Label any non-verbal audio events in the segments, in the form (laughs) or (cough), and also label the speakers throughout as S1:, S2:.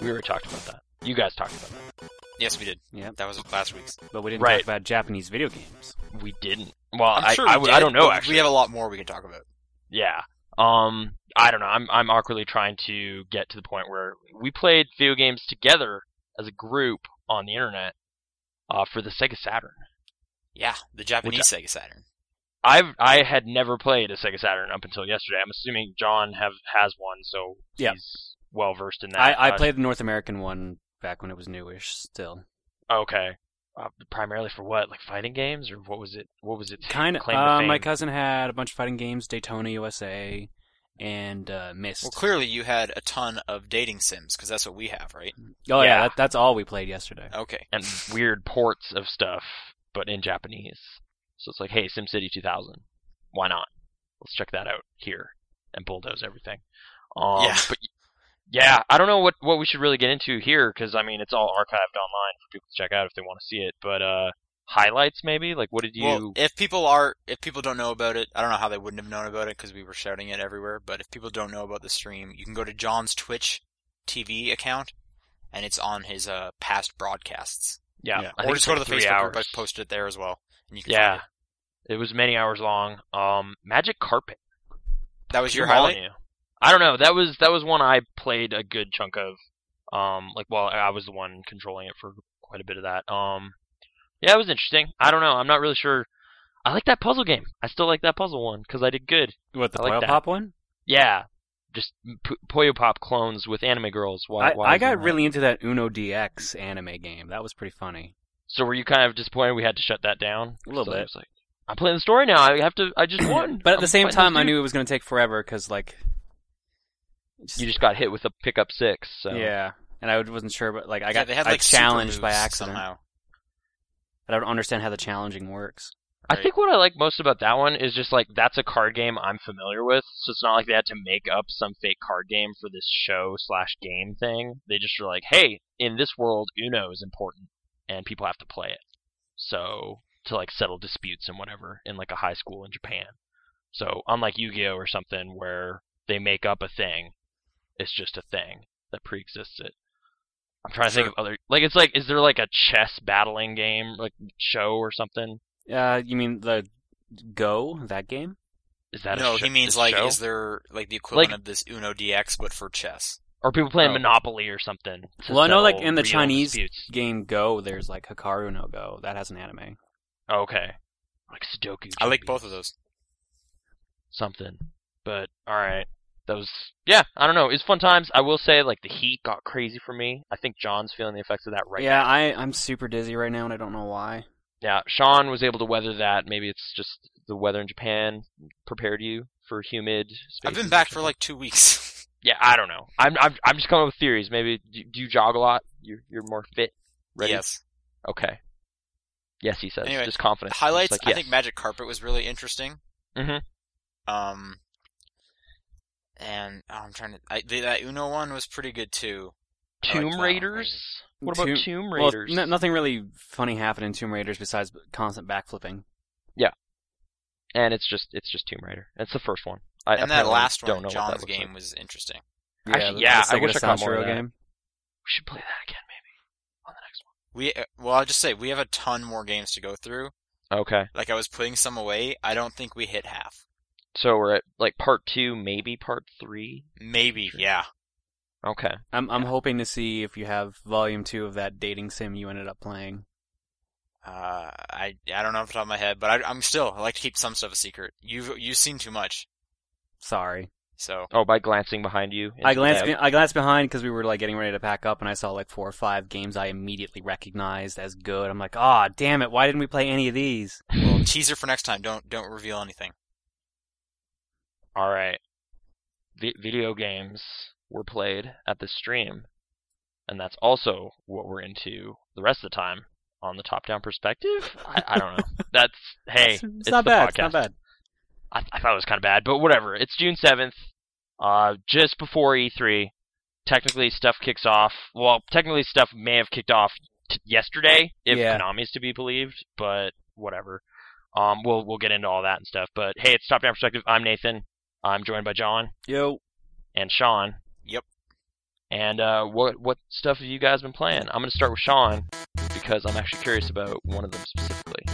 S1: We were talking about that. You guys talked about that.
S2: Yes, we did.
S3: Yeah,
S2: That was last week's.
S3: but we didn't
S1: Right.
S3: talk about Japanese video games.
S1: We didn't. Well,
S2: I'm
S1: I,
S2: sure
S1: I,
S2: we
S1: would- I
S2: did,
S1: don't know
S2: but
S1: actually.
S2: We have a lot more we can talk about.
S1: Yeah. Um, I don't know. I'm I'm awkwardly trying to get to the point where we played video games together as a group on the internet uh, for the Sega Saturn.
S2: Yeah, the Japanese Sega Saturn.
S1: I've I had never played a Sega Saturn up until yesterday. I'm assuming John have has one, so
S3: Yeah.
S1: he's well versed in that.
S3: I, I
S1: Uh,
S3: played the North American one back when it was newish.
S1: (laughs)
S3: Still,
S1: Okay. Uh, primarily for what? Like fighting games, or what was it? What was it?
S3: kind of.
S1: Claim to
S3: Uh,
S1: fame.
S3: my cousin had a bunch of fighting games, Daytona USA, and uh, Myst.
S2: Well, clearly you had a ton of dating sims because that's what we have, right?
S3: oh yeah,
S1: yeah.
S3: that, that's all we played yesterday.
S2: Okay.
S1: and weird ports of stuff, but in Japanese. So it's like, hey, SimCity 2000, why not? Let's check that out here and bulldoze everything. Um,
S2: Yeah.
S1: But y- yeah, I don't know what, what we should really get into here because I mean it's all archived online for people to check out if they want to see it. But uh, highlights maybe? Like, what did you?
S2: Well, if people are, if people don't know about it, I don't know how they wouldn't have known about it because we were shouting it everywhere. But if people don't know about the stream, you can go to John's Twitch TV account, and it's on his uh, past broadcasts.
S1: yeah, I think
S2: or
S1: it's
S2: just go to
S1: like
S2: the
S1: three
S2: Facebook
S1: hours.
S2: group. I posted it there as well, and you can.
S1: Yeah,
S2: find it.
S1: it was many hours long. Um, Magic Carpet.
S2: that was your
S1: I'm telling
S2: highlight.
S1: you. I don't know. That was that was one I played a good chunk of. Um, like well, I was the one controlling it for quite a bit of that. Um, yeah, it was interesting. I don't know. I'm not really sure. I like that puzzle game. I still like that puzzle one because I did good.
S3: What the
S1: I like
S3: Boil
S1: that.
S3: Pop one?
S1: Yeah, just P- Puyo Pop clones with anime girls. Why?
S3: I,
S1: why
S3: I
S1: isn't
S3: got
S1: that-
S3: really into that Uno DX anime game. That was pretty funny. (clears throat)
S1: So were you kind of disappointed we had to shut that down?
S3: A little
S1: So
S3: bit.
S1: I was like, I'm playing the story now. I have to. I
S3: (clears throat)
S1: just won.
S3: But at
S1: I'm
S3: the same
S1: fighting this
S3: time, I
S1: dude.
S3: knew it was going to take forever because, like, just- (laughs)
S1: you just got hit with a pickup six. So.
S3: yeah. And I wasn't sure, but like I
S2: Yeah,
S3: got
S2: they had
S3: I
S2: like super
S3: challenged by
S2: moves
S3: accident.
S2: somehow.
S3: I don't understand how the challenging works.
S1: I
S2: Right.
S1: think what I like most about that one is just like that's a card game I'm familiar with, so it's not like they had to make up some fake card game for this show slash game thing. They just were like, hey, in this world, Uno is important, and people have to play it, so to like settle disputes and whatever in like a high school in Japan. So unlike Yu-Gi-Oh or something where they make up a thing, it's just a thing that pre-exists it. I'm trying to think
S2: Sure.
S1: of other like it's like is there like a chess battling game like show or something?
S3: Uh, you mean the Go that game?
S1: Is that
S2: no,
S1: a sh-
S2: he means
S1: a
S2: like,
S1: show?
S2: is there like the equivalent
S1: Like-
S2: of this Uno DX but for chess?
S1: or people playing
S3: Oh.
S1: Monopoly or something? to
S3: Well, I know, like,
S1: settle
S3: in the
S1: real
S3: Chinese-
S1: disputes.
S3: Game Go. There's like Hikaru no Go. That has an anime.
S1: Oh, Okay, like Sudoku.
S2: I
S1: should
S2: like
S1: be
S2: both of those.
S1: Something, but all right. That was yeah. I don't know. It's fun times. I will say, like the heat got crazy for me. I think John's feeling the effects of that right
S3: yeah,
S1: now.
S3: I I'm super dizzy right now and I don't know why.
S1: Yeah, Sean was able to weather that. Maybe it's just the weather in Japan prepared you for humid.
S2: I've been
S1: spaces or
S2: back for
S1: something.
S2: like two weeks. (laughs)
S1: yeah. I don't know. I'm I'm I'm just coming up with theories. Maybe do, do you jog a lot? You're you're more fit. Ready?
S2: Yes.
S1: Okay. Yes, he says.
S2: Anyway,
S1: just confidence. Just
S2: Highlights.
S1: like,
S2: I think
S1: yes.
S2: Magic Carpet was really interesting.
S1: Mhm.
S2: Um, and oh, I'm trying to. I, the, that Uno one was pretty good too. uh, I like that
S1: Tomb
S2: one,
S1: Raiders. What about
S3: Tomb-
S1: Tomb
S3: Well,
S1: Raiders?
S3: n- nothing really funny happened in Tomb Raiders besides constant backflipping.
S1: And it's just it's just Tomb Raider. It's the first one. I
S2: and that
S1: apparently
S2: last
S1: don't
S2: one,
S1: know what that
S2: John's
S1: looks
S2: game,
S1: like.
S2: was interesting.
S1: Actually, yeah,
S3: the
S1: I wish
S3: Sega
S1: I caught more of
S3: Sanshiro
S1: that.
S3: game.
S1: We should play that again, maybe on the
S2: We uh, well, I'll just say we have a ton more games to go through.
S1: next one. Okay,
S2: Like I was putting some away. I don't think we hit half.
S1: so we're at like part two, maybe part three.
S2: Maybe.
S1: Sure.
S2: Yeah.
S1: Okay,
S3: I'm I'm hoping to see if you have volume two of that dating sim you ended up playing.
S2: Uh, I I don't know off the top of my head, but I, I'm still I like to keep some stuff a secret. You've you've seen too much,
S3: Sorry,
S2: so
S1: oh, by glancing behind you, into
S3: I glanced
S1: the-
S3: be- I glanced behind because we were like getting ready to pack up, and I saw like four or five games I immediately recognized as good. I'm like, ah, damn it, why didn't we play any of these?
S2: well, teaser for next time. Don't don't reveal anything.
S1: All right, Vi video games were played at the stream, and that's also what we're into the rest of the time on the top-down perspective. I, I
S3: (laughs)
S1: don't know. That's hey,
S3: it's,
S1: it's,
S3: not
S1: the
S3: bad.
S1: Podcast.
S3: It's not bad.
S1: I, I thought it was kind of bad, but whatever. It's June seventh, uh, just before E3. Technically, stuff kicks off. Well, technically, stuff may have kicked off t- yesterday, if
S3: Yeah.
S1: Konami's to be believed. But whatever. Um, we'll we'll get into all that and stuff. But hey, it's Top Down Perspective. I'm Nathan. I'm joined by John
S3: Yo,
S1: and Sean.
S2: Yep.
S1: And uh, what what stuff have you guys been playing? I'm gonna start with Sean because I'm actually curious about one of them specifically.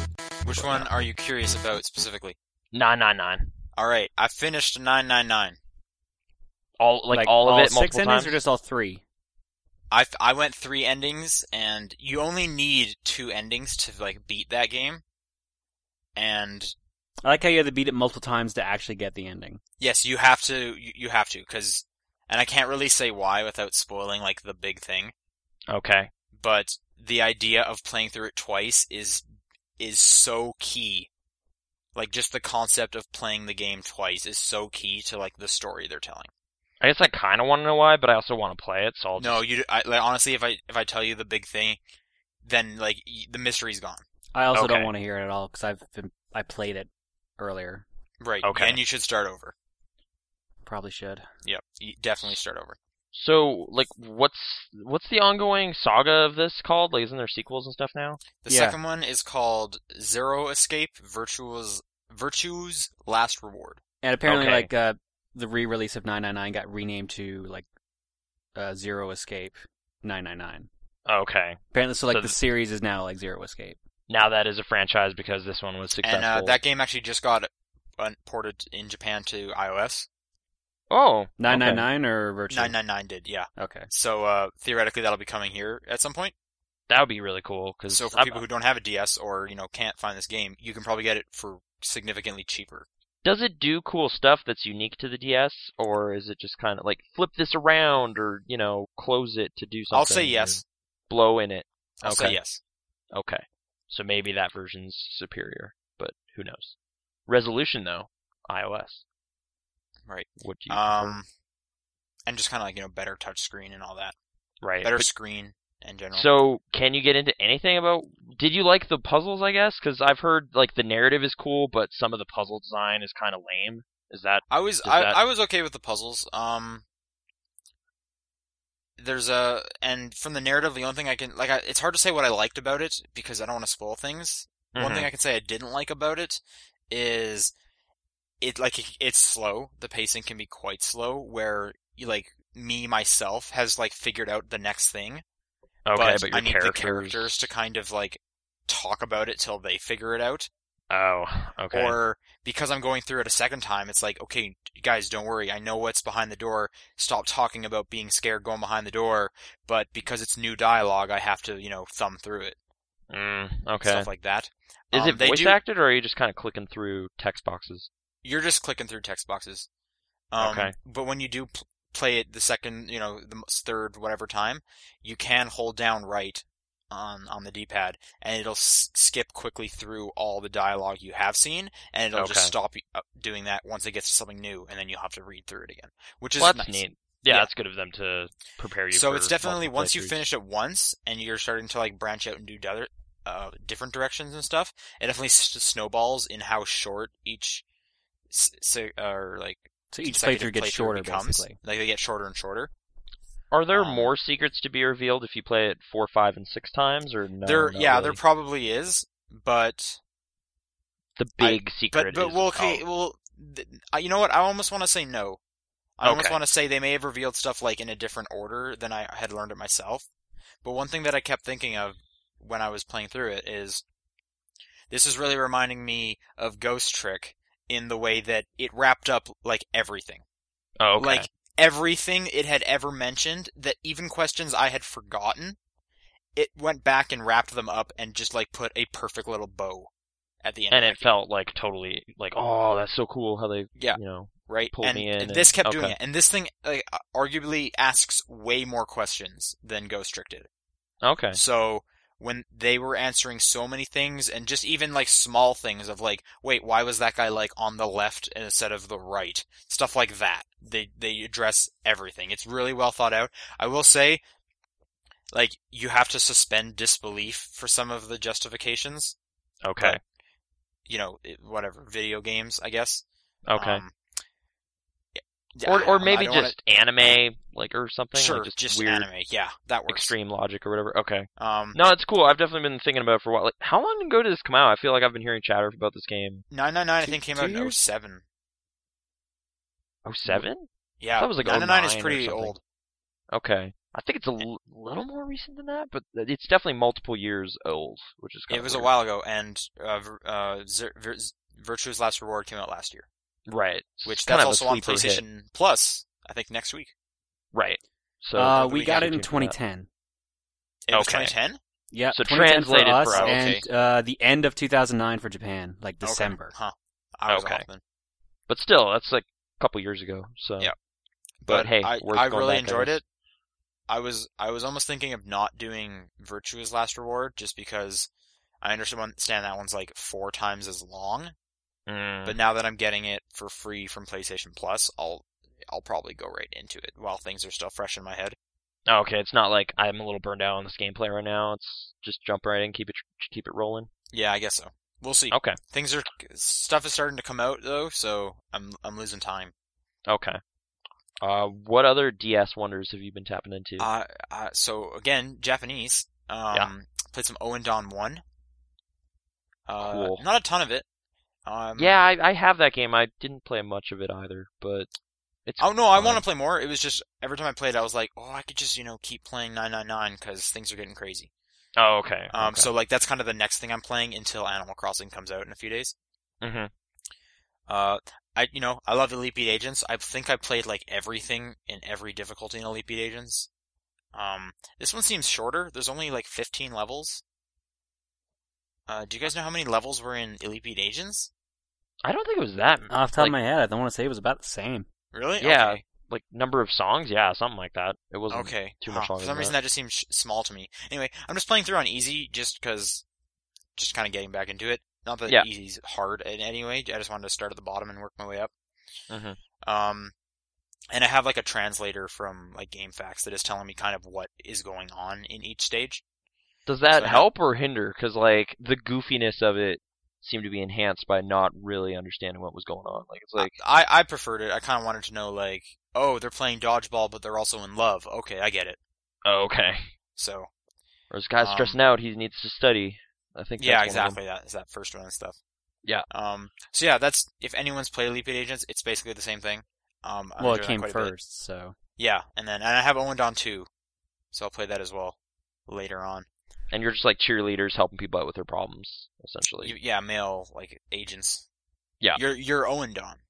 S2: Which one are you curious about specifically?
S1: Nine nine nine.
S2: All right, I finished 999.
S1: All like, all of it
S3: six
S1: multiple
S3: endings
S1: times.
S3: or just all three?
S2: I, f- I went three endings, and you only need two endings to like beat that game. And
S3: I like how you had to beat it multiple times to actually get the ending.
S2: Yes, you have to. You, you have to, because, and I can't really say why without spoiling like the big thing.
S1: okay.
S2: But the idea of playing through it twice is is so key. Like just the concept of playing the game twice is so key to like the story they're telling.
S1: I guess I kind of want to know why, but I also want to play it. So I'll just,
S2: No, you. I, like honestly, if I if I tell you the big thing, then like y- the mystery's gone.
S3: I also
S1: Okay.
S3: don't want to hear it at all because I've been I played it earlier.
S2: Right.
S1: Okay.
S2: And you should start over.
S3: Probably should.
S2: Yep. You definitely start over.
S1: So like, what's what's the ongoing saga of this called? Like, isn't there sequels and stuff now?
S2: The
S3: Yeah.
S2: second one is called Zero Escape Virtues Virtues Last Reward.
S3: And apparently,
S1: Okay.
S3: like uh, the re-release of 999 got renamed to like uh, Zero Escape 999.
S1: Okay.
S3: Apparently, so like
S1: So
S3: the
S1: th-
S3: series is now like Zero Escape.
S1: Now that is a franchise because this one was successful.
S2: And uh, that game actually just got uh, ported in Japan to iOS.
S1: oh,
S3: Nine nine
S1: okay.
S3: nine or virtual.
S2: 999 did, yeah.
S3: Okay.
S2: So uh, theoretically, that'll be coming here at some point.
S1: That would be really cool because
S2: So for people who don't have a DS or you know can't find this game, you can probably get it for significantly cheaper.
S1: does it do cool stuff that's unique to the DS, or is it just kind of like flip this around, or you know, close it to do something?
S2: I'll say
S1: or
S2: yes.
S1: Blow in it.
S2: I'll
S1: Okay.
S2: say yes.
S1: Okay, so maybe that version's superior, but who knows? Resolution though, iOS.
S2: Right.
S1: What do you prefer?
S2: Um, and just kind of like you know better touch screen and all that,
S1: right?
S2: better
S1: but-
S2: screen in general.
S1: so can you get into anything about? Did you like the puzzles? I guess because I've heard like the narrative is cool, but some of the puzzle design is kind of lame. Is that
S2: I was
S1: Does
S2: I,
S1: that-
S2: I was okay with the puzzles. Um, there's a and from the narrative, the only thing I can like I, it's hard to say what I liked about it because I don't want to spoil things. One
S1: Mhm.
S2: thing I can say I didn't like about it is it like it, it's slow. The pacing can be quite slow. Where you like me myself has like figured out the next thing,
S1: Mm-hmm. okay?
S2: but,
S1: But,
S2: I
S1: your
S2: need
S1: characters.
S2: the characters to kind of like talk about it till they figure it out.
S1: Oh, okay.
S2: Or because I'm going through it a second time, it's like, okay, guys, don't worry. I know what's behind the door. Stop talking about being scared going behind the door. But because it's new dialogue, I have to, you know, thumb through it.
S1: Mm, okay.
S2: Stuff like that.
S1: Is
S2: Um,
S1: it
S2: they
S1: voice
S2: do-
S1: acted, or are you just kind of clicking through text boxes?
S2: You're just clicking through text boxes. Um,
S1: Okay.
S2: But when you do pl- play it the second, you know, the m- third, whatever time, you can hold down right on on the D-pad, and it'll s- skip quickly through all the dialogue you have seen, and it'll just
S1: Okay.
S2: stop you- uh, doing that once it gets to something new, and then you'll have to read through it again, which is
S1: Well, that's
S2: nice.
S1: neat. Yeah,
S2: Yeah.
S1: that's good of them to prepare you.
S2: So
S1: for
S2: it's definitely
S1: multiple
S2: once you
S1: playthroughs.
S2: finish it once, and you're starting to like branch out and do other uh, different directions and stuff. It definitely s- snowballs in how short each, s- s- or like
S3: So each
S2: consecutive
S3: playthrough gets shorter,
S2: becomes.
S3: basically.
S2: Like they get shorter and shorter.
S1: Are there
S2: um,
S1: more secrets to be revealed if you play it four, five, and six times, or no?
S2: there,
S1: not
S2: yeah,
S1: really?
S2: there probably is, but
S1: the
S2: I-
S1: big secret.
S2: but but
S1: is,
S2: well,
S1: oh,
S2: okay, well, th- I- you know what? I almost want to say no. I almost
S1: Okay.
S2: want to say they may have revealed stuff like in a different order than I had learned it myself. But one thing that I kept thinking of when I was playing through it is this is really reminding me of Ghost Trick in the way that it wrapped up like everything.
S1: oh, okay.
S2: Like everything it had ever mentioned, that even questions I had forgotten, it went back and wrapped them up and just like put a perfect little bow at the end.
S1: and
S2: of
S1: it
S2: that
S1: felt like totally like oh, that's so cool how they
S2: Yeah.
S1: you know
S2: game, right,
S1: pulled
S2: and
S1: me in
S2: this
S1: and-
S2: kept doing
S1: okay.
S2: it. And this thing like, arguably asks way more questions than Ghost Trick did.
S1: okay
S2: So when they were answering so many things and just even like small things of like, wait, why was that guy like on the left instead of the right? Stuff like that. They they address everything. It's really well thought out. I will say like you have to suspend disbelief for some of the justifications,
S1: okay
S2: you know, it- whatever, video games, I guess.
S1: okay
S2: Um, yeah, I
S1: or
S2: don't
S1: or
S2: know. I
S1: maybe
S2: don't wanna-
S1: just anime like or something like,
S2: sure,
S1: just,
S2: just,
S1: weird
S2: anime. Yeah, that works.
S1: extreme logic or whatever okay
S2: Um,
S1: No, it's cool. I've definitely been thinking about it for a while. Like, how long ago did this come out? I feel like I've been hearing chatter about this game.
S2: 999 I think came
S3: Two
S2: out in
S3: years?
S2: 07.
S1: Oh seven?
S2: Yeah, Mm-hmm.
S1: That was like
S2: 999 is
S1: 09 or
S2: pretty
S1: something.
S2: old.
S1: Okay. I think it's a l- little more recent than that, but it's definitely multiple years old, which is kind
S2: It was a while ago, and uh, Vir- uh, Zir- Vir- Virtue's Last Reward came out last year,
S1: right?
S2: which
S1: It's kind
S2: that's
S1: of a
S2: also on
S1: sleeper hit.
S2: PlayStation Plus. I think next week.
S1: right? So
S3: uh,
S2: what
S3: we
S2: we
S3: got
S2: got
S3: it in
S1: to do with
S3: 2010.
S2: It was
S1: Okay.
S2: 2010.
S3: Yeah,
S1: So
S3: 2010
S1: translated
S3: for us,
S1: for us.
S3: and uh, the end of 2009 for Japan, like
S2: Okay.
S3: December.
S2: Huh. I was
S1: Okay.
S2: off then.
S1: but still, that's like a couple years ago. So
S2: Yeah.
S1: But hey,
S2: I,
S1: worth
S2: I
S1: going
S2: really
S1: back, I
S2: enjoyed
S1: guess.
S2: it. I was I was almost thinking of not doing Virtue's Last Reward just because I understand that one's like four times as long.
S1: Mm,
S2: But now that I'm getting it for free from PlayStation Plus, I'll I'll probably go right into it while things are still fresh in my head.
S1: Oh, okay, it's not like I'm a little burned out on this gameplay right now. It's just jump right in, keep it keep it rolling.
S2: Yeah, I guess so. We'll see.
S1: Okay.
S2: Things are stuff is starting to come out though, so I'm I'm losing time.
S1: Okay. Uh, what other DS wonders have you been tapping into?
S2: Uh, uh so again, Japanese. Um,
S1: Yeah.
S2: played some Owen Don one. Uh,
S1: Cool.
S2: not a ton of it. Um,
S1: yeah, I, I have that game. I didn't play much of it either, but it's.
S2: Oh no, I
S1: fine.
S2: want to play more. It was just every time I played, I was like, oh, I could just you know keep playing nine nine nine because things are getting crazy.
S1: Oh, okay.
S2: Um,
S1: okay.
S2: so like that's kind of the next thing I'm playing until Animal Crossing comes out in a few days.
S1: Mhm.
S2: Uh, I you know I love Elite Beat Agents. I think I played like everything in every difficulty in Elite Beat Agents. Um, this one seems shorter. There's only like 15 levels. Uh, do you guys know how many levels were in Elite Beat Agents?
S1: I don't think it was that.
S3: Off the top
S1: like,
S3: of my head, I don't want to say it was about the same.
S2: Really?
S1: Yeah,
S2: Uh, Okay.
S1: like number of songs, yeah, something like that. It wasn't
S2: okay.
S1: too much
S2: Huh.
S1: longer
S2: For some
S1: than
S2: reason,
S1: that.
S2: that. just seems sh- small to me. Anyway, I'm just playing through on easy, just because, just kind of getting back into it. Not that
S1: Yeah.
S2: easy's hard in any way. I just wanted to start at the bottom and work my way up.
S1: Mhm.
S2: Um, and I have like a translator from like GameFAQs that is telling me kind of what is going on in each stage.
S1: Does that
S2: So-
S1: help or hinder? Because like the goofiness of it seemed to be enhanced by not really understanding what was going on. Like
S2: Uh,
S1: it's like
S2: I I preferred it. I kind of wanted to know like, oh, they're playing dodgeball, but they're also in love. Okay, I get it.
S1: oh, okay,
S2: So
S1: or this guy's
S2: Um,
S1: stressing out. He needs to study. I think.
S2: Yeah,
S1: that's one of them.
S2: exactly. That is that first one and stuff.
S1: Yeah.
S2: Um. So yeah, that's if anyone's played Elite Beat Agents, it's basically the same thing. Um. I
S3: well, it
S2: enjoy that
S3: came
S2: quite a bit.
S3: first, so
S2: Yeah, and then and I have Owen Don two, so I'll play that as well later on.
S1: And you're just like cheerleaders helping people out with their problems, essentially.
S2: You, yeah, male like agents.
S1: Yeah.
S2: You're you're Owen Don.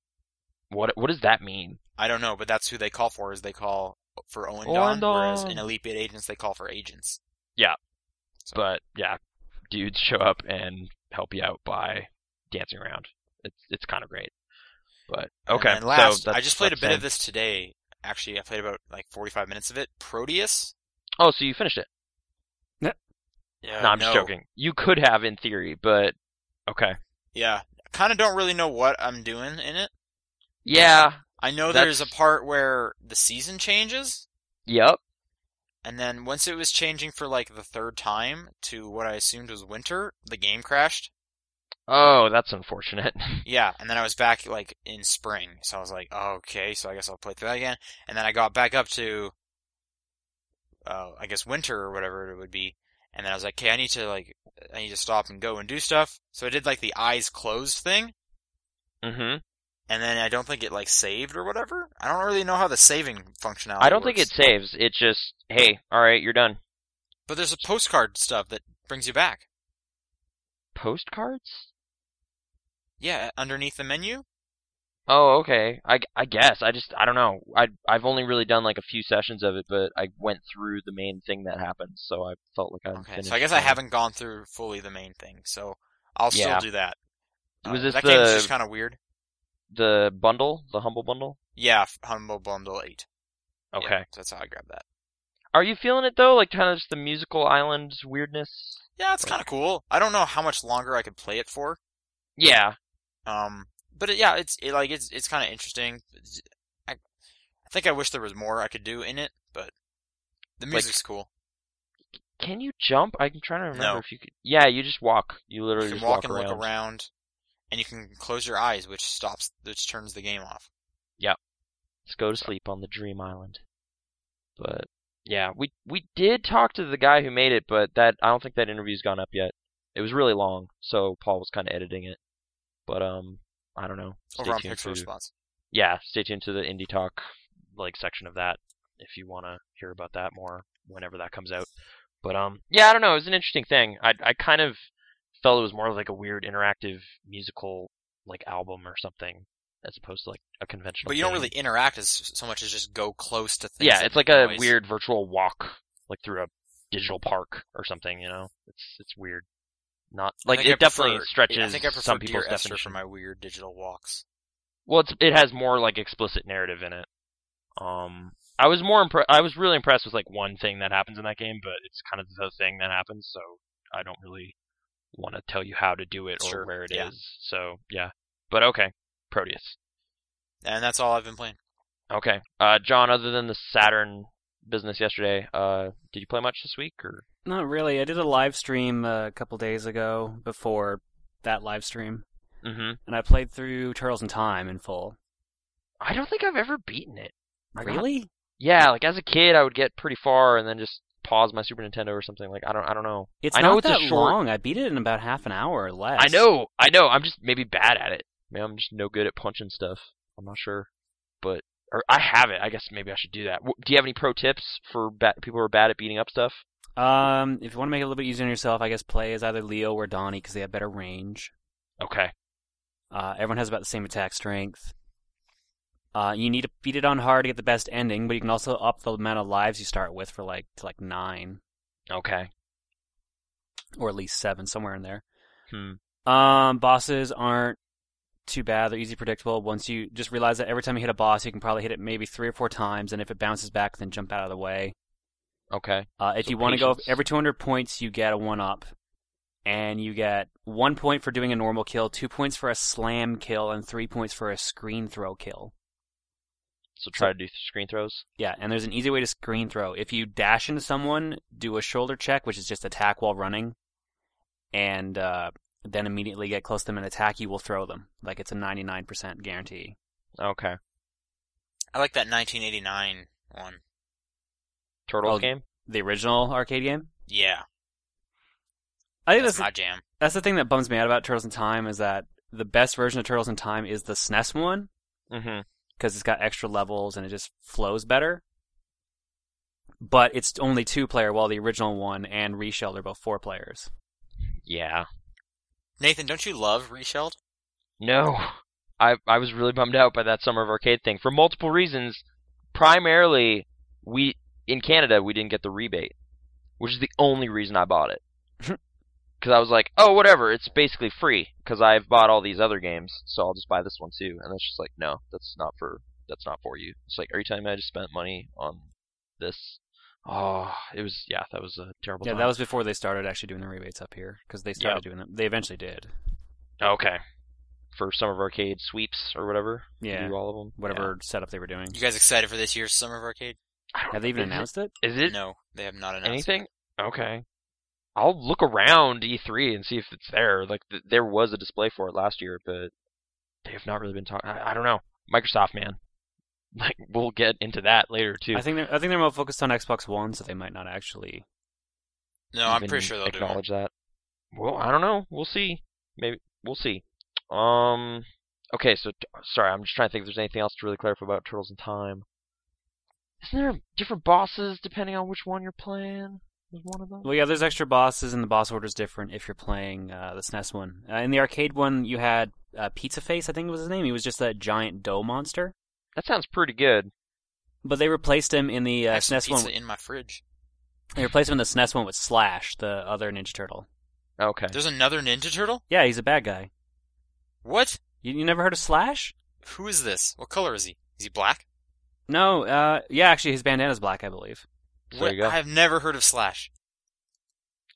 S1: what what does that mean?
S2: I don't know, but that's who they call for. Is they call for Owen
S1: Owen
S2: Don, whereas in
S1: Don.
S2: Elite Beat Agents they call for agents.
S1: But yeah, dudes show up and help you out by dancing around. It's it's kind of great. But
S2: And
S1: okay,
S2: then last,
S1: so
S2: I
S1: that's-
S2: just played a
S1: that's
S2: bit
S1: him.
S2: of this today. Actually, I played about like forty five minutes of it. Proteus.
S1: Oh, so you finished it?
S2: Yeah.
S1: no, I'm just joking. You could have in theory, but okay.
S2: Yeah. Kind of don't really know what I'm doing in it.
S1: Yeah.
S2: I know
S1: That's-
S2: there's a part where the season changes,
S1: Yep.
S2: and then once it was changing for like the third time to what I assumed was winter, the game crashed.
S1: Oh, that's unfortunate. (laughs)
S2: Yeah, and then I was back like in spring, so I was like, oh, okay, so I guess I'll play through that again. And then I got back up to, uh, I guess winter or whatever it would be, and then I was like, okay, I need to like, I need to stop and go and do stuff. So I did like the eyes closed thing,
S1: mm-hmm.
S2: and then I don't think it like saved or whatever. I don't really know how the saving functionality.
S1: I don't think
S2: works.
S1: it saves. It just hey, all right, you're done.
S2: But there's a postcard stuff that brings you back.
S1: Postcards?
S2: Yeah, underneath the menu.
S1: Oh, okay. I, I guess I just I don't know. I I've only really done like a few sessions of it, but I went through the main thing that happens, so I felt like I.
S2: Okay, so I guess I haven't gone through fully the main thing, so I'll still
S1: Yeah.
S2: do that.
S1: Was
S2: Uh,
S1: this
S2: that game's
S1: the-
S2: just kind of weird.
S1: the bundle, the humble bundle.
S2: Yeah, f- Humble Bundle Eight. Yeah,
S1: Okay.
S2: so that's how I grabbed that.
S1: Are you feeling it though? Like kind of just the musical island weirdness.
S2: Yeah, it's kind of cool. I don't know how much longer I could play it for.
S1: Yeah.
S2: Um, but it, yeah, it's it, like it's it's kind of interesting. I, I think I wish there was more I could do in it, but the music's cool.
S1: Can you jump? I'm trying to remember
S2: No.
S1: if you could. Yeah, you just walk. You literally
S2: You can
S1: just
S2: walk
S1: walk,
S2: and
S1: around.
S2: look around, and you can close your eyes, which stops, which turns the game off.
S1: Let's go to sleep on the dream island. But yeah, we we did talk to the guy who made it, but that I don't think that interview's gone up yet. It was really long, so Paul was kind of editing it. But um, I don't know. Stay
S2: Over on
S1: tuned
S2: Pixel
S1: to,
S2: Response.
S1: yeah, stay tuned to the indie talk like section of that if you want to hear about that more whenever that comes out. But um, yeah, I don't know. It was an interesting thing. I I kind of felt it was more of like a weird interactive musical like album or something as opposed to like a conventional.
S2: But you don't
S1: game.
S2: really interact as so much as just go close to things.
S1: Yeah,
S2: that
S1: it's
S2: make
S1: like a
S2: noise.
S1: weird virtual walk, like through a digital park or something. You know, it's it's weird. Not
S2: I
S1: like
S2: think I
S1: it definitely
S2: prefer-
S1: stretches
S2: I think I prefer
S1: some people's
S2: Dear Esther
S1: definition.
S2: for my weird digital walks.
S1: Well, it's, it has more like explicit narrative in it. Um, I was more impre- I was really impressed with like one thing that happens in that game, but it's kind of the thing that happens, so I don't really want to tell you how to do it or
S2: Sure,
S1: where it is.
S2: yeah.
S1: So yeah, but okay, Proteus.
S2: And that's all I've been playing.
S1: Okay, uh, John. Other than the Saturn business yesterday, uh, did you play much this week or?
S3: Not really. I did a live stream uh, a couple days ago before that live stream,
S1: Mm-hmm.
S3: and I played through Turtles in Time in full.
S1: I don't think I've ever beaten it. I got-
S3: Really?
S1: Yeah, like as a kid, I would get pretty far and then just pause my Super Nintendo or something. Like I don't, I don't know.
S3: It's
S1: I know
S3: not
S1: it's a
S3: that
S1: short-
S3: long. I beat it in about half an hour or less.
S1: I know, I know. I'm just maybe bad at it. Maybe I'm just no good at punching stuff. I'm not sure, but or I have it. I guess maybe I should do that. W- Do you have any pro tips for ba- people who are bad at beating up stuff?
S3: Um, if you want to make it a little bit easier on yourself, I guess play as either Leo or Donnie because they have better range.
S1: Okay.
S3: Uh, everyone has about the same attack strength. Uh, you need to beat it on hard to get the best ending, but you can also up the amount of lives you start with for like to like nine
S1: Okay.
S3: or at least seven, somewhere in there.
S1: Hmm.
S3: Um, bosses aren't too bad; they're easy predictable. Once you just realize that every time you hit a boss, you can probably hit it maybe three or four times, and if it bounces back, then jump out of the way.
S1: Okay.
S3: Uh, if
S1: So
S3: you want to go
S1: patience.
S3: every 200 points, you get a one up, and you get one point for doing a normal kill, two points for a slam kill, and three points for a screen throw kill.
S1: So try to do screen throws.
S3: Yeah, and there's an easy way to screen throw. If you dash into someone, do a shoulder check, which is just attack while running, and uh, then immediately get close to them and attack. You will throw them like it's a 99% guarantee.
S1: Okay.
S2: I like that 1989 one.
S1: Turtles
S3: Oh,
S1: game.
S3: The original arcade game.
S2: Yeah,
S3: I think
S2: that's
S3: that's
S2: my jam.
S3: that's the thing that bums me out about Turtles in Time is that the best version of Turtles in Time is the SNES one.
S1: Mm-hmm.
S3: because it's got extra levels and it just flows better. But it's only two player, while the original one and Reshelled are both four players.
S1: Yeah.
S2: Nathan, don't you love Reshelled?
S1: No. I I was really bummed out by that Summer of Arcade thing for multiple reasons. Primarily, we in Canada we didn't get the rebate, which is the only reason I bought
S3: (laughs)
S1: it. Cuz I was like, "Oh, whatever, it's basically free cuz I've bought all these other games, so I'll just buy this one too." And it's just like, "No, that's not for that's not for you." It's like, "Are you telling me I just spent money on this?" Oh, it was yeah, that was a terrible
S3: yeah,
S1: time.
S3: that was before they started actually doing the rebates up here because they started
S1: Yep.
S3: doing them. They eventually did.
S1: Okay. For Summer of Arcade sweeps or whatever. You
S3: Yeah,
S1: Do all of them.
S3: whatever setup they were doing.
S2: You guys excited for this year's Summer of Arcade?
S1: I don't
S3: Have they
S1: is
S3: even
S1: it-
S3: announced it?
S1: Is it
S2: no, they have not announced.
S1: anything? Okay. I'll look around E3 and see if it's there. Like th- there was a display for it last year, but they have not really been talking. I-, I don't know. Microsoft, man. (laughs) Like we'll get into that later too.
S3: I think they're, I think they're more focused on Xbox One, so they might not actually.
S2: No, I'm
S1: even
S2: pretty sure they'll do it.
S1: acknowledge that. Well, I don't know. We'll see. Maybe we'll see. Um. Okay, so t- sorry, I'm just trying to think if there's anything else to really clarify about Turtles in Time. Isn't there different bosses depending on which one you're playing? There's one of them.
S3: Well, yeah, there's extra bosses, and the boss order's different if you're playing uh, the SNES one. Uh, in the arcade one, you had uh, Pizza Face, I think was his name. He was just that giant dough monster,
S1: That sounds pretty good.
S3: but they replaced him in the
S2: I
S3: uh,
S2: have some
S3: SNES one.
S2: pizza in my fridge.
S3: They replaced him in the SNES one with Slash, the other Ninja Turtle.
S1: Okay.
S2: There's another Ninja Turtle.
S3: Yeah, he's a bad guy.
S2: What?
S3: You, you never heard of Slash?
S2: Who is this? What color is he? Is he black?
S3: No, uh, yeah, actually, his bandana's black, I believe.
S1: There you
S2: What-
S1: go.
S2: I have never heard of Slash.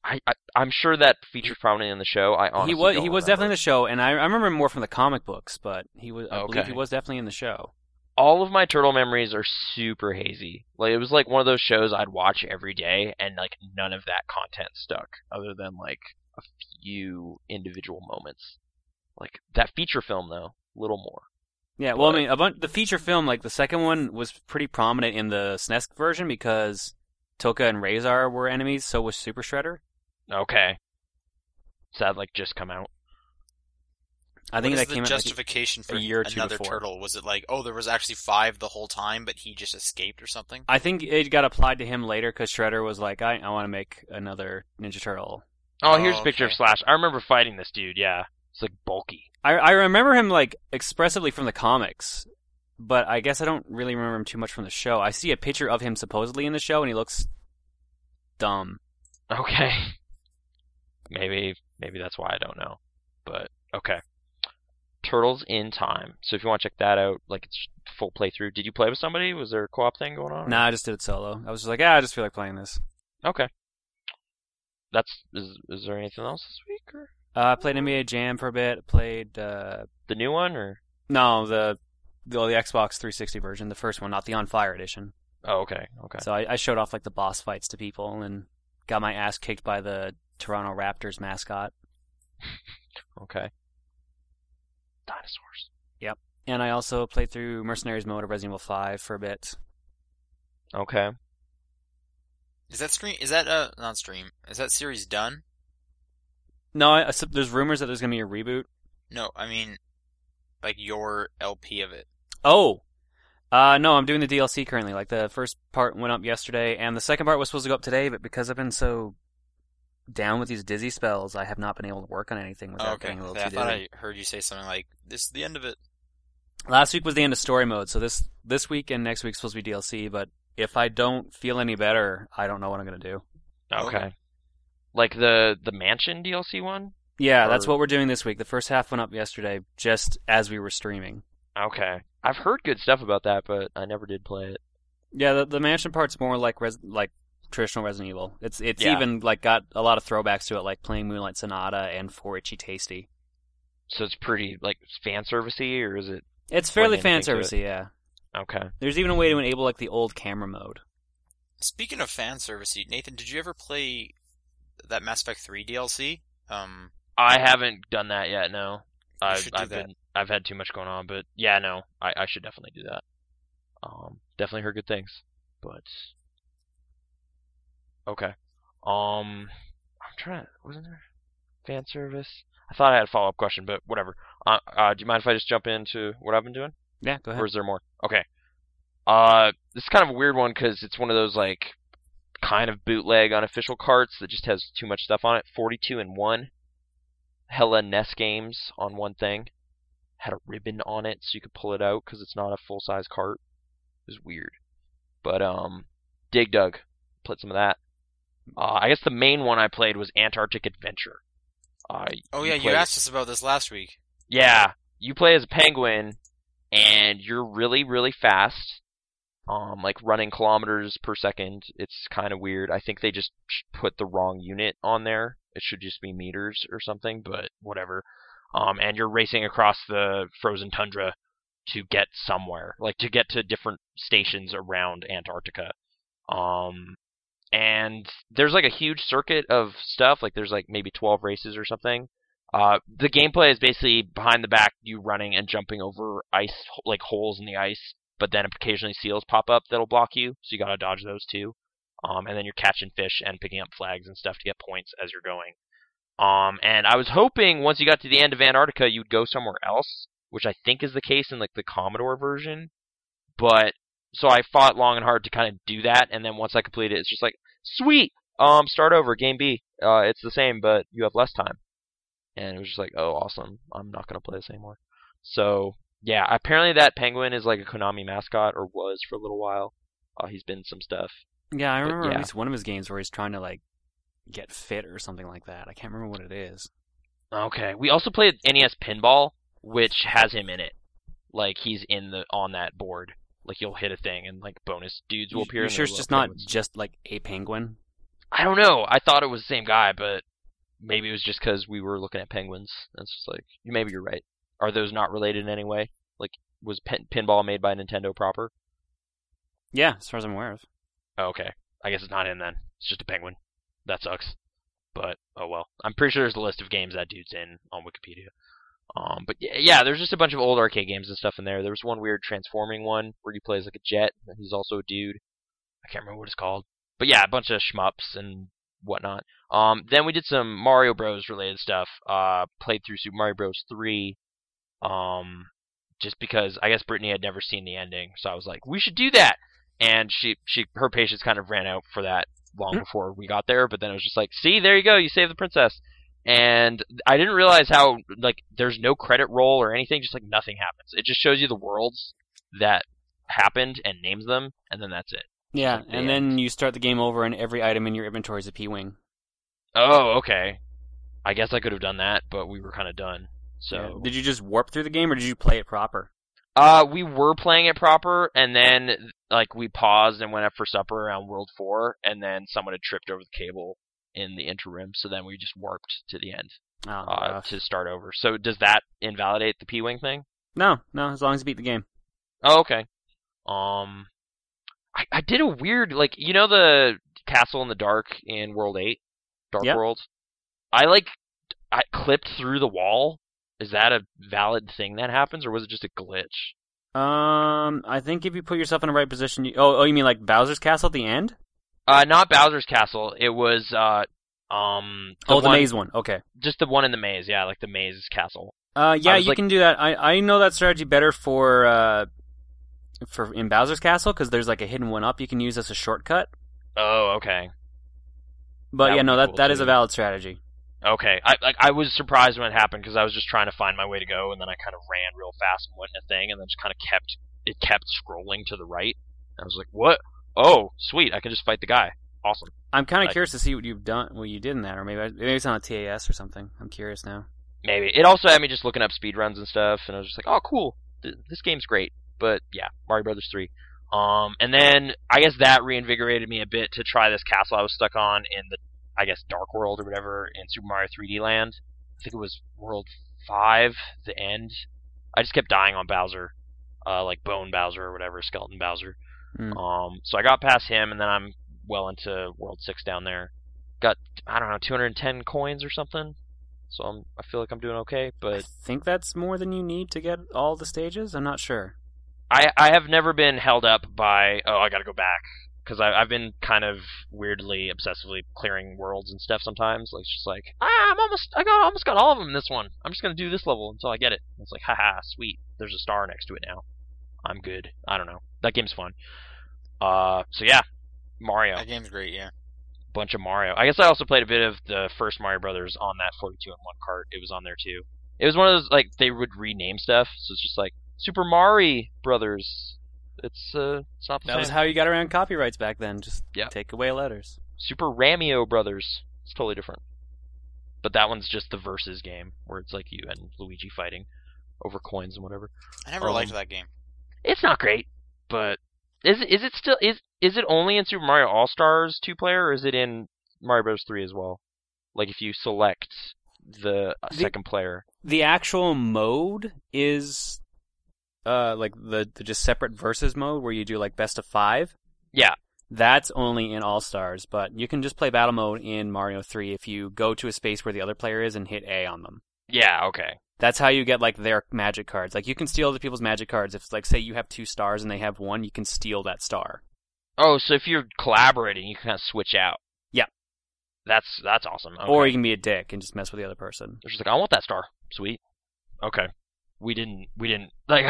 S1: I, I I'm sure that features prominently in the show. I honestly
S3: he was
S1: don't
S3: he was definitely in
S1: remember.
S3: the show, and I, I remember him more from the comic books, but he was I believe
S1: Okay.
S3: he was definitely in the show.
S1: all of my turtle memories are super hazy. Like it was like one of those shows I'd watch every day, and like none of that content stuck, other than like a few individual moments. Like that feature film though, little more.
S3: Yeah, well, I
S1: But-
S3: mean, a bunch, the feature film, like the second one, was pretty prominent in the SNES version because Toka and Razor were enemies, so was Super Shredder.
S1: Okay. So that like just come out.
S3: I think
S2: What is
S3: that
S2: the
S3: came out like,
S2: justification for
S3: year or two
S2: another
S3: before.
S2: turtle? Was it like, oh, there was actually five the whole time, but he just escaped or something?
S3: I think it got applied to him later because Shredder was like, I, I want to make another Ninja Turtle.
S1: Oh, here's
S2: Oh,
S1: a picture of
S2: okay.
S1: Slash. I remember fighting this dude. Yeah, it's like bulky.
S3: I, I remember him like expressively from the comics, but I guess I don't really remember him too much from the show. I see a picture of him supposedly in the show, and he looks dumb.
S1: Okay. (laughs) Maybe maybe that's why I don't know. But okay. Turtles in Time. So if you want to check that out, like it's full playthrough. Did you play with somebody? Was there a co-op thing going on?
S3: Nah, I just did it solo. I was just like, ah, I just feel like playing this.
S1: Okay. That's is is there anything else this week or
S3: Uh, I played NBA Jam for a bit. Played uh,
S1: the new one or
S3: no the the, the Xbox 360 version, the first one, not the On Fire edition.
S1: Oh, okay. Okay.
S3: So I, I showed off like the boss fights to people, and got my ass kicked by the Toronto Raptors mascot.
S1: Okay. Dinosaurs.
S3: And I also played through Mercenaries Mode of Resident Evil 5 for a bit.
S1: Okay.
S2: Is that stream? Is that uh not stream? Is that series done?
S3: No, I, I sup- there's rumors that there's gonna be a reboot.
S2: No, I mean, like your LP of it.
S3: Oh, uh, no, I'm doing the DLC currently. Like the first part went up yesterday, and the second part was supposed to go up today, but because I've been so down with these dizzy spells, I have not been able to work on anything without
S2: Oh, okay,
S3: getting a little
S2: I
S3: too dizzy.
S2: thought I heard you say something like, "This is the end of it."
S3: Last week was the end of story mode, so this this week and next week's supposed to be DLC. But if I don't feel any better, I don't know what I'm gonna do.
S1: Okay.
S2: Okay.
S1: Like the the mansion DLC one?
S3: Yeah, that's
S1: Or-
S3: what we're doing this week. The first half went up yesterday, just as we were streaming.
S1: Okay. I've heard good stuff about that, but I never did play it.
S3: Yeah, the, the mansion part's more like res, like traditional Resident Evil. It's it's
S1: Yeah.
S3: even like got a lot of throwbacks to it, like playing Moonlight Sonata and For Itchy Tasty.
S1: So it's pretty like fan servicey or is it
S3: It's fairly fan
S1: Blending into
S3: servicey, yeah.
S1: Okay.
S3: There's even a way to enable like the old camera mode.
S2: Speaking of fan service, Nathan, did you ever play that Mass Effect 3 DLC? Um,
S1: I haven't done that yet, no.
S2: You
S1: I've
S2: should do
S1: I've
S2: that.
S1: been I've had too much going on, but yeah, no. I, I should definitely do that. Um definitely heard good things. But Okay. Um I'm trying to wasn't there fan service? I thought I had a follow up question, but whatever. Uh, uh, do you mind if I just jump into what I've been doing?
S3: Yeah, go ahead.
S1: Or is there more? Okay. Uh, this is kind of a weird one because it's one of those like kind of bootleg unofficial carts that just has too much stuff on it. Forty-two and one, hella NES games on one thing. Had a ribbon on it so you could pull it out because it's not a full-size cart. It was weird, but um, Dig Dug, played some of that. Uh, I guess the main one I played was Antarctic Adventure. Uh,
S2: oh yeah, you
S1: played-
S2: asked us about this last week.
S1: yeah, you play as a penguin, and you're really, really fast. Um, like running kilometers per second. It's kind of weird. I think they just sh- put the wrong unit on there. It should just be meters or something, but whatever. Um, and you're racing across the frozen tundra to get somewhere, like to get to different stations around Antarctica. Um, and there's like a huge circuit of stuff. Like there's like maybe 12 races or something. Uh, the gameplay is basically behind the back, you running and jumping over ice, like holes in the ice, but then occasionally seals pop up that'll block you, so you gotta dodge those too. Um, and then you're catching fish and picking up flags and stuff to get points as you're going. Um, and I was hoping once you got to the end of Antarctica, you'd go somewhere else, which I think is the case in like the Commodore version. But so I fought long and hard to kind of do that, and then once I completed it, it's just like sweet. Um, start over, game B. Uh, it's the same, but you have less time and it was just like, oh, awesome. I'm not gonna play this anymore. So yeah, apparently that penguin is like a Konami mascot or was for a little while. Uh, he's been in some stuff.
S3: Yeah, I
S1: But,
S3: remember
S1: yeah.
S3: at least one of his games where he's trying to like get fit or something like that. I can't remember what it is.
S1: Okay. We also played NES Pinball, which has him in it. Like he's in the on that board. Like you'll hit a thing and like bonus dudes will
S3: You-
S1: appear.
S3: you
S1: and
S3: sure
S1: they
S3: it's
S1: will
S3: just
S1: have
S3: not
S1: penguins.
S3: just like a penguin?
S1: I don't know. I thought it was the same guy, but maybe it was just because we were looking at penguins. It's just like maybe you're right. Are those not related in any way? Like was pin- pinball made by Nintendo proper?
S3: Yeah, as far as I'm aware of.
S1: Oh, okay. I guess it's not him then. It's just a penguin. That sucks. But oh well. I'm pretty sure there's a list of games that dude's in on Wikipedia. Um, but yeah, yeah, there's just a bunch of old arcade games and stuff in there. There was one weird transforming one where he plays like a jet and he's also a dude. I can't remember what it's called. But yeah, a bunch of shmups and whatnot. Um, then we did some Mario Bros. related stuff. Uh, played through Super Mario Bros. 3, Um, just because I guess Brittany had never seen the ending, so I was like, we should do that. And she she her patience kind of ran out for that long
S3: Hmm.
S1: before we got there. But then it was just like, see, there you go, you saved the princess. And I didn't realize how like there's no credit roll or anything, just like nothing happens. It just shows you the worlds that happened and names them, and then that's it.
S3: Yeah,
S1: Like the
S3: and then you start the game over, and every item in your inventory is a P wing.
S1: Oh, okay. I guess I could have done that, but we were kind of done.
S3: Yeah.
S1: So
S3: Did you just warp through the game, or did you play it proper?
S1: Uh, we were playing it proper, and then like we paused and went up for supper around World Four, and then someone had tripped over the cable in the interim, so then we just warped to the end
S3: Oh,
S1: uh,
S3: rough.
S1: to start over. So does that invalidate the P wing thing?
S3: no, no. As long as you beat the game.
S1: Oh, okay. Um, I I did a weird like you know the Castle in the Dark in World Eight, Dark
S3: Yep.
S1: World. I like I clipped through the wall. Is that a valid thing that happens, or was it just a glitch?
S3: Um, I think if you put yourself in the right position, you, oh, oh, you mean like Bowser's castle at the end?
S1: Uh, not Bowser's Castle. It was uh, um,
S3: oh, the
S1: one-
S3: maze one. Okay.
S1: just the one in the maze. Yeah, like the maze castle.
S3: Uh, yeah,
S1: was
S3: you
S1: like-
S3: can do that. I, I know that strategy better for uh, for in Bowser's castle because there's like a hidden one up you can use as a shortcut.
S1: Oh, okay,
S3: But
S1: That
S3: yeah,
S1: would
S3: no,
S1: be
S3: that
S1: cool
S3: that is
S1: too.
S3: a valid strategy.
S1: okay. I like I was surprised when it happened because I was just trying to find my way to go, and then I kind of ran real fast and went in a thing, and then just kind of kept it kept scrolling to the right. I was like, what? Oh, sweet! I can just fight the guy. Awesome.
S3: I'm kind of
S1: Like-
S3: curious to see what you've done, what you did in that, or maybe I- maybe it's on a TAS or something. I'm curious now.
S1: Maybe it also had me just looking up speedruns and stuff, and I was just like, oh, cool. Th- this game's great. But yeah, Mario Brothers three. Um, and then I guess that reinvigorated me a bit to try this castle I was stuck on in the, I guess Dark World or whatever in Super Mario 3D Land. I think it was World Five, the end. I just kept dying on Bowser, uh, like Bone Bowser or whatever, Skeleton Bowser.
S3: Mm.
S1: Um, so I got past him, and then I'm well into World Six down there. Got I don't know 210 coins or something. So I'm, I feel like I'm doing okay,
S3: I
S1: but
S3: think that's more than you need to get all the stages. I'm not sure.
S1: I, I have never been held up by oh I gotta go back because I've been kind of weirdly obsessively clearing worlds and stuff sometimes like it's just like ah, I'm almost I got almost got all of them in this one I'm just gonna do this level until I get it And it's like haha sweet there's a star next to it now I'm good I don't know that game's fun uh so yeah Mario
S2: That game's great, yeah.
S1: bunch of Mario I guess I also played a bit of the first Mario Brothers on that 42 in one cart it was on there too it was one of those like they would rename stuff so it's just like Super Mario Brothers. It's uh, it's not the
S3: That
S1: same.
S3: was how you got around copyrights back then. Just
S1: Yeah.
S3: take away letters.
S1: Super Ramio Brothers. It's totally different. But that one's just the versus game where it's like you and Luigi fighting over coins and whatever.
S2: I never
S1: Um,
S2: liked that game.
S1: It's not great, but is is it still is is it only in Super Mario All Stars two player or is it in Mario Bros three as well? Like if you select the uh,
S3: The-
S1: second player.
S3: The actual mode is uh like the, the just separate versus mode where you do like best of five.
S1: Yeah.
S3: That's only in All Stars, but you can just play battle mode in Mario 3 if you go to a space where the other player is and hit A on them.
S1: Yeah. Okay.
S3: That's how you get like their magic cards. Like you can steal other people's magic cards. If like say you have two stars and they have one, you can steal that star.
S1: Oh, so if you're collaborating, you can kind of switch out.
S3: Yeah.
S1: That's that's awesome. Okay.
S3: Or you can be a dick and just mess with the other person.
S1: They're just like, I want that star. Sweet. Okay. We didn't. We didn't. (laughs) Like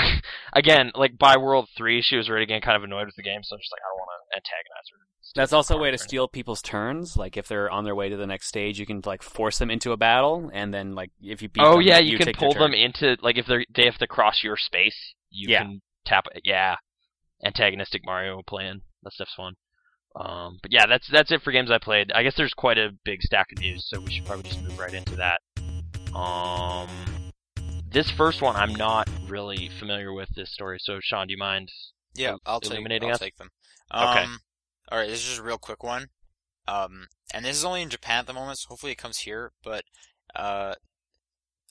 S1: again, like by World Three, she was already getting kind of annoyed with the game, so I'm just like, I don't want to antagonize her.
S3: That's also a
S1: Or
S3: way to
S1: anything.
S3: steal people's turns. Like if they're on their way to the next stage, you can like force them into a battle, and then like if you beat
S1: oh
S3: them,
S1: yeah, you, can
S3: take their
S1: pull them
S3: turn.
S1: into like if they they have to cross your space, you
S3: Yeah.
S1: can tap. Yeah. Antagonistic Mario plan. That stuff's fun. Um, but yeah, that's that's it for games I played. I guess there's quite a big stack of news, so we should probably just move right into that. Um, this first one I'm not really familiar with this story, so Sean, do you mind?
S2: Yeah,
S1: il-
S2: I'll take,
S1: illuminating
S2: I'll
S1: us?
S2: take them.
S1: Okay.
S2: Um, all right, this is just a real quick one. Um, and this is only in Japan at the moment, so hopefully it comes here. But uh,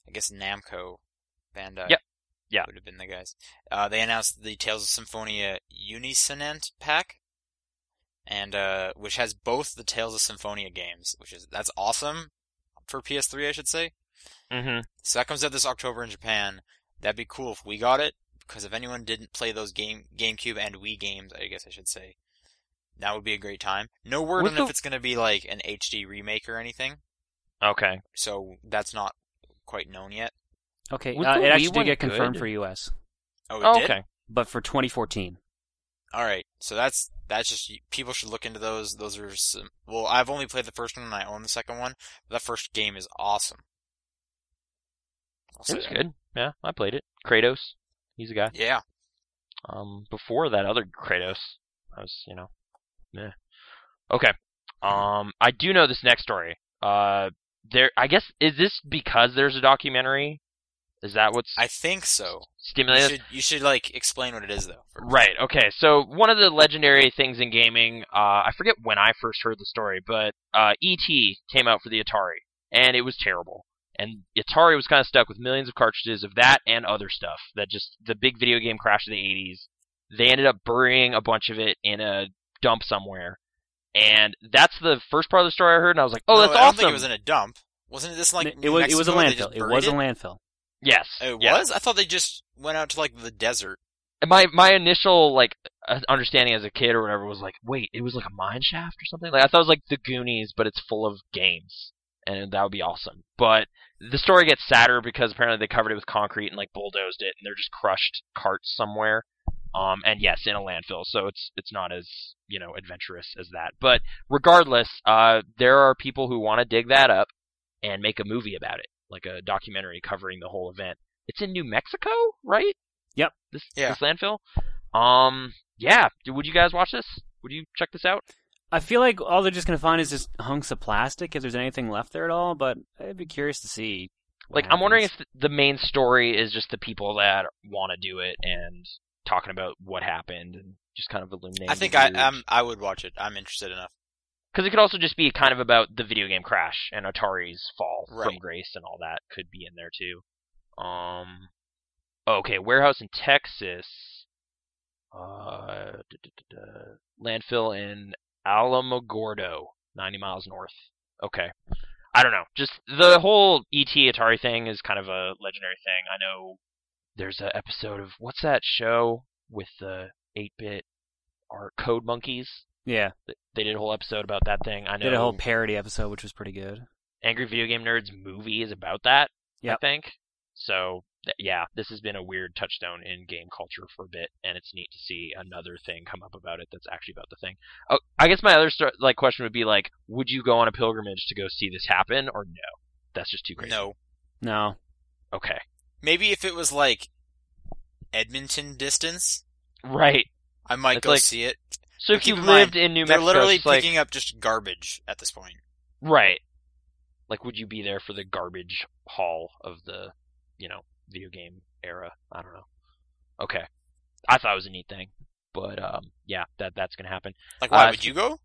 S2: I guess Namco, Bandai.
S1: Yep. Yeah.
S2: Would have been the guys. Uh, they announced the Tales of Symphonia Unisonant pack, and uh, which has both the Tales of Symphonia games, which is that's awesome for PS3, I should say.
S1: Mm-hmm.
S2: So that comes out this October in Japan. That'd be cool if we got it, because if anyone didn't play those game GameCube and Wii games, I guess I should say, that would be a great time. No word
S1: What's
S2: on if
S1: the-
S2: it's gonna be like an HD remake or anything,
S1: Okay.
S2: so that's not quite known yet.
S3: Okay,
S1: Was
S3: uh,
S1: the
S3: it actually
S1: Wii
S3: did
S1: one
S3: get confirmed
S1: good?
S3: for US,
S2: Oh, it
S1: Oh,
S2: did?
S1: okay.
S3: but for 2014.
S2: All right, so that's that's just people should look into those. Those are some, well, I've only played the first one and I own the second one. That first game is awesome. I'll say
S1: It was
S2: that.
S1: good. Yeah, I played it. Kratos, he's a guy.
S2: Yeah,
S1: Um, before that other Kratos, I was, you know, meh. Okay. Um, I do know this next story. Uh, there, I guess, is this because there's a documentary? Is that what's
S2: I think so. You
S1: stimulated?
S2: should you should like explain what it is though. first.
S1: Right. Okay. So one of the legendary things in gaming, uh, I forget when I first heard the story, but uh, E.T. came out for the Atari, and it was terrible. And Atari was kind of stuck with millions of cartridges of that and other stuff. That just the big video game crash of the '80s. They ended up burying a bunch of it in a dump somewhere, and that's the first part of the story I heard. And I was like, "Oh,
S2: No,
S1: that's
S2: I don't
S1: awesome!"
S2: think it was in a dump. Wasn't it this like
S3: it
S2: New
S3: was it was a
S2: Mexico, they just
S3: landfill. It
S2: buried
S3: was a landfill.
S1: yes,
S2: Oh, It
S1: yes.
S2: was. I thought they just went out to like the desert.
S1: my my initial like uh, understanding as a kid or whatever was like, wait, it was like a mine shaft or something. Like I thought it was like the Goonies, but it's full of games, and that would be awesome. But the story gets sadder because apparently they covered it with concrete and like bulldozed it, and they're just crushed carts somewhere. Um, and yes, in a landfill, so it's it's not as you know adventurous as that. But regardless, uh, there are people who want to dig that up and make a movie about it, like a documentary covering the whole event. It's in New Mexico, right?
S3: Yep.
S1: This
S2: Yeah.
S1: this landfill. Um, yeah. D- Would you guys watch this? Would you check this out?
S3: I feel like all they're just gonna find is just hunks of plastic if there's anything left there at all. But I'd be curious to see. what
S1: Like, I'm wondering if
S3: happens.
S1: th- the main story is just the people that want to do it and talking about what happened and just kind of illuminating.
S2: I think I I'm, I would watch it. I'm interested enough.
S1: because it could also just be kind of about the video game crash and Atari's fall from
S2: Right.
S1: grace and all that could be in there too. Um, okay, warehouse in Texas, uh, duh, duh, duh, duh, landfill in Alamogordo, 90 miles north. Okay, I don't know. Just the whole ET Atari thing is kind of a legendary thing. I know there's an episode of what's that show with the 8-bit art Code Monkeys
S3: yeah,
S1: they did a whole episode about that thing. I know
S3: did a whole parody episode, which was pretty good.
S1: Angry Video Game Nerds movie is about that.
S3: Yep.
S1: I think so. th- yeah, this has been a weird touchstone in game culture for a bit, and it's neat to see another thing come up about it that's actually about the thing. Oh, I guess my other star- like question would be like, would you go on a pilgrimage to go see this happen, or no? That's just too crazy.
S2: No,
S3: No,
S1: Okay.
S2: maybe if it was like Edmonton distance,
S1: Right.
S2: I might
S1: It's
S2: go
S1: like-
S2: see it.
S1: So
S2: But
S1: if
S2: keep
S1: you
S2: in mind,
S1: lived in New
S2: They're
S1: Mexico,
S2: literally
S1: it's just like
S2: picking up just garbage at this point.
S1: right, like would you be there for the garbage haul of the, you know, video game era? I don't know. Okay. I thought it was a neat thing, but um, yeah, that that's gonna happen.
S2: Like, why
S1: Uh,
S2: would you go?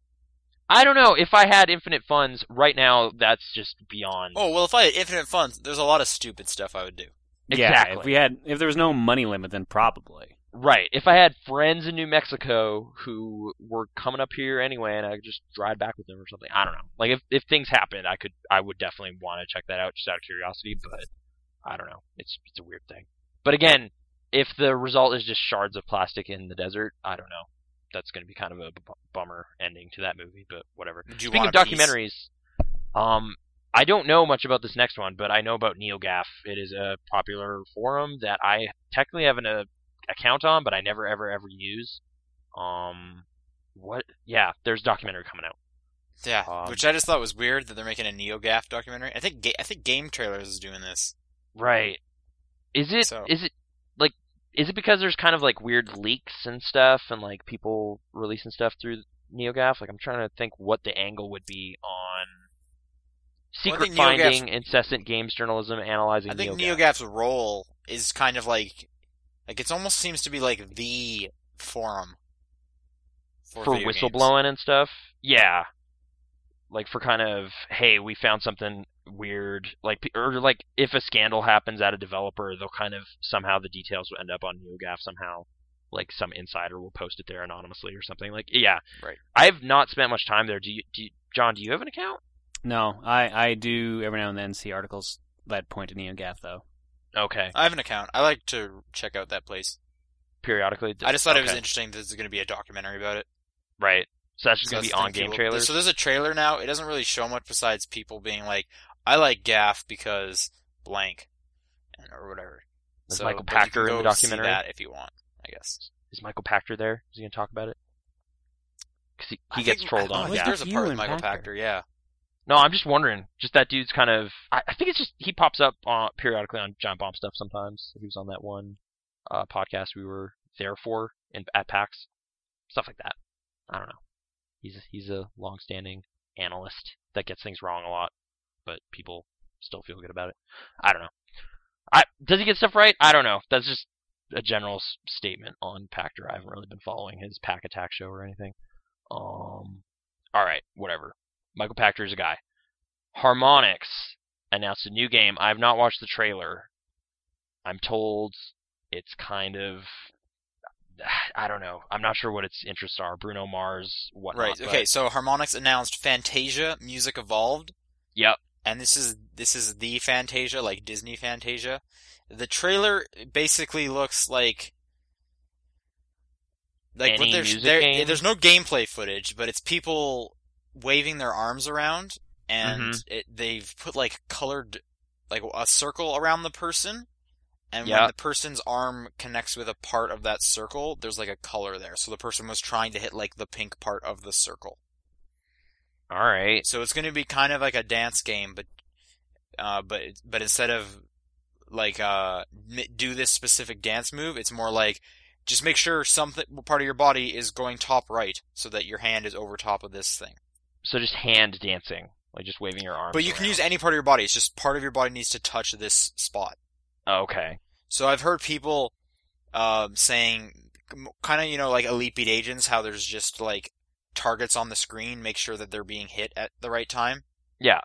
S1: I don't know if I had infinite funds right now. That's just beyond.
S2: Oh well, if I had infinite funds, there's a lot of stupid stuff I would do.
S1: Exactly.
S3: yeah. If we had, if there was no money limit, then probably.
S1: Right. If I had friends in New Mexico who were coming up here anyway, and I could just drive back with them or something, I don't know. Like if if things happened, I could I would definitely want to check that out just out of curiosity. But I don't know. It's it's a weird thing. But again, if the result is just shards of plastic in the desert, I don't know. That's going to be kind of a bu- bummer ending to that movie. But whatever.
S2: Would you
S1: Speaking of
S2: want a piece?
S1: documentaries, um, I don't know much about this next one, but I know about NeoGAF. It is a popular forum that I technically have an uh, account on, but I never ever ever use. Um, what? Yeah, there's a documentary coming out.
S2: Yeah,
S1: Um,
S2: which I just thought was weird that they're making a NeoGAF documentary. I think ga- I think Game Trailers is doing this.
S1: Right. Is it? Is
S2: So-
S1: it like? Is it because there's kind of like weird leaks and stuff, and like people releasing stuff through NeoGAF? Like I'm trying to think what the angle would be on.
S2: Well, I
S1: Secret
S2: think NeoGAF
S1: finding, incessant games journalism, analyzing
S2: I think
S1: NeoGAF.
S2: NeoGAF's role is kind of like like it almost seems to be like the forum
S1: for,
S2: video games.
S1: whistleblowing and stuff. Yeah, like for kind of hey, we found something weird, like pe- or like if a scandal happens at a developer, they'll kind of somehow the details will end up on NeoGAF somehow. Like some insider will post it there anonymously or something. Like yeah,
S2: Right.
S1: I've not spent much time there. Do you, do you, John? Do you have an account?
S3: No, I I do every now and then see articles that point to NeoGAF though.
S1: Okay,
S2: I have an account. I like to check out that place.
S1: periodically.
S2: I just thought it was
S1: okay.
S2: interesting that there's going to be a documentary about it.
S1: right. So that's just
S2: So
S1: gonna be
S2: that's the
S1: on
S2: thing,
S1: game
S2: people-
S1: trailers.
S2: So there's a trailer now. It doesn't really show much besides people being like, "I like Gaff because blank," and or whatever.
S1: Is
S2: so,
S1: Michael
S2: but you can
S1: Pachter in the
S2: go see
S1: documentary?
S2: that if you want, I guess.
S1: Is Michael Pachter there? Is he gonna talk about it? Because he, he
S2: I
S1: gets
S2: think-
S1: trolled
S2: I
S1: on.
S2: think
S1: Yeah.
S2: There's a
S3: You
S2: part with
S3: and
S2: Michael
S3: Pachter.
S2: Pachter, yeah.
S1: No, I'm just wondering. Just that dude's kind of. I, I think it's just he pops up on, periodically on Giant Bomb stuff. Sometimes he was on that one uh, podcast we were there for in, at PAX, stuff like that. I don't know. He's he's a long-standing analyst that gets things wrong a lot, but people still feel good about it. I don't know. I does he get stuff right? I don't know. That's just a general s- statement on Pactor. I haven't really been following his Pack Attack show or anything. Um. All right, whatever. Michael Pachter is a guy. Harmonix announced a new game. I have not watched the trailer. I'm told it's kind of (sighs) I don't know. I'm not sure what its interests are. Bruno Mars, whatnot.
S2: Right.
S1: but-
S2: Okay. So Harmonix announced Fantasia Music Evolved.
S1: Yep.
S2: And this is this is the Fantasia, like Disney Fantasia. The trailer basically looks like like
S1: Any
S2: what there's
S1: music
S2: there,
S1: game?
S2: there's no gameplay footage, but it's people waving their arms around, and
S1: Mhm.
S2: it, they've put like colored like a circle around the person. And
S1: Yeah.
S2: when the person's arm connects with a part of that circle, there's like a color there. So the person was trying to hit like the pink part of the circle.
S1: All right.
S2: So it's going to be kind of like a dance game, but uh, but but instead of like uh, m- do this specific dance move, it's more like just make sure something part of your body is going top right, so that your hand is over top of this thing.
S1: So just hand dancing, like just waving your arms.
S2: But you can
S1: around.
S2: use any part of your body. It's just part of your body needs to touch this spot.
S1: Oh, Okay.
S2: So I've heard people um, saying, kind of, you know, like Elite Beat Agents, how there's just like targets on the screen, make sure that they're being hit at the right time.
S1: Yeah.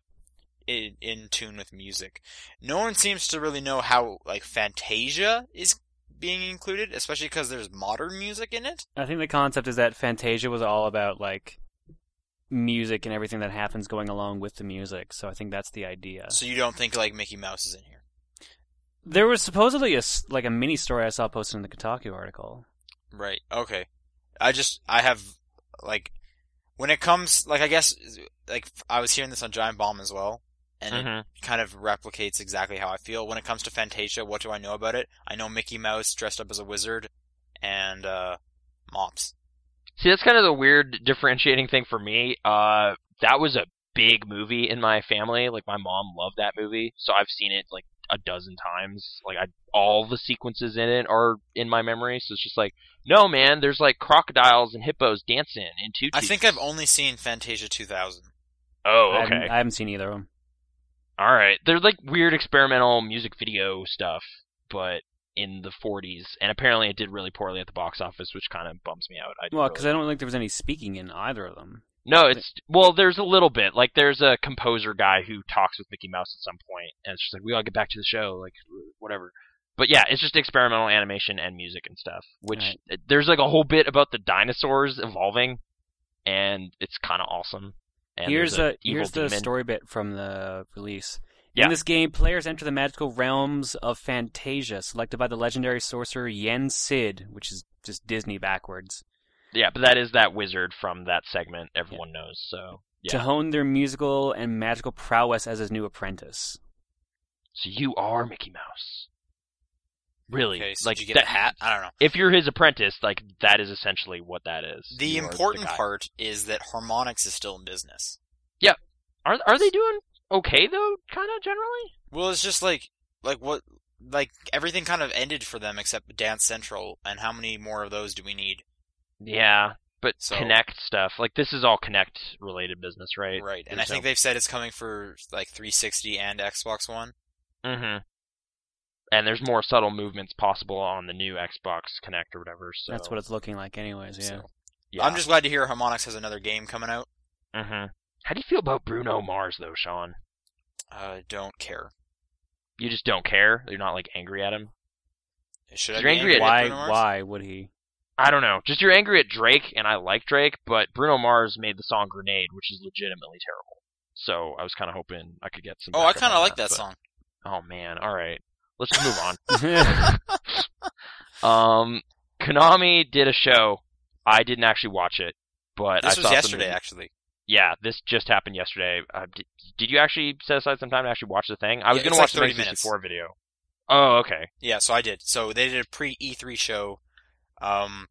S2: In, in tune with music. No one seems to really know how, like, Fantasia is being included, especially because there's modern music in it.
S3: I think the concept is that Fantasia was all about like music and everything that happens going along with the music. So I think that's the idea.
S2: So you don't think, like, Mickey Mouse is in here.
S3: There was supposedly a s- like a mini story I saw posted in the Kotaku article.
S2: Right. Okay. I just I have like when it comes like I guess like I was hearing this on Giant Bomb as well, and
S1: Mhm.
S2: it kind of replicates exactly how I feel when it comes to Fantasia. What do I know about it? I know Mickey Mouse dressed up as a wizard and uh, mops.
S1: See, that's kind of the weird differentiating thing for me. Uh, that was a big movie in my family. Like my mom loved that movie, so I've seen it like a dozen times. Like I, all the sequences in it are in my memory. So it's just like, no, man, there's like crocodiles and hippos dancing in tutus.
S2: I think I've only seen Fantasia 2000.
S1: Oh,
S3: I
S1: okay.
S3: haven't, I haven't seen either of them.
S1: All right. They're like weird experimental music video stuff, but in the 40s, and apparently it did really poorly at the box office, which kind of bums me out. I
S3: Well,
S1: really-
S3: because I don't think there was any speaking in either of them.
S1: No, it's well. There's a little bit. Like there's a composer guy who talks with Mickey Mouse at some point, and it's just like we gotta get back to the show, like whatever. But yeah, it's just experimental animation and music and stuff. Which there's like a whole bit about the dinosaurs evolving, and it's kind of awesome. And
S3: here's
S1: there's a
S3: the
S1: evil
S3: here's the
S1: demon.
S3: story bit from the release.
S1: Yeah.
S3: In this game, players enter the magical realms of Fantasia, selected by the legendary sorcerer Yen Sid, which is just Disney backwards,
S1: Yeah, but that is that wizard from that segment. Everyone knows. So
S3: to
S1: yeah.
S3: hone their musical and magical prowess as his new apprentice.
S1: So you are Mickey Mouse. Really?
S2: Okay, so
S1: like
S2: did you get
S1: that,
S2: the hat? I don't know.
S1: If you're his apprentice, like that is essentially what that is.
S2: The
S1: You are
S2: important
S1: guy.
S2: part is that Harmonix is still in business.
S1: Are are they doing okay though? Kind of generally.
S2: Well, it's just like like what like everything kind of ended for them except Dance Central and how many more of those do we need?
S1: Yeah, but
S2: So-
S1: Connect stuff like this is all Connect related business, right?
S2: Right. And I
S1: There's
S2: think
S1: no-
S2: they've said it's coming for like 360 and Xbox One.
S1: Mm-hmm. And there's more subtle movements possible on the new Xbox Connect or whatever. So
S3: That's what it's looking like, anyways. Yeah.
S2: So
S1: yeah.
S2: I'm just glad to hear Harmonix has another game coming out.
S1: Mm-hmm. How do you feel about Bruno Mars though, Sean?
S2: Uh don't care.
S1: You just don't care. You're not like angry at him.
S2: Should I
S1: You're
S2: be
S1: angry at-
S3: why?
S2: Bruno Mars?
S3: Why would he?
S1: I don't know. Just you're angry at Drake, and I like Drake, but Bruno Mars made the song "Grenade," which is legitimately terrible. So I was kind of hoping I could get some.
S2: Oh, I
S1: backup on
S2: kind of like that
S1: but-
S2: song.
S1: Oh man, all right. Let's just move on. (laughs) Um, Konami did a show. I didn't actually watch it, but I
S2: This was
S1: saw
S2: yesterday
S1: Something...
S2: actually.
S1: Yeah, this just happened yesterday. Uh, did, did you actually set aside some time to actually watch the thing? I was
S2: Yeah,
S1: gonna
S2: it's like
S1: watch
S2: 30
S1: the N64
S2: minutes.
S1: video. Oh, okay.
S2: Yeah, so I did. So they did a pre E3 show. Um,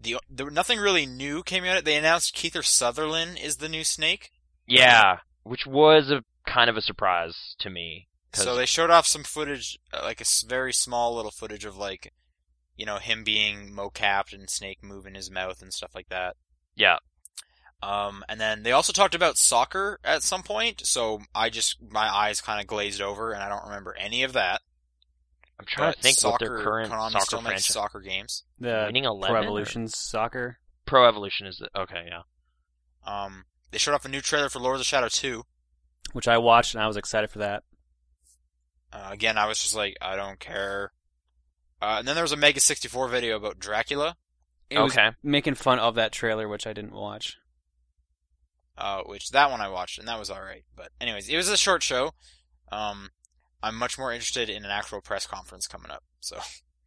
S2: the, the nothing really new came out. They announced Keither Sutherland is the new Snake.
S1: Yeah, which was a kind of a surprise to me. 'cause-
S2: So they showed off some footage, uh, like a s- very small little footage of like, you know, him being mocapped and Snake moving his mouth and stuff like that.
S1: yeah,
S2: Um, and then they also talked about soccer at some point. So I just my eyes kind of glazed over, and I don't remember any of that.
S1: I'm trying to
S2: But
S1: think
S2: soccer,
S1: what their current
S2: Konami
S1: soccer
S2: still makes
S1: franchise.
S2: soccer games.
S3: The
S1: Winning Eleven.
S3: Pro
S1: or-
S3: Evolution Soccer.
S1: Pro Evolution is the okay. Yeah.
S2: Um, they showed off a new trailer for Lord of the Shadow 2.
S3: which I watched and I was excited for that.
S2: Uh, again, I was just like, I don't care. Uh, and then there was a Mega 64 video about Dracula,
S3: It was
S1: okay.
S3: making fun of that trailer, which I didn't watch.
S2: uh, which that one I watched, and that was alright. But anyways, it was a short show. Um, I'm much more interested in an actual press conference coming up. So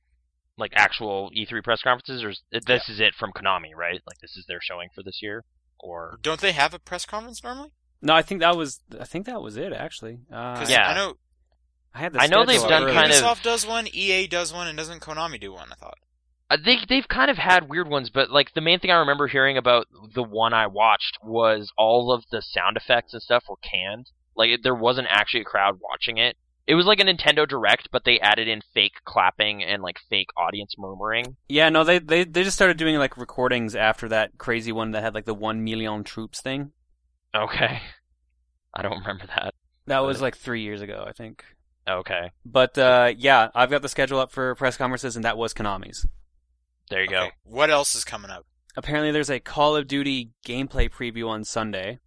S2: (laughs)
S1: Like actual E3 press conferences, or is, this is it from Konami, right? Like this is their showing for this year, or
S2: don't they have a press conference normally?
S3: No, I think that was I think that was it actually. Uh,
S2: Because
S1: Yeah.
S2: I know
S3: I had the
S1: I know they've
S3: schedule
S1: done
S3: earlier.
S1: kind of-
S2: Ubisoft does one, EA does one, and doesn't Konami do one? I thought.
S1: Uh, they they've kind of had weird ones, but like the main thing I remember hearing about the one I watched was all of the sound effects and stuff were canned. Like it- there wasn't actually a crowd watching it. It was like a Nintendo Direct, but they added in fake clapping and like fake audience murmuring.
S3: Yeah, no, they, they they just started doing like recordings after that crazy one that had like the one million troops thing.
S1: Okay, I don't remember that.
S3: That was
S1: Right.
S3: like three years ago, I think.
S1: Okay,
S3: But uh, yeah, I've got the schedule up for press conferences, and that was Konami's.
S1: there you go.
S2: Okay. What else is coming up?
S3: Apparently, there's a Call of Duty gameplay preview on Sunday.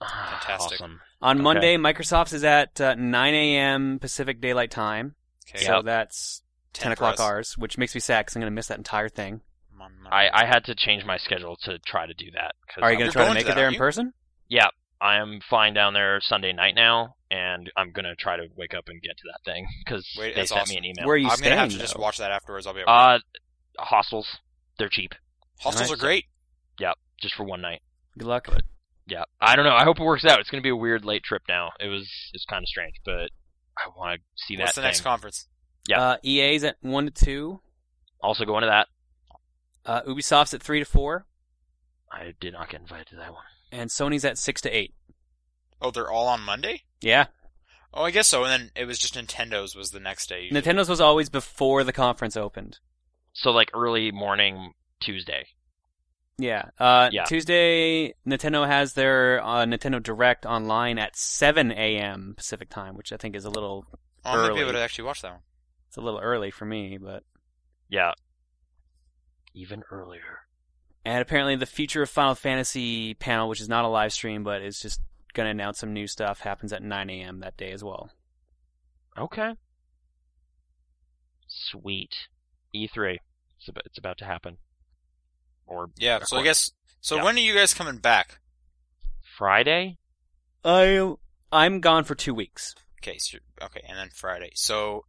S1: Ah,
S2: Fantastic.
S1: Awesome.
S3: On
S1: Okay.
S3: Monday, Microsoft's is at uh, 9 a.m. Pacific Daylight Time,
S2: Okay.
S3: so that's 10
S2: for
S3: o'clock
S2: us.
S3: ours, which makes me sad because I'm going to miss that entire thing.
S2: Mon- mon-
S1: I, I had to change my schedule to try to do that. 'cause
S3: Are
S1: I'm-
S3: you going
S2: You're
S3: to try to
S2: going
S3: make
S2: to
S3: it
S2: that,
S3: there
S2: aren't
S3: in
S2: you?
S3: person?
S1: Yeah, I am flying down there Sunday night now, and I'm gonna try to wake up and get to that thing because
S2: Wait,
S1: they
S2: that's
S1: sent
S2: awesome.
S1: me an email.
S3: Where are you
S2: I'm
S3: staying?
S2: gonna have to just
S3: though?
S2: watch that afterwards. I'll be. At work.
S1: Uh, hostels. They're cheap,
S2: Hostels
S3: nice.
S2: are great.
S1: just for one night.
S3: Good luck.
S1: But- Yeah, I don't know. I hope it works out. It's gonna be a weird late trip now. It was it's kind of strange, but I want to see
S2: What's
S1: that
S2: the
S1: thing.
S2: next conference?
S1: yeah.
S3: Uh, EA's at 1 to 2.
S1: also going to that.
S3: Uh, Ubisoft's at 3 to 4.
S1: I did not get invited to that one.
S3: And Sony's at 6 to 8.
S2: Oh, they're all on Monday.
S3: Yeah.
S2: Oh, I guess so. And then it was just Nintendo's was the next day. usually.
S3: Nintendo's was always before the conference opened.
S1: So like early morning Tuesday.
S3: Yeah. Uh,
S1: Yeah.
S3: Tuesday, Nintendo has their uh, Nintendo Direct online at 7 a.m. Pacific time, which I think is a little
S2: Oh, I'm gonna be
S3: early.
S2: able to actually watch that one.
S3: it's a little early for me, but
S1: Yeah. Even earlier.
S3: and apparently the future of Final Fantasy panel, which is not a live stream, but is just going to announce some new stuff, happens at 9 a.m. that day as well.
S1: Okay. Sweet. E3. It's about, it's about to happen. Or
S2: Yeah. So I
S1: Recording.
S2: guess. So
S1: Yeah.
S2: when are you guys coming back?
S1: Friday?
S3: I I'm gone for two weeks.
S2: Okay. So, okay. And then Friday. So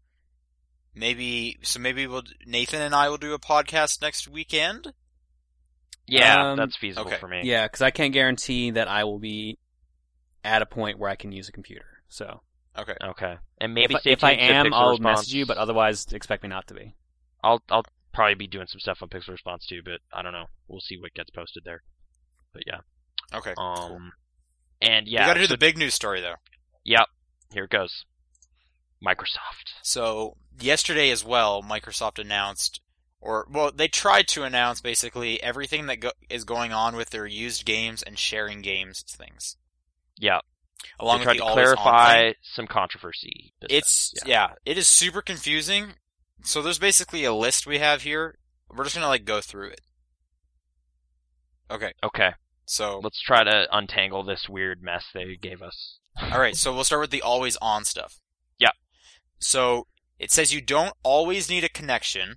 S2: maybe. So maybe we'll Nathan and I will do a podcast next weekend.
S1: Yeah,
S3: Um,
S1: that's feasible
S2: okay.
S1: for me.
S3: Yeah, because I can't guarantee that I will be at a point where I can use a computer. So
S2: Okay.
S1: Okay. And maybe
S3: if, I-
S1: stay
S3: if I
S1: tuned to
S3: am,
S1: Pixel
S3: I'll
S1: Response.
S3: message you, but otherwise, expect me not to be.
S1: I'll I'll probably be doing some stuff on Pixel Response too, but I don't know. We'll see what gets posted there. But yeah.
S2: Okay. cool.
S1: Um and yeah,
S2: we got to do
S1: so-
S2: the big news story though.
S1: yep. Here it goes. Microsoft.
S2: So yesterday as well, Microsoft announced, or well, they tried to announce basically everything that go- is going on with their used games and sharing games things,
S1: Yeah.
S2: along
S1: they
S2: with
S1: tried
S2: the
S1: to
S2: always-on thing.
S1: clarify some controversy. business.
S2: It's yeah. it is super confusing. So there's basically a list we have here. We're just gonna like go through it. Okay,
S1: Okay.
S2: so
S1: Let's try to untangle this weird mess they gave us.
S2: All right, so we'll start with the always on stuff.
S1: Yeah.
S2: So it says you don't always need a connection.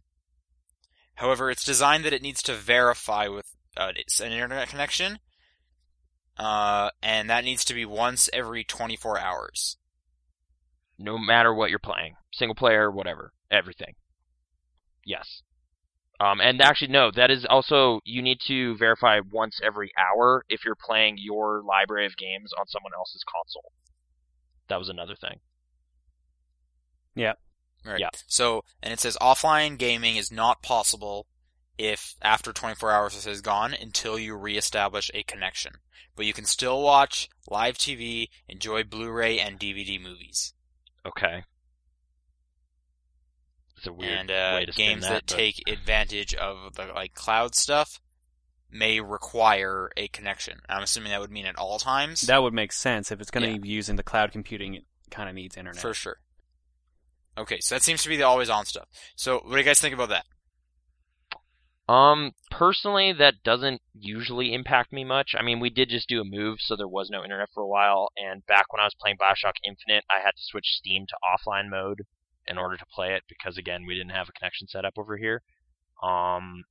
S2: However, it's designed that it needs to verify with uh, it's an internet connection, uh, and that needs to be once every 24 hours.
S1: No matter what you're playing. Single player, whatever. Everything. Yes. Um, and actually, no, that is also, you need to verify once every hour if you're playing your library of games on someone else's console. That was another thing.
S3: Yeah.
S2: Right.
S1: Yeah.
S2: So, and it says offline gaming is not possible if after 24 hours it says gone until you reestablish a connection. But you can still watch live TV, enjoy Blu-ray and DVD movies,
S1: Okay. It's a weird
S2: and uh,
S1: way to spin
S2: games that
S1: but-
S2: take advantage of the like cloud stuff may require a connection. I'm assuming that would mean at all times.
S3: That would make sense if it's going to
S2: Yeah.
S3: be using the cloud computing. It kind of needs internet.
S2: For sure. Okay, so that seems to be the always on stuff. So, what do you guys think about that?
S1: Um, personally, that doesn't usually impact me much. I mean, we did just do a move, so there was no internet for a while. And back when I was playing Bioshock Infinite, I had to switch Steam to offline mode in order to play it because, again, we didn't have a connection set up over here. Um,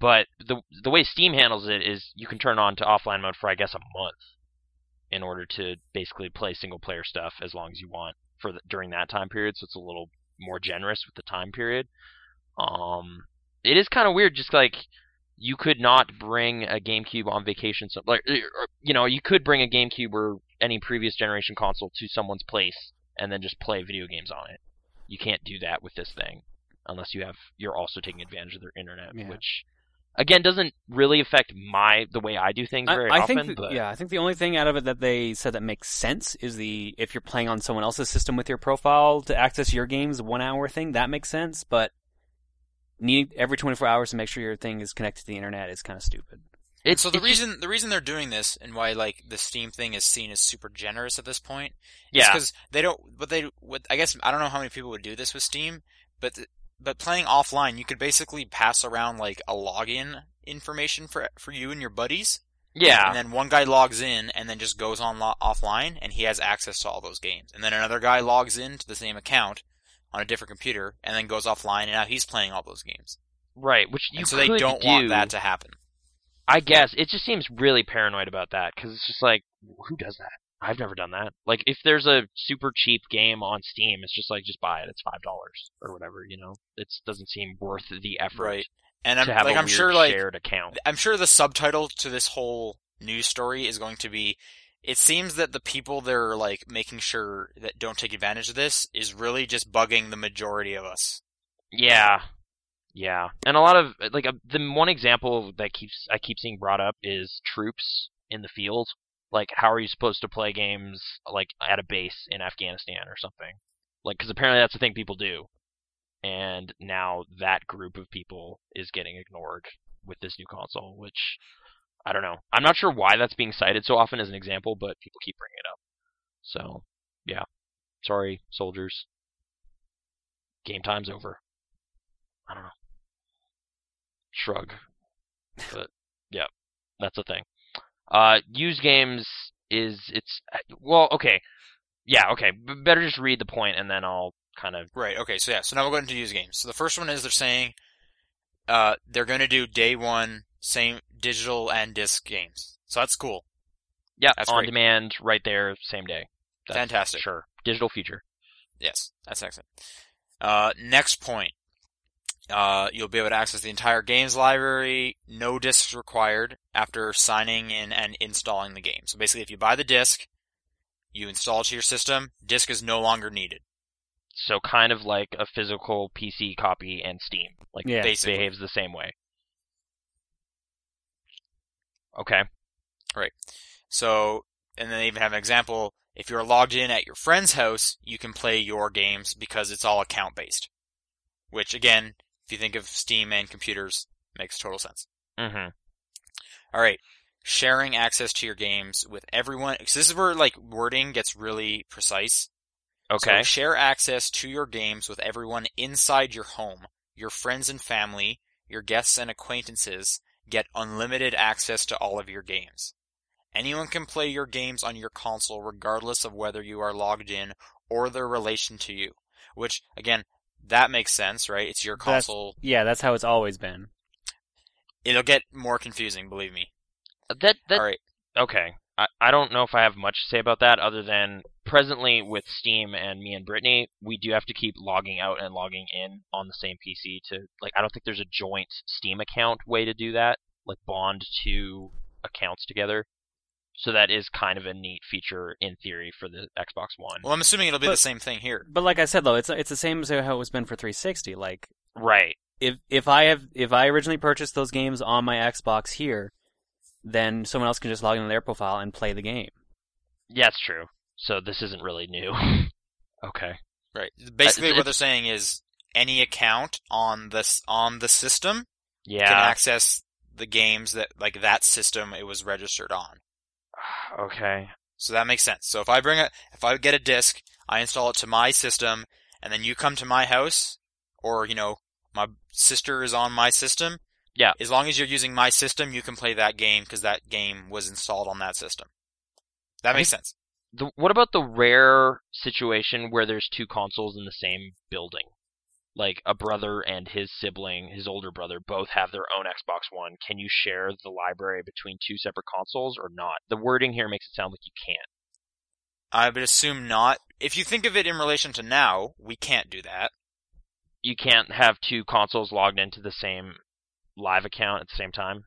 S1: but the the way Steam handles it is you can turn on to offline mode for I guess a month in order to basically play single player stuff as long as you want for the, during that time period. So it's a little more generous with the time period. Um, it is kind of weird just like you could not bring a GameCube on vacation so like er, you know you could bring a GameCube or any previous generation console to someone's place and then just play video games on it. You can't do that with this thing unless you have you're also taking advantage of their internet
S3: Yeah.
S1: which again doesn't really affect my the way I do things
S3: I,
S1: very
S3: I
S1: often
S3: think, th-
S1: but
S3: yeah, I think the only thing out of it that they said that makes sense is the if you're playing on someone else's system with your profile to access your games, one hour thing that makes sense. But needing every 24 hours to make sure your thing is connected to the internet is kind of stupid.
S1: it's
S2: so the
S1: it's just-
S2: reason the reason they're doing this and why like the Steam thing is seen as super generous at this point
S1: yeah
S2: because they don't what they what I guess I don't know how many people would do this with Steam, but th- but playing offline, you could basically pass around like a login information for for you and your buddies.
S1: yeah
S2: And then one guy logs in and then just goes on lo- offline and he has access to all those games. And then another guy logs in to the same account on a different computer and then goes offline and now he's playing all those games.
S1: right which you
S2: and so they
S1: could
S2: don't
S1: do,
S2: want that to happen.
S1: I guess it just seems really paranoid about that because it's just like, who does that? I've never done that. Like, if there's a super cheap game on Steam, it's just like, just buy it. It's five dollars or whatever. You know, it doesn't seem worth the effort
S2: Right. And
S1: to
S2: I'm
S1: have
S2: like
S1: a
S2: I'm
S1: weird
S2: sure like
S1: shared account.
S2: I'm sure the subtitle to this whole news story is going to be it seems that the people they're like making sure that don't take advantage of this is really just bugging the majority of us.
S1: Yeah, yeah. And a lot of like a, the one example that keeps I keep seeing brought up is troops in the field. Like, how are you supposed to play games like at a base in Afghanistan or something? Like, because apparently that's the thing people do. And now that group of people is getting ignored with this new console, which I don't know. I'm not sure why that's being cited so often as an example, but people keep bringing it up. So, yeah. Sorry, soldiers. Game time's over. I don't know. Shrug. But yeah, that's a thing. Uh, used games is it's well okay, yeah okay. B- better just read the point and then I'll kind of
S2: Right. Okay. So yeah. So now we're going to use games. So the first one is they're saying uh, they're going to do day one same digital and disc games. So that's cool.
S1: yeah
S2: That's
S1: on
S2: great.
S1: demand right there same day. That's
S2: Fantastic.
S1: Sure, digital future.
S2: Yes, that's excellent. Uh, next point. Uh, you'll be able to access the entire games library, no discs required, after signing in and installing the game. So basically, if you buy the disc, you install it to your system, disc is no longer needed.
S1: So kind of like a physical PC copy and Steam, like
S3: Yeah.
S2: basically.
S1: behaves the same way. Okay.
S2: So, and then they even have an example. If you're logged in at your friend's house, you can play your games because it's all account based. Which, again, if you think of Steam and computers, makes total sense.
S1: Mm-hmm.
S2: All right. Sharing access to your games with everyone. 'cause this is where like wording gets really precise. So,
S1: Okay.
S2: share access to your games with everyone inside your home. Your friends and family, your guests and acquaintances get unlimited access to all of your games. Anyone can play your games on your console regardless of whether you are logged in or their relation to you. Which again, that makes sense, right? It's your
S3: That's-
S2: console.
S3: Yeah, that's how it's always been.
S2: It'll get more confusing, believe me.
S1: that that
S2: all right.
S1: okay. I, I don't know if I have much to say about that other than presently with Steam and me and Brittany, we do have to keep logging out and logging in on the same PC to like I don't think there's a joint Steam account way to do that, like bond two accounts together. So that is kind of a neat feature in theory for the Xbox One.
S2: Well, I'm assuming it'll be
S3: But-
S2: the same thing here.
S3: But like I said though, it's it's the same as how it's been for 360. Like
S1: right.
S3: if if I have if I originally purchased those games on my Xbox here, then someone else can just log into their profile and play the game.
S1: Yeah, it's true. So this isn't really new. (laughs) okay.
S2: Right. Basically,
S1: it-
S2: what they're saying is any account on this on the system
S1: Yeah.
S2: can access the games that like that system it was registered on.
S1: (sighs) okay.
S2: So that makes sense. So if I bring a if I get a disc, I install it to my system, and then you come to my house, or you know my sister is on my system.
S1: Yeah.
S2: As long as you're using my system, you can play that game because that game was installed on that system. That makes sense.
S1: The, what about the rare situation where there's two consoles in the same building? Like a brother and his sibling, his older brother, both have their own Xbox One. Can you share the library between two separate consoles or not? The wording here makes it sound like you can't.
S2: I would assume not. If you think of it in relation to now, we can't do that.
S1: You can't have two consoles logged into the same live account at the same time.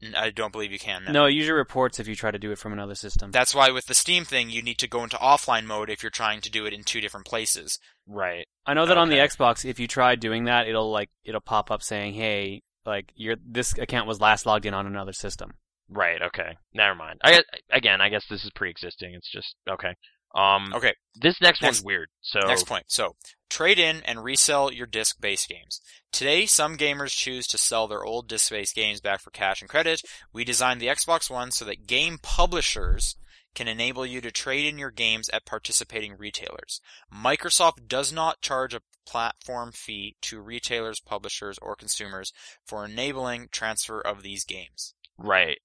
S2: N- I don't believe you can.
S3: No, it usually reports if you try to do it from another system.
S2: That's why with the Steam thing, you need to go into offline mode if you're trying to do it in two different places.
S1: Right.
S3: I know that on the
S1: Okay.
S3: Xbox, if you try doing that, it'll like it'll pop up saying, "Hey, like your this account was last logged in on another system."
S1: Right. Okay. Never mind. I again, I guess this is pre-existing. It's just okay. Um.
S2: Okay.
S1: This next,
S2: Next-
S1: one's weird. So
S2: Next point. So, trade in and resell your disc based games. Today, some gamers choose to sell their old disc based games back for cash and credit. We designed the Xbox One so that game publishers can enable you to trade in your games at participating retailers. Microsoft does not charge a platform fee to retailers, publishers, or consumers for enabling transfer of these games.
S1: right.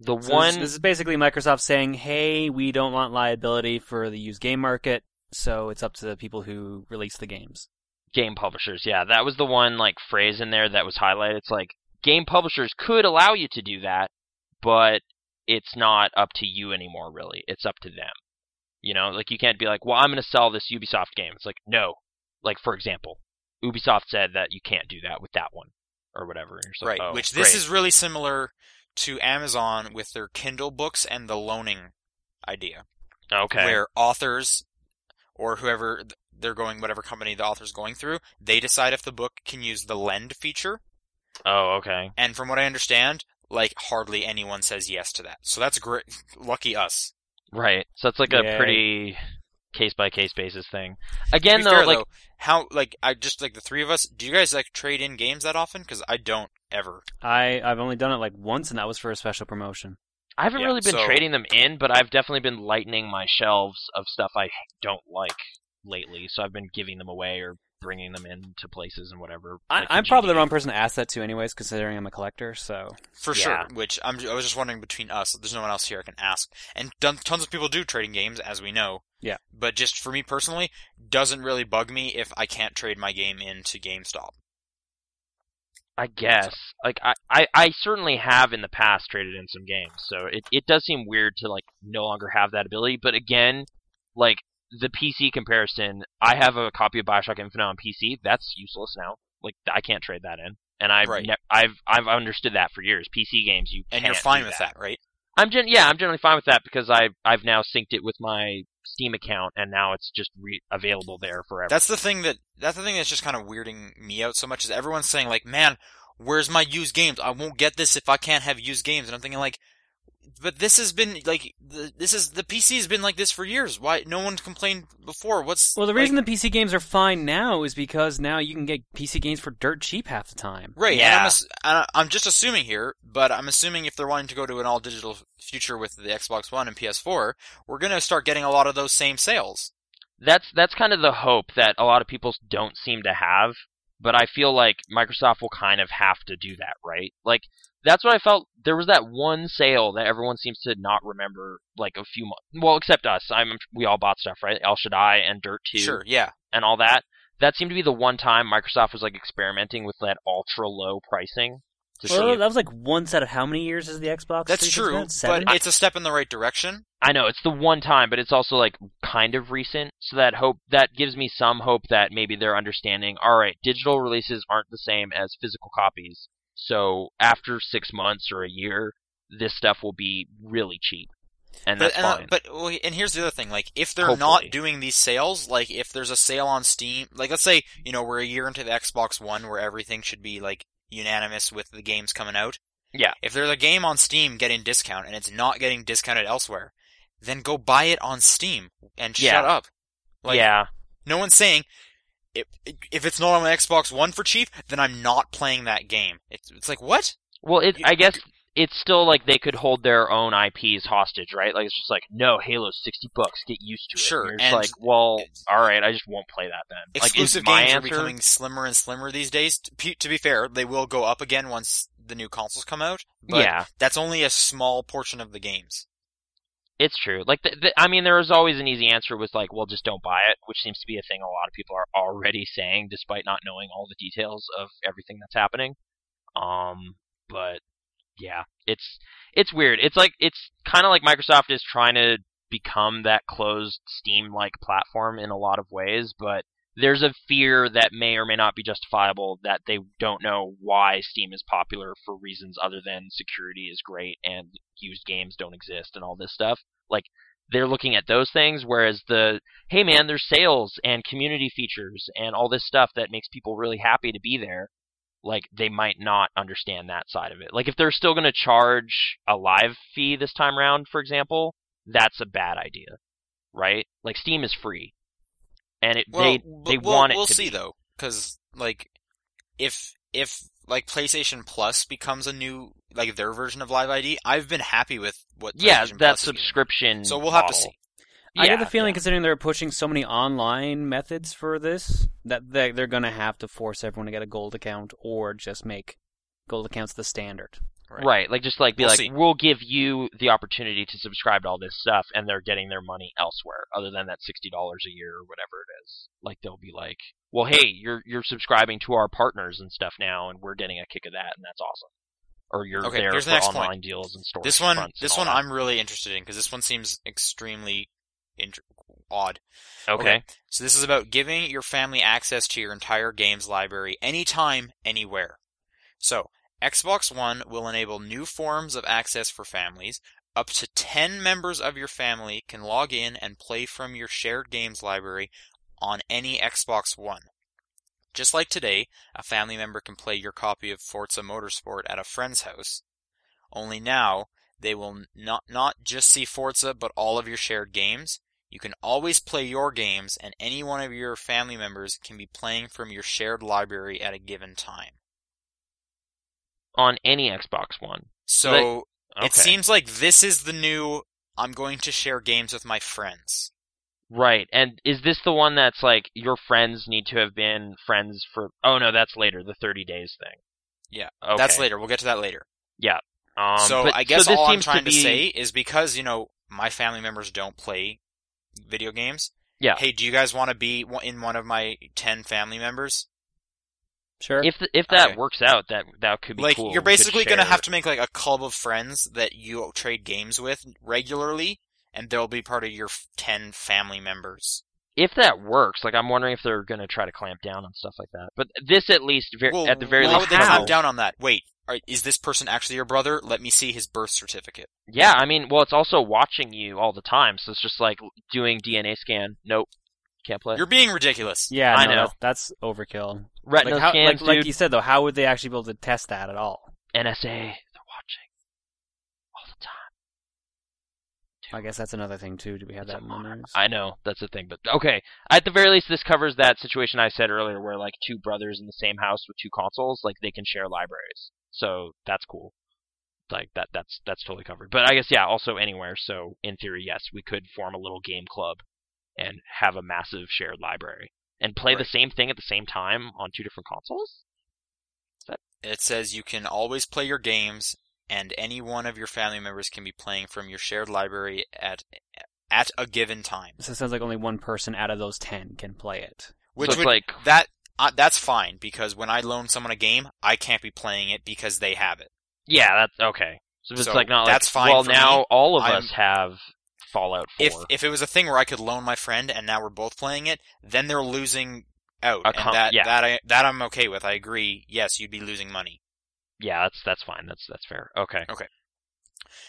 S1: The
S3: So
S1: one.
S3: this, this is basically Microsoft saying, "Hey, we don't want liability for the used game market, so it's up to the people who release the games."
S1: game publishers. Yeah, that was the one like phrase in there that was highlighted. It's like game publishers could allow you to do that, but it's not up to you anymore really. It's up to them. You know, like you can't be like, "Well, I'm going to sell this Ubisoft game." It's like, "No." Like for example, Ubisoft said that you can't do that with that one or whatever. And you're just like,
S2: right.
S1: "Oh,
S2: which this
S1: great."
S2: is really similar to Amazon with their Kindle books and the loaning idea.
S1: okay.
S2: where authors or whoever th- they're going, whatever company the author's going through, they decide if the book can use the lend feature.
S1: oh, okay.
S2: And from what I understand, like hardly anyone says yes to that. So that's great. (laughs) Lucky us.
S1: Right. So it's like a
S3: Yay.
S1: pretty case by case basis thing.
S2: To
S1: Again
S2: be
S1: though,
S2: fair,
S1: like
S2: though, how like I just like the three of us. Do you guys like trade in games that often? Because I don't ever.
S3: I I've only done it like once, and that was for a special promotion.
S1: I haven't
S2: Yeah,
S1: really been
S2: so-
S1: trading them in, but I've definitely been lightening my shelves of stuff I don't like lately. So I've been giving them away or bringing them into places and whatever.
S3: I,
S1: like
S3: I'm probably the
S1: GDA.
S3: wrong person to ask that to, anyways, considering I'm a collector. So
S2: For
S1: Yeah.
S2: sure. Which I'm, I was just wondering between us. There's no one else here I can ask. And ton- tons of people do trading games, as we know.
S3: Yeah.
S2: But just for me personally, doesn't really bug me if I can't trade my game into GameStop.
S1: I guess. Like I, I, I certainly have in the past traded in some games, so it, it does seem weird to like no longer have that ability. But again, like the PC comparison, I have a copy of Bioshock Infinite on PC. That's useless now. Like I can't trade that in, and I've
S2: Right.
S1: ne- I've I've understood that for years. PC games, you
S2: And
S1: can't
S2: you're fine
S1: do
S2: with
S1: that.
S2: that, right?
S1: I'm gen- yeah, I'm generally fine with that because I I've now synced it with my Steam account and now it's just re- available there forever.
S2: That's the thing that that's the thing that's just kind of weirding me out so much is everyone's saying like, "Man, where's my used games? I won't get this if I can't have used games." And I'm thinking like, "But this has been like the, this is the PC has been like this for years. Why no one complained before? What's
S3: Well, the
S2: like-
S3: reason the PC games are fine now is because now you can get PC games for dirt cheap half the time.
S2: Right. And
S1: Yeah.
S2: I'm, ass- and I- I'm just assuming here, but I'm assuming if they're wanting to go to an all digital future with the Xbox One and PS4, we're going to start getting a lot of those same sales.
S1: that's that's kind of the hope that a lot of people don't seem to have, but I feel like Microsoft will kind of have to do that, right? Like that's what I felt. There was that one sale that everyone seems to not remember, like a few months. Well, except us. I'm we all bought stuff, right? El Shaddai and Dirt Two.
S2: Sure. Yeah.
S1: and all that. That seemed to be the one time Microsoft was like experimenting with that ultra low pricing. To see
S3: Well,
S1: if-
S3: that was like once out of how many years is the Xbox?
S2: That's
S3: 360
S2: true,
S3: out?
S2: but
S3: Seven?
S2: it's a step in the right direction.
S1: I know it's the one time, but it's also like kind of recent. So that hope that gives me some hope that maybe they're understanding. All right, digital releases aren't the same as physical copies. So after six months or a year, this stuff will be really cheap, and
S2: But
S1: that's
S2: and, uh,
S1: fine.
S2: but well, and here's the other thing: like if they're
S1: Hopefully.
S2: not doing these sales, like if there's a sale on Steam, like let's say you know we're a year into the Xbox One where everything should be like unanimous with the games coming out.
S1: Yeah.
S2: If there's a game on Steam getting discount and it's not getting discounted elsewhere, then go buy it on Steam and
S1: Yeah.
S2: shut up. Like,
S1: yeah,
S2: No one's saying if if it's not on my Xbox One for cheap, then I'm not playing that game. It's it's like what?
S1: well, it,
S2: you-
S1: I guess it's still like they could hold their own IPs hostage, right? Like it's just like, no, Halo's sixty bucks, get used to it.
S2: Sure,
S1: and you're just
S2: and-
S1: like, well,
S2: it's-
S1: all right, I just won't play that then. Like, is
S2: exclusive
S1: my
S2: games are
S1: answer-
S2: becoming slimmer and slimmer these days. To, pe- to be fair, they will go up again once the new consoles come out, but
S1: yeah,
S2: that's only a small portion of the games.
S1: It's true. Like, th th I mean, there is always an easy answer with like, well, just don't buy it, which seems to be a thing a lot of people are already saying, despite not knowing all the details of everything that's happening. Um, but yeah, it's it's weird. It's like it's kind of like Microsoft is trying to become that closed Steam-like platform in a lot of ways, but there's a fear that may or may not be justifiable that they don't know why Steam is popular for reasons other than security is great and used games don't exist and all this stuff. Like they're looking at those things, whereas the hey man, there's sales and community features and all this stuff that makes people really happy to be there. Like they might not understand that side of it. Like if they're still going to charge a live fee this time round, for example, that's a bad idea, right? Like Steam is free, and it
S2: Well,
S1: they
S2: but
S1: they
S2: we'll,
S1: want it
S2: we'll
S1: to
S2: see
S1: be.
S2: though, because like if if like PlayStation Plus becomes a new like their version of Live ID, I've been happy with what
S1: Yeah,
S2: PlayStation
S1: that
S2: Plus is doing.
S1: subscription.
S2: So we'll have to
S1: model.
S2: see.
S3: I
S1: Yeah,
S3: get the feeling,
S1: yeah.
S3: considering they're pushing so many online methods for this, that they- they're going to have to force everyone to get a gold account or just make gold accounts the standard.
S1: Right. Like just like be
S2: We'll
S1: like,
S2: see.
S1: we'll give you the opportunity to subscribe to all this stuff, and they're getting their money elsewhere, other than that sixty dollars a year or whatever it is. Like they'll be like, well, hey, you're you're subscribing to our partners and stuff now, and we're getting a kick of that, and that's awesome. Or you're
S2: Okay,
S1: there
S2: here's the
S1: for
S2: next
S1: online
S2: point.
S1: deals and storage.
S2: This one,
S1: fronts and
S2: this
S1: all
S2: one, I'm really interested in because this one seems extremely int- odd.
S1: that. okay.
S2: okay. So this is about giving your family access to your entire games library anytime, anywhere. So, Xbox One will enable new forms of access for families. Up to 10 members of your family can log in and play from your shared games library on any Xbox One. Just like today, a family member can play your copy of Forza Motorsport at a friend's house. Only now, they will not, not just see Forza, but all of your shared games. You can always play your games, and any one of your family members can be playing from your shared library at a given time.
S1: On any Xbox One.
S2: So
S1: Okay.
S2: it seems like this is the new I'm going to share games with my friends.
S1: Right. And is this the one that's like your friends need to have been friends for? Oh no, that's later. The thirty days thing.
S2: Yeah,
S1: Okay.
S2: That's later. We'll get to that later.
S1: Um,
S2: so
S1: but-
S2: I guess
S1: this
S2: all I'm
S1: seems
S2: trying to,
S1: be-
S2: say is because you know my family members don't play video games.
S1: Yeah.
S2: Hey, do you guys want to be one- in one of my ten family members?
S3: Sure.
S1: if th- if that
S2: Okay.
S1: works out, that that could be
S2: like
S1: cool.
S2: you're
S1: We could
S2: basically going to
S1: share-
S2: have to make like a club of friends that you trade games with regularly and they'll be part of your f- 10 family members
S1: If that works, like I'm wondering if they're going to try to clamp down on stuff like that. But this, at least, ver-
S2: well,
S1: at the very
S2: how
S1: least,
S2: would they clamp
S1: how?
S2: down on that wait are, is this person actually your brother let me see his birth certificate
S1: Yeah, I mean, well, it's also watching you all the time, so it's just like doing DNA scan. Nope, can't play.
S2: you're being ridiculous
S3: yeah,
S1: I
S3: no,
S1: know.
S3: That's, that's overkill.
S1: Retina
S3: like, how,
S1: scans,
S3: like, like
S1: dude.
S3: you said, though, how would they actually be able to test that at all?
S1: NSA, they're watching all the time.
S3: I guess that's another thing too. Do we have
S1: It's
S3: that in the
S1: modern.
S3: news?
S1: I know that's the thing, but okay. At the very least, this covers that situation I said earlier, where like two brothers in the same house with two consoles, like they can share libraries. So that's cool. Like that, that's that's totally covered. But I guess yeah, also anywhere. So in theory, yes, we could form a little game club and have a massive shared library and play the
S2: Right.
S1: same thing at the same time on two different consoles.
S2: it says you can always play your games and any one of your family members can be playing from your shared library at at a given time
S3: So it sounds like only one person out of those ten can play it.
S2: which
S1: so it's
S2: would
S1: like
S2: that uh, that's fine because when I loan someone a game, I can't be playing it because they have it.
S1: yeah, that's okay. So it's
S2: So
S1: like not
S2: that's
S1: like
S2: fine
S1: well
S2: for me.
S1: now all of
S2: I'm-
S1: us have Fallout Four.
S2: If if it was a thing where I could loan my friend and now we're both playing it, then they're losing out,
S1: A
S2: and
S1: com-
S2: that
S1: yeah.
S2: that I that I'm okay with. I agree. Yes, you'd be losing money.
S1: yeah, that's that's fine. That's that's fair. Okay.
S2: Okay.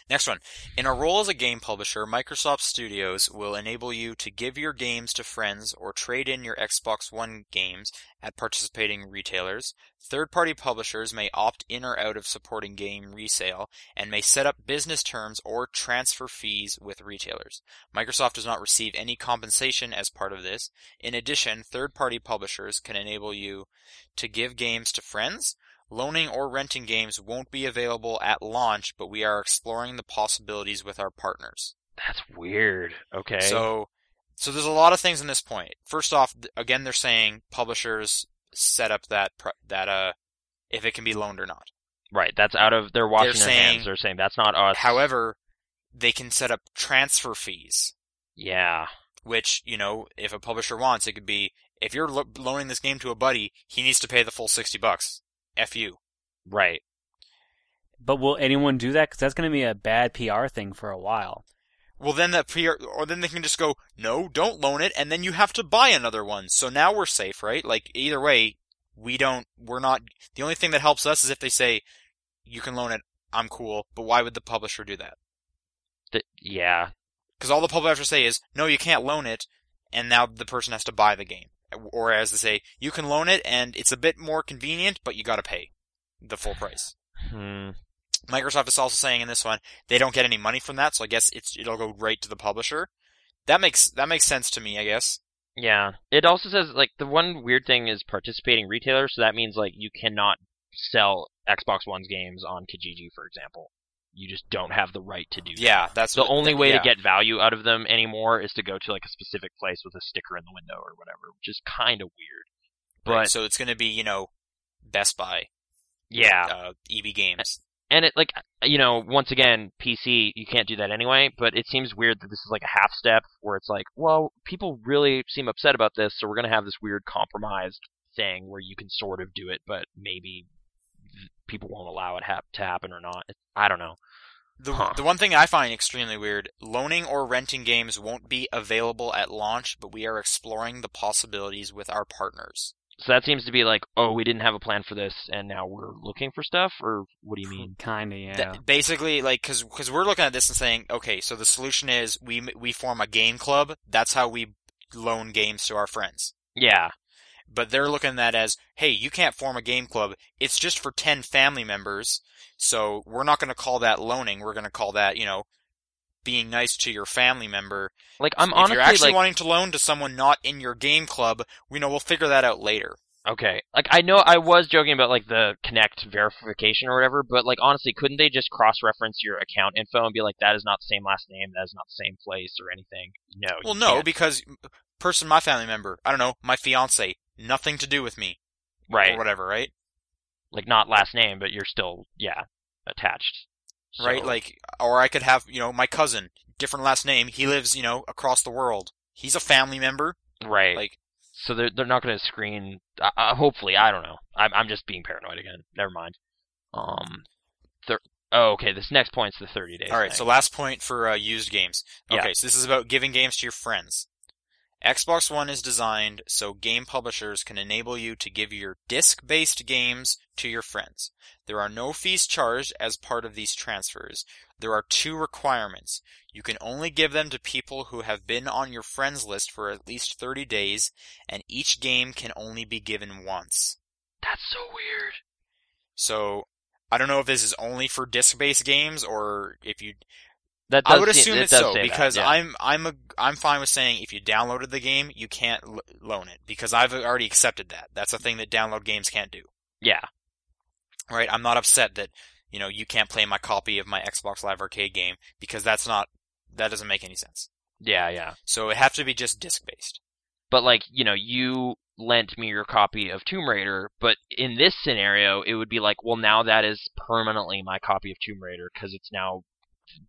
S2: Next one. In a role as a game publisher, Microsoft Studios will enable you to give your games to friends or trade in your Xbox One games at participating retailers. Third party publishers may opt in or out of supporting game resale and may set up business terms or transfer fees with retailers. Microsoft does not receive any compensation as part of this. In addition, third party publishers can enable you to give games to friends Loaning or renting games won't be available at launch, but we are exploring the possibilities with our partners.
S1: That's weird. Okay.
S2: So, so there's a lot of things in this point. First off, th- again, they're saying publishers set up that pr- that uh, if it can be loaned or not.
S1: right, that's out of they're washing their
S2: saying-
S1: hands. They're saying that's not us.
S2: However, they can set up transfer fees,
S1: yeah,
S2: which you know, if a publisher wants, it could be if you're lo- loaning this game to a buddy, he needs to pay the full sixty bucks. F you.
S1: right.
S3: But will anyone do that? Because that's going to be a bad PR thing for a while.
S2: Well, then that PR, or then they can just go, no, don't loan it, and then you have to buy another one. So now we're safe, right? Like either way, we don't, we're not. The only thing that helps us is if they say, you can loan it, I'm cool. But why would the publisher do that?
S1: Th- yeah,
S2: Because all the publisher say is, no, you can't loan it, and now the person has to buy the game. Or as they say, you can loan it, and it's a bit more convenient, but you got to pay the full price.
S1: hmm.
S2: Microsoft is also saying in this one they don't get any money from that, so I guess it's it'll go right to the publisher. That makes that makes sense to me, I guess.
S1: yeah. It also says like the one weird thing is participating retailers. So that means like you cannot sell Xbox One's games on Kijiji, for example. You just don't have the right to do. that.
S2: Yeah, that's
S1: The
S2: what-
S1: only way
S2: yeah.
S1: to get value out of them anymore is to go to like a specific place with a sticker in the window or whatever, which is kind of weird. But
S2: Right, so it's going to be you know Best Buy,
S1: yeah,
S2: uh, EB Games.
S1: and it like you know once again pc you can't do that anyway but it seems weird that this is like a half step where it's like well people really seem upset about this so we're going to have this weird compromised thing where you can sort of do it but maybe people won't allow it hap- to happen or not i don't know
S2: The
S1: Huh.
S2: the one thing I find extremely weird: loaning or renting games won't be available at launch, but we are exploring the possibilities with our partners.
S1: so that seems to be like oh we didn't have a plan for this and now we're looking for stuff or what do you
S2: Hmm.
S1: mean
S3: Kind of, yeah.
S2: Th- basically, like, because we're looking at this and saying, okay, so the solution is we m- we form a game club. That's how we loan games to our friends.
S1: yeah
S2: but they're looking at that as, hey, you can't form a game club. It's just for 10 family members. So we're not going to call that loaning. We're going to call that, you know, being nice to your family member.
S1: like i'm
S2: if
S1: honestly
S2: you're actually
S1: like
S2: wanting to loan to someone not in your game club, we know we'll figure that out later.
S1: Okay. Like I know I was joking about like the connect verification or whatever, but like honestly, couldn't they just cross reference your account info and be like that is not the same last name, that is not the same place or anything? No. you
S2: Well, no,
S1: can't.
S2: because person, my family member, I don't know, my fiance, nothing to do with me. Or
S1: right.
S2: whatever, right?
S1: Like not last name, but you're still yeah, attached. So-
S2: Right? Like, or I could have, you know, my cousin, different last name. He lives, you know, across the world. He's a family member.
S1: right.
S2: Like,
S1: so they're they're not going to screen uh, uh, hopefully, I don't know. I'm I'm just being paranoid again. Never mind. Um thir- Oh, okay. This next point's the 30 days.
S2: All right,
S1: thing.
S2: so last point for uh, used games.
S1: Yeah.
S2: Okay, so this is about giving games to your friends. Xbox One is designed so game publishers can enable you to give your disc based games to your friends. There are no fees charged as part of these transfers. There are two requirements. You can only give them to people who have been on your friends list for at least 30 days, and each game can only be given once.
S1: that's so weird.
S2: So, I don't know if this is only for disc based games or if you
S1: That does
S2: I would
S1: seem-
S2: assume
S1: it
S2: it's
S1: does
S2: so
S1: say that,
S2: because
S1: yeah.
S2: I'm I'm a, I'm fine with saying if you downloaded the game, you can't l- loan it because I've already accepted that. That's a thing that download games can't do.
S1: Yeah.
S2: Right? I'm not upset that you know you can't play my copy of my Xbox Live Arcade game because that's not that doesn't make any sense.
S1: Yeah, yeah.
S2: So it has to be just disc based.
S1: but like you know you lent me your copy of tomb raider but in this scenario it would be like well now that is permanently my copy of tomb raider because it's now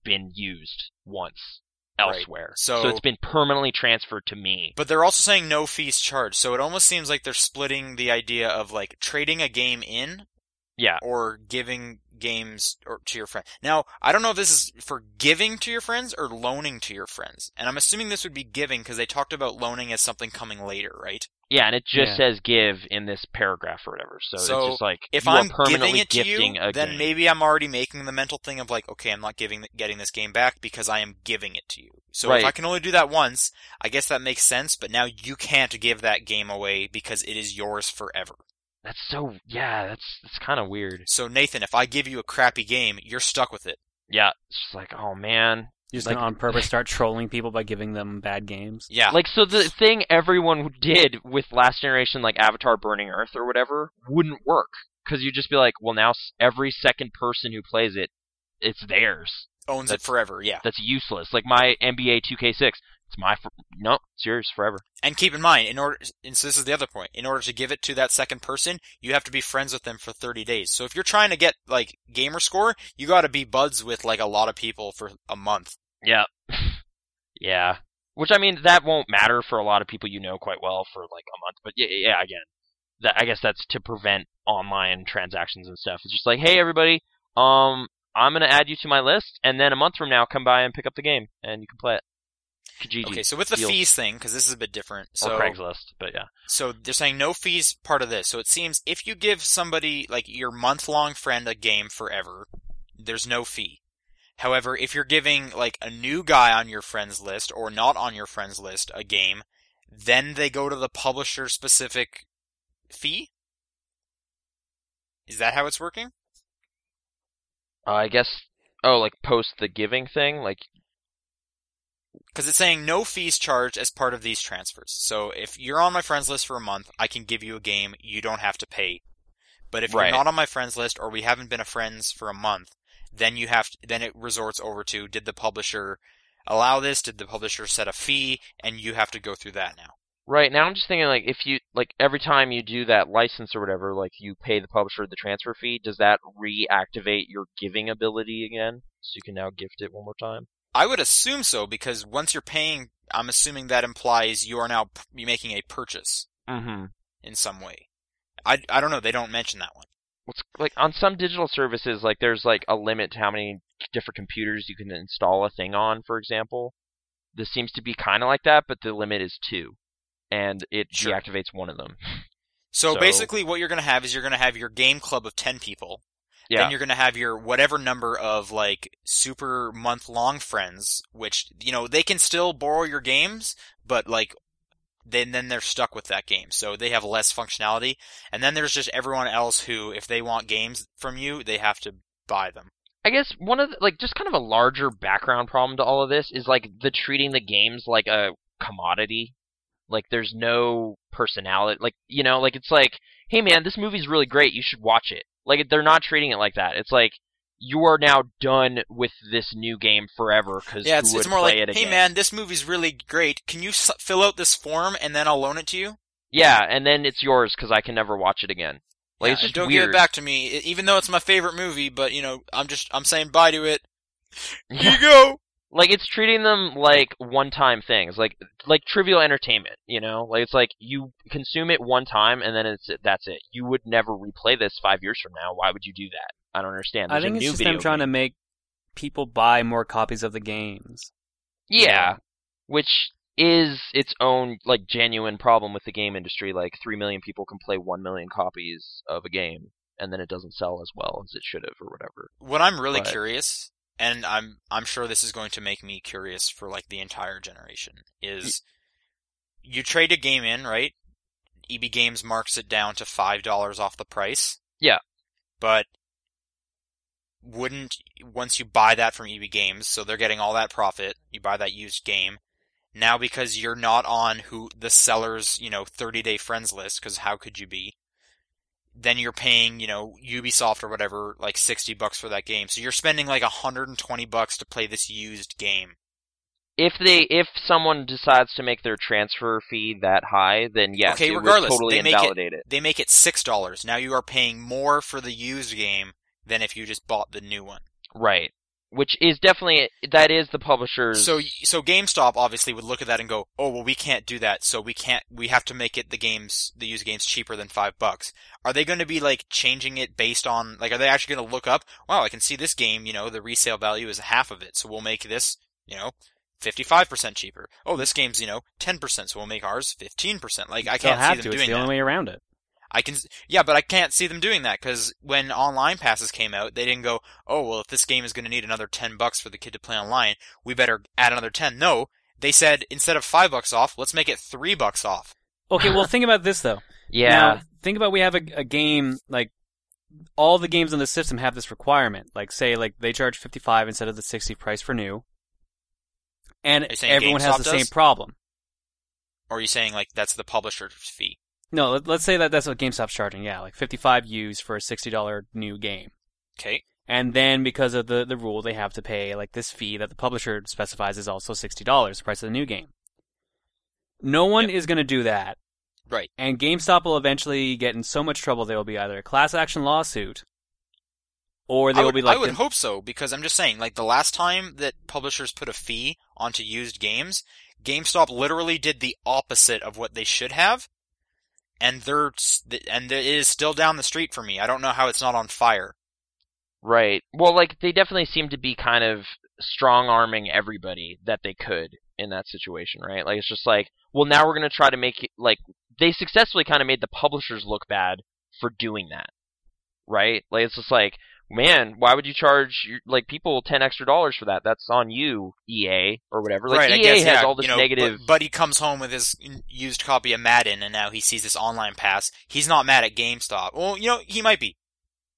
S1: been used once
S2: Right.
S1: elsewhere
S2: So-
S1: it's been permanently transferred to me
S2: But they're also saying no fees charged, so it almost seems like they're splitting the idea of like trading a game in
S1: yeah
S2: or giving games or to your friend. Now, I don't know if this is for giving to your friends or loaning to your friends. And I'm assuming this would be giving because they talked about loaning as something coming later, right?
S1: Yeah, and it just
S3: Yeah.
S1: says give in this paragraph or whatever. So,
S2: So,
S1: it's just like
S2: If
S1: you
S2: I'm
S1: are
S2: giving
S1: permanently
S2: it to
S1: gifting
S2: you,
S1: a
S2: then
S1: game.
S2: maybe I'm already making the mental thing of like, okay, I'm not giving getting this game back because I am giving it to you. So if
S1: Right.
S2: I can only do that once, I guess that makes sense. But now you can't give that game away because it is yours forever.
S1: That's so yeah. That's that's kind of weird.
S2: So Nathan, if I give you a crappy game, you're stuck with it.
S1: Yeah, it's just like oh man.
S3: You're just
S1: Like-
S3: gonna on
S1: (laughs)
S3: purpose start trolling people by giving them bad games.
S2: Yeah,
S1: Like so the thing everyone did with last generation like Avatar Burning Earth or whatever wouldn't work cuz you'd just be like, well now s- every second person who plays it it's theirs.
S2: owns it
S1: that's-
S2: forever. Yeah.
S1: That's useless. Like my NBA 2K6, it's my fr- no, it's yours forever.
S2: And keep in mind, in order, and so this is the other point. In order to give it to that second person, you have to be friends with them for 30 days. So if you're trying to get like gamer score, you got to be buds with like a lot of people for a month.
S1: Yeah. yeah. Which I mean, that won't matter for a lot of people you know quite well for like a month. But yeah, yeah, again, that I guess that's to prevent online transactions and stuff. It's just like, hey, everybody, um, I'm gonna add you to my list, and then a month from now, come by and pick up the game, and you can play it. Kijiji
S2: Okay, so with the
S1: Deals.
S2: fees thing, because this is a bit different. So,
S1: or Craigslist, but yeah,
S2: so they're saying no fees part of this. So it seems if you give somebody like your month long friend a game forever, there's no fee. However, if you're giving like a new guy on your friends list or not on your friends list a game, then they go to the publisher specific fee. Is that how it's working?
S1: uh, I guess. Oh, like post the giving thing, like
S2: Because it's saying no fees charged as part of these transfers. So if you're on my friends list for a month, I can give you a game. You don't have to pay. But if
S1: Right.
S2: you're not on my friends list or we haven't been a friends for a month, then you have to, then it resorts over to did the publisher allow this? Did the publisher set a fee? And you have to go through that now.
S1: Right now, I'm just thinking like if you like every time you do that license or whatever, like you pay the publisher the transfer fee. Does that reactivate your giving ability again? So you can now gift it one more time.
S2: I would assume so because once you're paying, I'm assuming that implies you are now p- making a purchase
S1: Mm-hmm.
S2: in some way. I, I don't know. They don't mention that one.
S1: What's like on some digital services, like there's like a limit to how many different computers you can install a thing on. For example, this seems to be kind of like that, but the limit is two, and it
S2: Sure.
S1: deactivates one of them.
S2: So,
S1: So-
S2: basically, what you're going to have is you're going to have your game club of 10 people.
S1: Yeah.
S2: Then you're going to have your whatever number of like super month long friends, which, you know, they can still borrow your games, but like, then, then they're stuck with that game. So they have less functionality. And then there's just everyone else who, if they want games from you, they have to buy them.
S1: I guess one of the, like just kind of a larger background problem to all of this is like the treating the games like a commodity. Like there's no personality. Like you know, like it's like, hey man, this movie's really great. You should watch it. Like they're not treating it like that. It's like you are now done with this new game forever because
S2: Yeah, it's,
S1: would
S2: it's more
S1: play
S2: like,
S1: it
S2: hey
S1: again?
S2: man, this movie's really great. Can you s- fill out this form and then I'll loan it to you?
S1: Yeah, and then it's yours because I can never watch it again. Like
S2: Yeah,
S1: it's
S2: and
S1: just
S2: don't
S1: weird.
S2: give it back to me, e- even though it's my favorite movie. But you know, I'm just I'm saying bye to it.
S1: (laughs)
S2: Here you go.
S1: like it's treating them like one-time things, like like trivial entertainment. You know, like it's like you consume it one time and then it's that's it. You would never replay this five years from now. Why would you do that? I don't understand.
S3: I
S1: There's
S3: think
S1: a
S3: it's
S1: new
S3: just
S1: video
S3: them trying
S1: game.
S3: to make people buy more copies of the games.
S1: yeah, which is its own like genuine problem with the game industry. Like three million people can play one million copies of a game, and then it doesn't sell as well as it should have or whatever.
S2: What I'm really
S1: But-
S2: curious, and I'm I'm sure this is going to make me curious for like the entire generation, is you trade a game in, right? EB Games marks it down to five dollars off the price.
S1: Yeah.
S2: but wouldn't once you buy that from EB Games, so they're getting all that profit. You buy that used game. Now because you're not on who the seller's, you know, 30-day friends list cuz how could you be? Then you're paying, you know, Ubisoft or whatever like 60 bucks for that game. So you're spending like 120 bucks to play this used game.
S1: If they if someone decides to make their transfer fee that high, then yes,
S2: Okay,
S1: it would
S2: regardless,
S1: totally
S2: they make it-
S1: invalidate it.
S2: They make it $6. Now you are paying more for the used game than if you just bought the new one.
S1: Right. Which is definitely that is the publisher's.
S2: So so GameStop obviously would look at that and go, "Oh, well we can't do that. So we can't we have to make it the games the used games cheaper than 5 bucks." Are they going to be like changing it based on like are they actually going to look up, "Wow, I can see this game, you know, the resale value is half of it. So we'll make this, you know, 55% cheaper. Oh, this game's, you know, 10%, so we'll make ours 15%. Like, I
S3: They'll
S2: can't
S3: have
S2: see
S3: to.
S2: them
S3: It's
S2: doing
S3: the
S2: that.
S3: only way around it.
S2: I can, yeah, but I can't see them doing that because when online passes came out, they didn't go, oh, well, if this game is going to need another 10 bucks for the kid to play online, we better add another 10. No, they said instead of 5 bucks off, let's make it 3 bucks off.
S1: (laughs)
S3: Okay, well, think about this though.
S1: Yeah.
S3: Now, think about we have a, a game like all the games on the system have this requirement. Like, say, like they charge fifty five instead of the sixty price for new, and
S2: Are you saying
S3: everyone has
S2: GameStop
S3: the
S2: does?
S3: same problem.
S2: Or are you saying, like, that's the publisher's fee?
S3: No, let, let's say that that's what GameStop's charging. Yeah, like fifty five used for a sixty dollar new game,
S2: Okay.
S3: and then because of the the rule, they have to pay like this fee that the publisher specifies is also sixty dollars, the price of the new game. No one is going to do that.
S2: Right.
S3: And GameStop will eventually get in so much trouble they will be either a class action lawsuit, or they
S2: I
S3: will
S2: would,
S3: be like,
S2: I would hope so because I'm just saying, like, the last time that publishers put a fee onto used games, GameStop literally did the opposite of what they should have. And they're, s- th- and it is still down the street for me. I don't know how it's not on fire.
S1: Right. Well, like they definitely seem to be kind of strong arming everybody that they could in that situation, right? Like it's just like, well, now we're gonna try to make it like they successfully kind of made the publishers look bad for doing that, right? Like it's just like, man, why would you charge your- like people ten extra dollars for that? That's on you, EA or whatever. Like
S2: right,
S1: EA
S2: I guess,
S1: has
S2: yeah,
S1: all this
S2: you know,
S1: negative.
S2: But, but he comes home with his used copy of Madden, and now he sees this online pass. He's not mad at GameStop. Well, you know, he might be.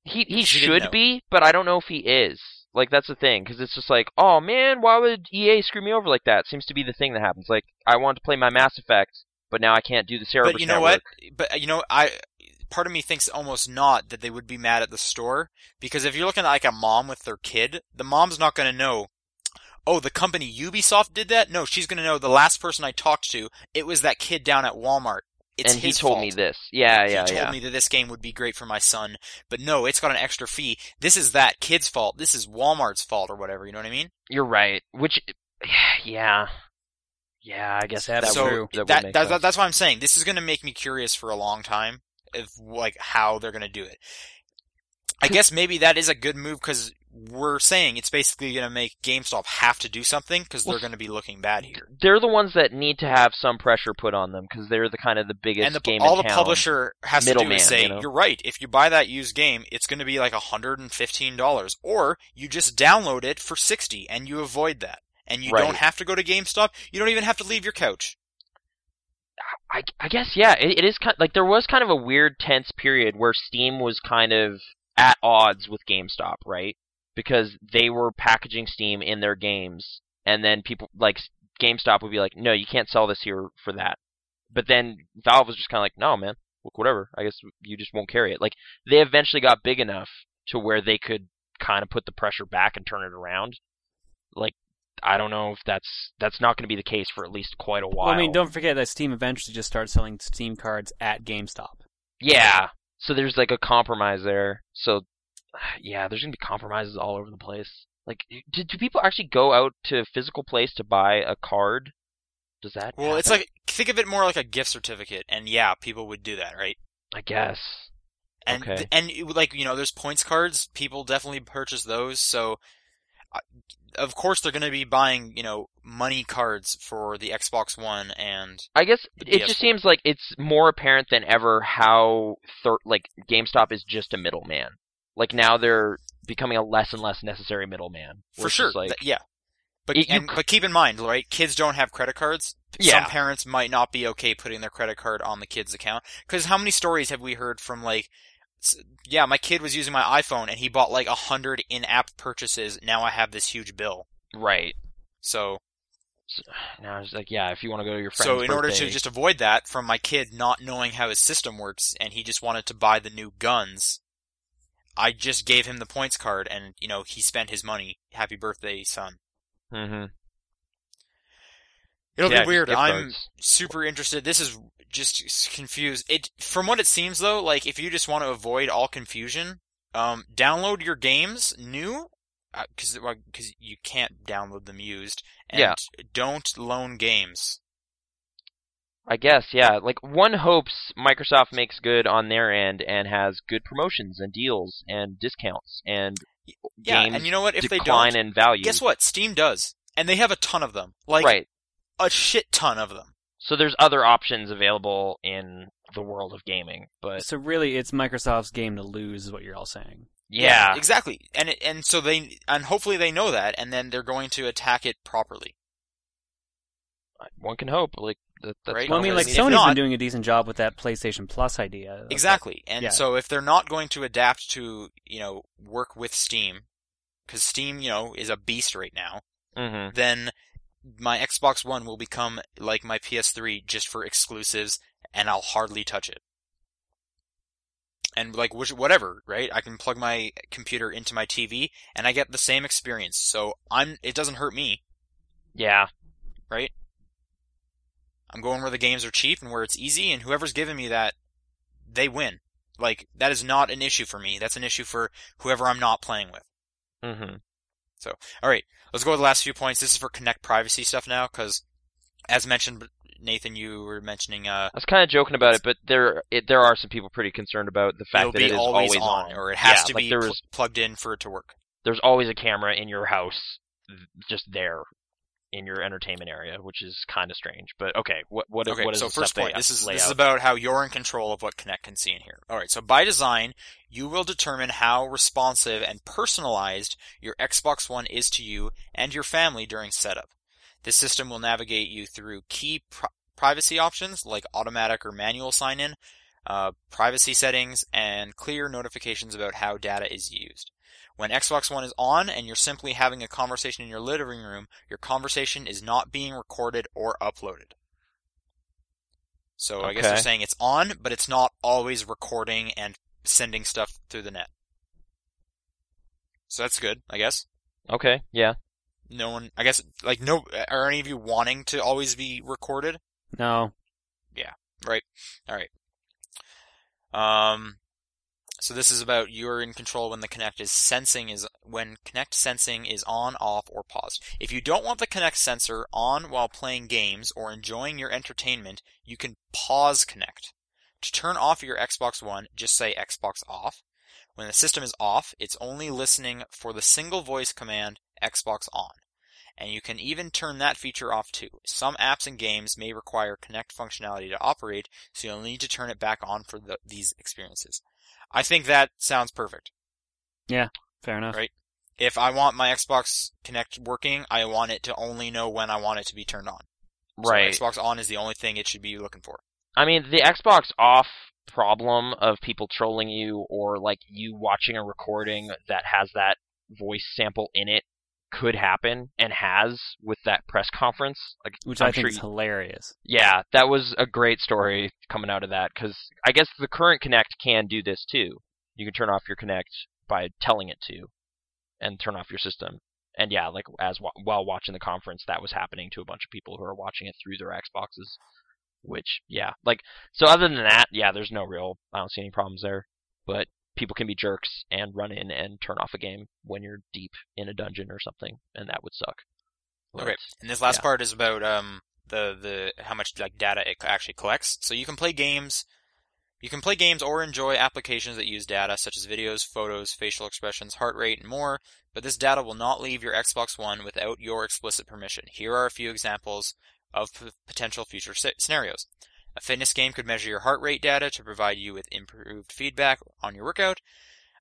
S1: He he
S2: She didn't know.
S1: should be, but I don't know if he is. Like that's the thing, because it's just like, oh man, why would EA screw me over like that? Seems to be the thing that happens. Like I wanted to play my Mass Effect, but now I can't do the Cerebus
S2: but you know
S1: Network.
S2: what? But uh, you know, I part of me thinks almost not that they would be mad at the store because if you're looking at like a mom with their kid, the mom's not going to know. Oh, the company Ubisoft did that. No, she's going to know the last person I talked to. It was that kid down at Walmart. It's
S1: and
S2: his
S1: he told
S2: fault.
S1: me this. Yeah, yeah,
S2: he told
S1: yeah.
S2: me that this game would be great for my son, but no, it's got an extra fee. This is that kid's fault. This is Walmart's fault or whatever. You know what I mean?
S1: You're right. Which, (sighs) yeah, yeah. I guess
S3: Sad
S1: that
S3: but
S2: so
S1: would, that, would
S2: that,
S1: make
S2: that-
S1: sense.
S2: that's why I'm saying this is going to make me curious for a long time of like how they're going to do it. I guess maybe that is a good move because we're saying it's basically going to make GameStop have to do something because
S1: Well,
S2: they're going to be looking bad here.
S1: They're the ones that need to have some pressure put on them because they're the kind of the biggest
S2: And the,
S1: game
S2: all
S1: in
S2: the
S1: town.
S2: publisher has to do
S1: Middleman,
S2: is say,
S1: you know?
S2: are right. If you buy that used game, it's going to be like $115, or you just download it for 60 and you avoid that. And you
S1: Right.
S2: don't have to go to GameStop. You don't even have to leave your couch.
S1: I, I guess yeah, it, it is kind like there was kind of a weird tense period where Steam was kind of at odds with GameStop, right? Because they were packaging Steam in their games, and then people like s- GameStop would be like, "No, you can't sell this here for that." But then Valve was just kind of like, "No, man, look, whatever. I guess you just won't carry it." Like they eventually got big enough to where they could kind of put the pressure back and turn it around. Like I don't know if that's that's not going to be the case for at least quite a while.
S3: well, I mean, don't forget that Steam eventually just started selling Steam cards at GameStop.
S1: Yeah. So there's like a compromise there. So (sighs) yeah, there's gonna be compromises all over the place. Like, do, do people actually go out to a physical place to buy a card? Does that?
S2: Well, it's
S1: happen?
S2: like, think of it more like a gift certificate. And yeah, people would do that, right?
S1: I guess.
S2: and
S1: Okay.
S2: th- and it- like you know there's points cards people definitely purchase those so I- of course they're going to be buying you know money cards for the xbox one and
S1: I guess
S2: The
S1: it just
S2: PS4.
S1: seems like it's more apparent than ever how thir- like GameStop is just a middleman. Like now they're becoming a less and less necessary middleman. where
S2: for
S1: it's
S2: sure
S1: just Like,
S2: th- yeah but
S1: It- you
S2: and, but keep in mind right kids don't have credit cards
S1: Yeah.
S2: some parents might not be okay putting their credit card on the kid's account because how many stories have we heard from like s- yeah my kid was using my iphone and he bought like a hundred in-app purchases now i have this huge bill
S1: right.
S2: so
S1: Now it's like, yeah, if you want to go to your friend's
S2: So in order to
S1: birthday-
S2: just avoid that from my kid not knowing how his system works and he just wanted to buy the new guns, I just gave him the points card and you know he spent his money. Happy birthday, son.
S1: Mhm.
S2: It'll
S1: Yeah,
S2: be weird.
S1: gift
S2: I'm
S1: cards.
S2: super interested. This is just s- confused. It from what it seems though, like if you just want to avoid all confusion, um, download your games new uh, because because you can't download them used. And
S1: Yeah.
S2: Don't loan games.
S1: I guess, yeah. Like one hopes Microsoft makes good on their end and has good promotions and deals and discounts and
S2: Yeah,
S1: games
S2: and you know what? If they don't,
S1: decline in value.
S2: Guess what? Steam does. and they have a ton of them, like
S1: right.
S2: a shit ton of them.
S1: So there's other options available in the world of gaming, but
S3: So really, it's Microsoft's game to lose, is what you're all saying.
S1: yeah,
S2: exactly. And it, and so they and hopefully they know that, and then they're going to attack it properly.
S1: one can hope. Like that, that's
S2: Right.
S1: not
S3: Well, I mean,
S1: what
S3: like
S2: If
S1: needed.
S3: Sony's
S2: not-
S3: been doing a decent job with that PlayStation Plus idea.
S2: Exactly. And
S3: Yeah.
S2: so if they're not going to adapt to, you know, work with Steam, because Steam, you know, is a beast right now,
S1: Mhm.
S2: then my Xbox One will become like my PS3 just for exclusives, and I'll hardly touch it. And like which, whatever, right? I can plug my computer into my TV, and I get the same experience. So I'm it doesn't hurt me.
S1: yeah,
S2: I'm going where the games are cheap and where it's easy, and whoever's giving me that, they win. Like that is not an issue for me. That's an issue for whoever I'm not playing with.
S1: hmm
S2: All right, let's go to the last few points. This is for Connect privacy stuff now, because as mentioned, Nathan, you were mentioning uh,
S1: I was kind of joking about it, but there it, there are some people pretty concerned about the fact
S2: it'll
S1: that
S2: be
S1: it is
S2: always, on,
S1: on,
S2: or it has
S1: Yeah,
S2: to
S1: like
S2: be
S1: there
S2: pl-
S1: was-
S2: plugged in for it to work.
S1: there's always a camera in your house, th- just there, in your entertainment area, which is kind of strange. But okay, what what
S2: Okay,
S1: what is
S2: so
S1: the
S2: first
S1: stuff
S2: point.
S1: they-
S2: This is
S1: lay
S2: this is
S1: out?
S2: about how you're in control of what Connect can see and hear. All right, so by design, you will determine how responsive and personalized your Xbox One is to you and your family during setup. This system will navigate you through key pri- privacy options like automatic or manual sign-in, uh, privacy settings, and clear notifications about how data is used. When Xbox One is on and you're simply having a conversation in your living room, your conversation is not being recorded or uploaded. So I guess they're
S1: Okay.
S2: saying it's on, but it's not always recording and sending stuff through the net. So that's good, I guess.
S1: okay, yeah,
S2: No one, I guess, like, no, are any of you wanting to always be recorded?
S3: No,
S2: Um, so this is about you're in control when the connect is sensing is when connect sensing is on, off, or paused. If you don't want the connect sensor on while playing games or enjoying your entertainment, you can pause connect. To turn off your Xbox One, just say Xbox off. When the system is off, it's only listening for the single voice command Xbox on. And you can even turn that feature off too. Some apps and games may require connect functionality to operate, so you'll need to turn it back on for the, these experiences. I think that sounds perfect.
S3: fair enough.
S2: Right. If I want my Xbox Connect working, I want it to only know when I want it to be turned on. So
S1: right.
S2: Xbox on is the only thing it should be looking for.
S1: I mean, the Xbox off problem of people trolling you or like you watching a recording that has that voice sample in it could happen and has with that press conference. Like,
S3: Which
S1: I'm
S3: i think
S1: sure
S3: is
S1: you-
S3: hilarious.
S1: yeah, that was a great story coming out of that because I guess the current Connect can do this too. You can turn off your Connect by telling it to, and turn off your system. And yeah, like as wa- while watching the conference, that was happening to a bunch of people who are watching it through their Xboxes. Which yeah, like so. Other than that, yeah, there's no real. I don't see any problems there. But people can be jerks and run in and turn off a game when you're deep in a dungeon or something, and that would suck. But-
S2: Okay. And this last
S1: Yeah.
S2: part is about um the the how much like data it actually collects. So you can play games, you can play games or enjoy applications that use data such as videos, photos, facial expressions, heart rate, and more. But this data will not leave your Xbox One without your explicit permission. Here are a few examples of p- potential future sce- scenarios. A fitness game could measure your heart rate data to provide you with improved feedback on your workout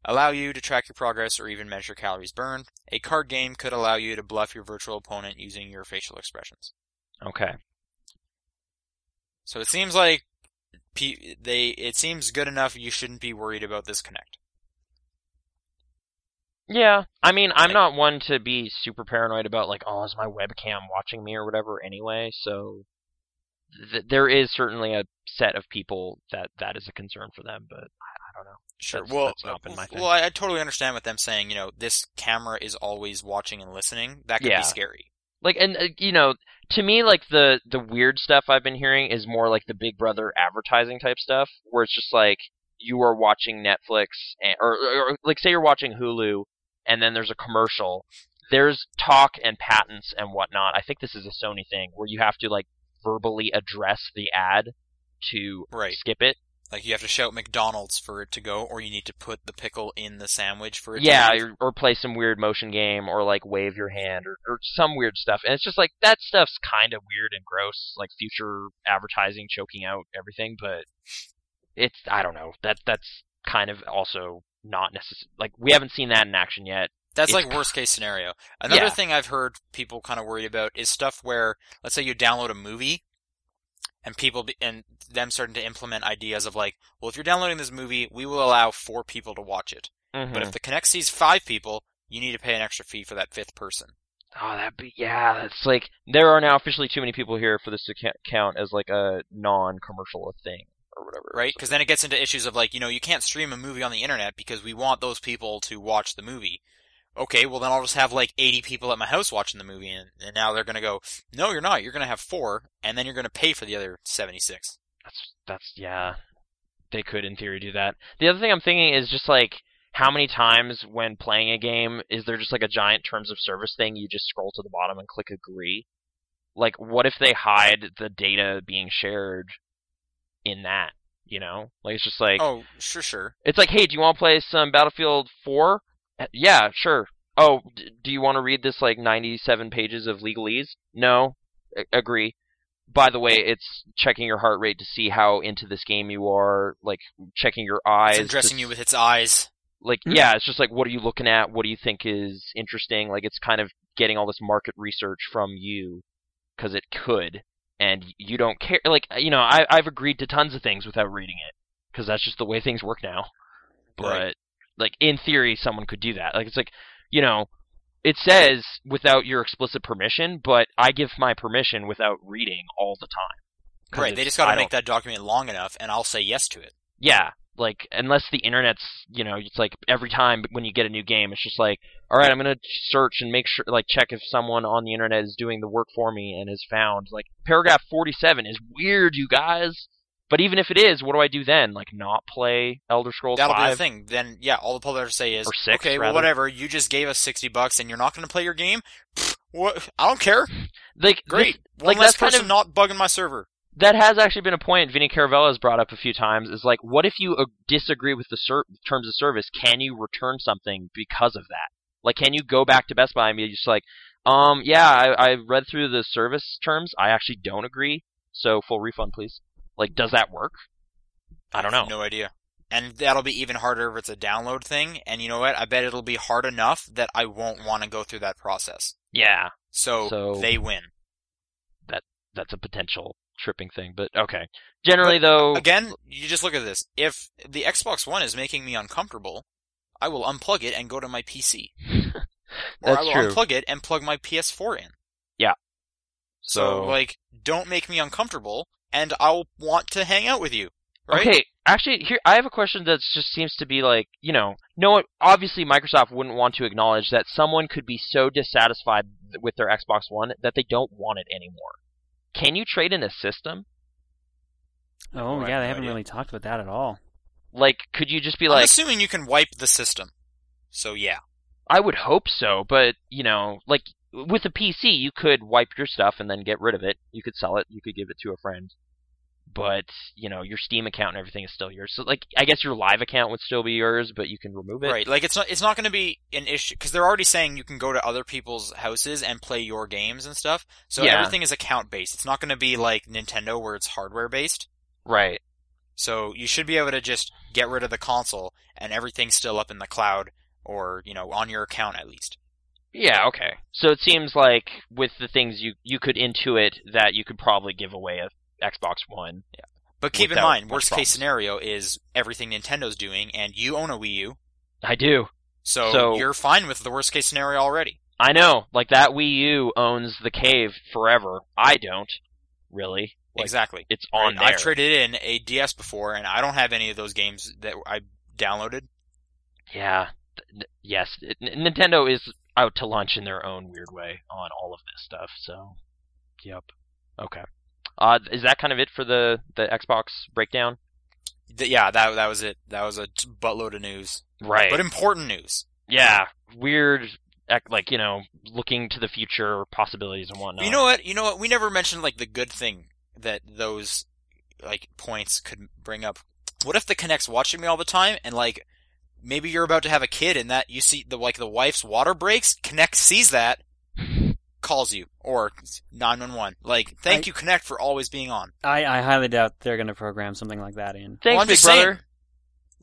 S2: allow you to track your progress or even measure calories burned. A card game could allow you to bluff your virtual opponent using your facial expressions.
S1: Okay.
S2: So it seems like pe- they it seems good enough you shouldn't be worried about this connect.
S1: Yeah, I mean, I'm
S2: Like-
S1: not one to be super paranoid about like, oh, is my webcam watching me or whatever. Anyway, so th- there is certainly a set of people that that is a concern for them, but I, I don't know.
S2: Sure.
S1: That's-
S2: well,
S1: that's not been my thing.
S2: well, I, I totally understand what them saying. You know, this camera is always watching and listening. That could
S1: Yeah.
S2: be scary.
S1: Like, and uh, you know, to me, like the the weird stuff I've been hearing is more like the Big Brother advertising type stuff, where it's just like you are watching Netflix, and, or, or, or like say you're watching Hulu, and then there's a commercial. There's talk and patents and whatnot. I think this is a Sony thing where you have to like verbally address the ad to
S2: Right.
S1: skip it.
S2: Like you have to shout McDonald's for it to go, or you need to put the pickle in the sandwich for it.
S1: yeah,
S2: to land.
S1: or, or play some weird motion game, or like wave your hand, or, or some weird stuff. And it's just like that stuff's kind of weird and gross, like future advertising choking out everything. But it's I don't know that that's kind of also not necessary. Like we haven't seen that in action yet.
S2: That's
S1: It's
S2: like worst case scenario. Another
S1: Yeah.
S2: thing I've heard people kind of worried about is stuff where, let's say you download a movie, and people be, and them starting to implement ideas of like, well, if you're downloading this movie, we will allow four people to watch it,
S1: Hmm.
S2: but if the Kinect sees five people, you need to pay an extra fee for that fifth person.
S1: Oh, that be yeah. That's like there are now officially too many people here for this to ca- count as like a non-commercial thing or whatever.
S2: right? Because then it gets into issues of like, you know, you can't stream a movie on the internet because we want those people to watch the movie. Okay, well then I'll just have like 80 people at my house watching the movie, and, and now they're gonna go, no, you're not. You're gonna have four, and then you're gonna pay for the other 76.
S1: That's that's yeah. They could in theory do that. The other thing I'm thinking is just like how many times when playing a game is there just like a giant terms of service thing you just scroll to the bottom and click agree? Like what if they hide the data being shared in that, you know? Like it's just like
S2: Oh, sure, sure.
S1: it's like, "Hey, do you want to play some Battlefield 4?" Uh, Yeah, sure. Oh, d- do you want to read this like 97 pages of legalese? No. A- agree. By the way, it's checking your heart rate to see how into this game you are, like checking your eyes.
S2: It's
S1: to
S2: addressing you
S1: s-
S2: with its eyes.
S1: like
S3: Hmm.
S1: yeah, it's just like what are you looking at? What do you think is interesting? Like it's kind of getting all this market research from you because it could, and you don't care. Like you know, I I've agreed to tons of things without reading it because that's just the way things work now. But
S2: Right.
S1: like in theory, someone could do that. Like it's like you know. It says without your explicit permission, but I give my permission without reading all the time. 'Cause
S2: Right. They
S1: it's-
S2: just
S1: I
S2: gotta
S1: don't
S2: make that document long enough, and I'll say yes to it.
S1: yeah like unless the internet's you know it's like every time when you get a new game it's just like all right i'm going to search and make sure like check if someone on the internet is doing the work for me and has found like paragraph 47 is weird you guys but even if it is what do i do then like not play elder scrolls
S2: That'll be the
S1: 5
S2: thing. Then, yeah, all the publishers say is,
S1: Or six,
S2: okay, well,
S1: rather.
S2: whatever. You just gave us 60 bucks, and you're not gonna play your game. Pfft, what? I
S1: (laughs)
S2: don't care.
S1: like
S2: Great.
S1: this-
S2: One
S1: like,
S2: less
S1: that's kind
S2: person
S1: of-
S2: not bugging my server.
S1: that has actually been a point Vinny Caravella has brought up a few times is like what if you uh, disagree with the ser- terms of service can you return something because of that like can you go back to Best Buy and be just like um yeah I, I read through the service terms I actually don't agree so full refund please like does that work I don't know
S2: No idea. And that'll be even harder if it's a download thing. And you know what? I bet it'll be hard enough that I won't want to go through that process.
S1: yeah
S2: So,
S1: So-
S2: they win.
S1: that's a potential tripping thing but okay generally though
S2: Again, you just look at this. If the Xbox One is making me uncomfortable, I will unplug it and go to
S1: (laughs)
S2: my PC. Or I
S1: That's
S2: will
S1: true.
S2: unplug it and plug my PS4 in. So,
S1: so
S2: like, don't make me uncomfortable, and I'll want to hang out with you. Right?
S1: Okay, actually, here I have a question that just seems to be like, you know, no, one- obviously Microsoft wouldn't want to acknowledge that someone could be so dissatisfied th- with their Xbox One that they don't want it anymore. Can you trade in a system?
S3: Oh,
S2: Oh, I have
S3: yeah, they
S2: no
S3: haven't
S2: idea.
S3: really talked about that at all.
S1: Like, could you just be
S2: I'm
S1: like,
S2: assuming you can wipe the system. So, yeah.
S1: I would hope so, but you know, like with a PC, you could wipe your stuff and then get rid of it. You could sell it. You could give it to a friend. But you know, your Steam account and everything is still yours. So, like, I guess your Live account would still be yours, but you can remove it.
S2: Right, like it's not it's not going to be an issue because they're already saying you can go to other people's houses and play your games and stuff. So
S1: Yeah.
S2: everything is account based. It's not going to be like Nintendo where it's hardware based.
S1: Right.
S2: So you should be able to just get rid of the console and everything's still up in the cloud or you know on your account at least.
S1: Yeah, okay. So it seems like with the things you you could intuit that you could probably give away a Xbox One.
S2: But keep in
S1: Without
S2: mind,
S1: much
S2: worst
S1: problems.
S2: case scenario is everything Nintendo's doing, and you own a Wii U,
S1: I do.
S2: so,
S1: So-
S2: you're fine with the worst case scenario already.
S1: I know. Like that Wii U owns the cave forever. I don't really. Like,
S2: exactly.
S1: It's on
S2: I've
S1: there.
S2: traded in a DS before, and I don't have any of those games that I downloaded.
S1: yeah. Th- th- yes. It- N- Nintendo is out to lunch in their own weird way on all of this stuff. So, yep. Okay. Uh, is that kind of it for the the Xbox breakdown?
S2: Th- yeah, that that was it. That was a t- buttload of news,
S1: Right.
S2: but important news.
S1: yeah, weird, ec- like you know, looking to the future possibilities and whatnot.
S2: You know what? You know what? We never mentioned like the good thing that those like points could bring up. what if the Kinect's watching me all the time and like maybe you're about to have a kid and that you see the like the wife's water breaks, Kinect sees that, calls you or 911. Like, thank
S3: I-
S2: you Kinect for always being on.
S3: I, I highly doubt they're going to program something like that in.
S2: Well,
S1: (sighs) Thanks,
S2: I'm
S1: big
S2: just
S1: brother.
S2: saying.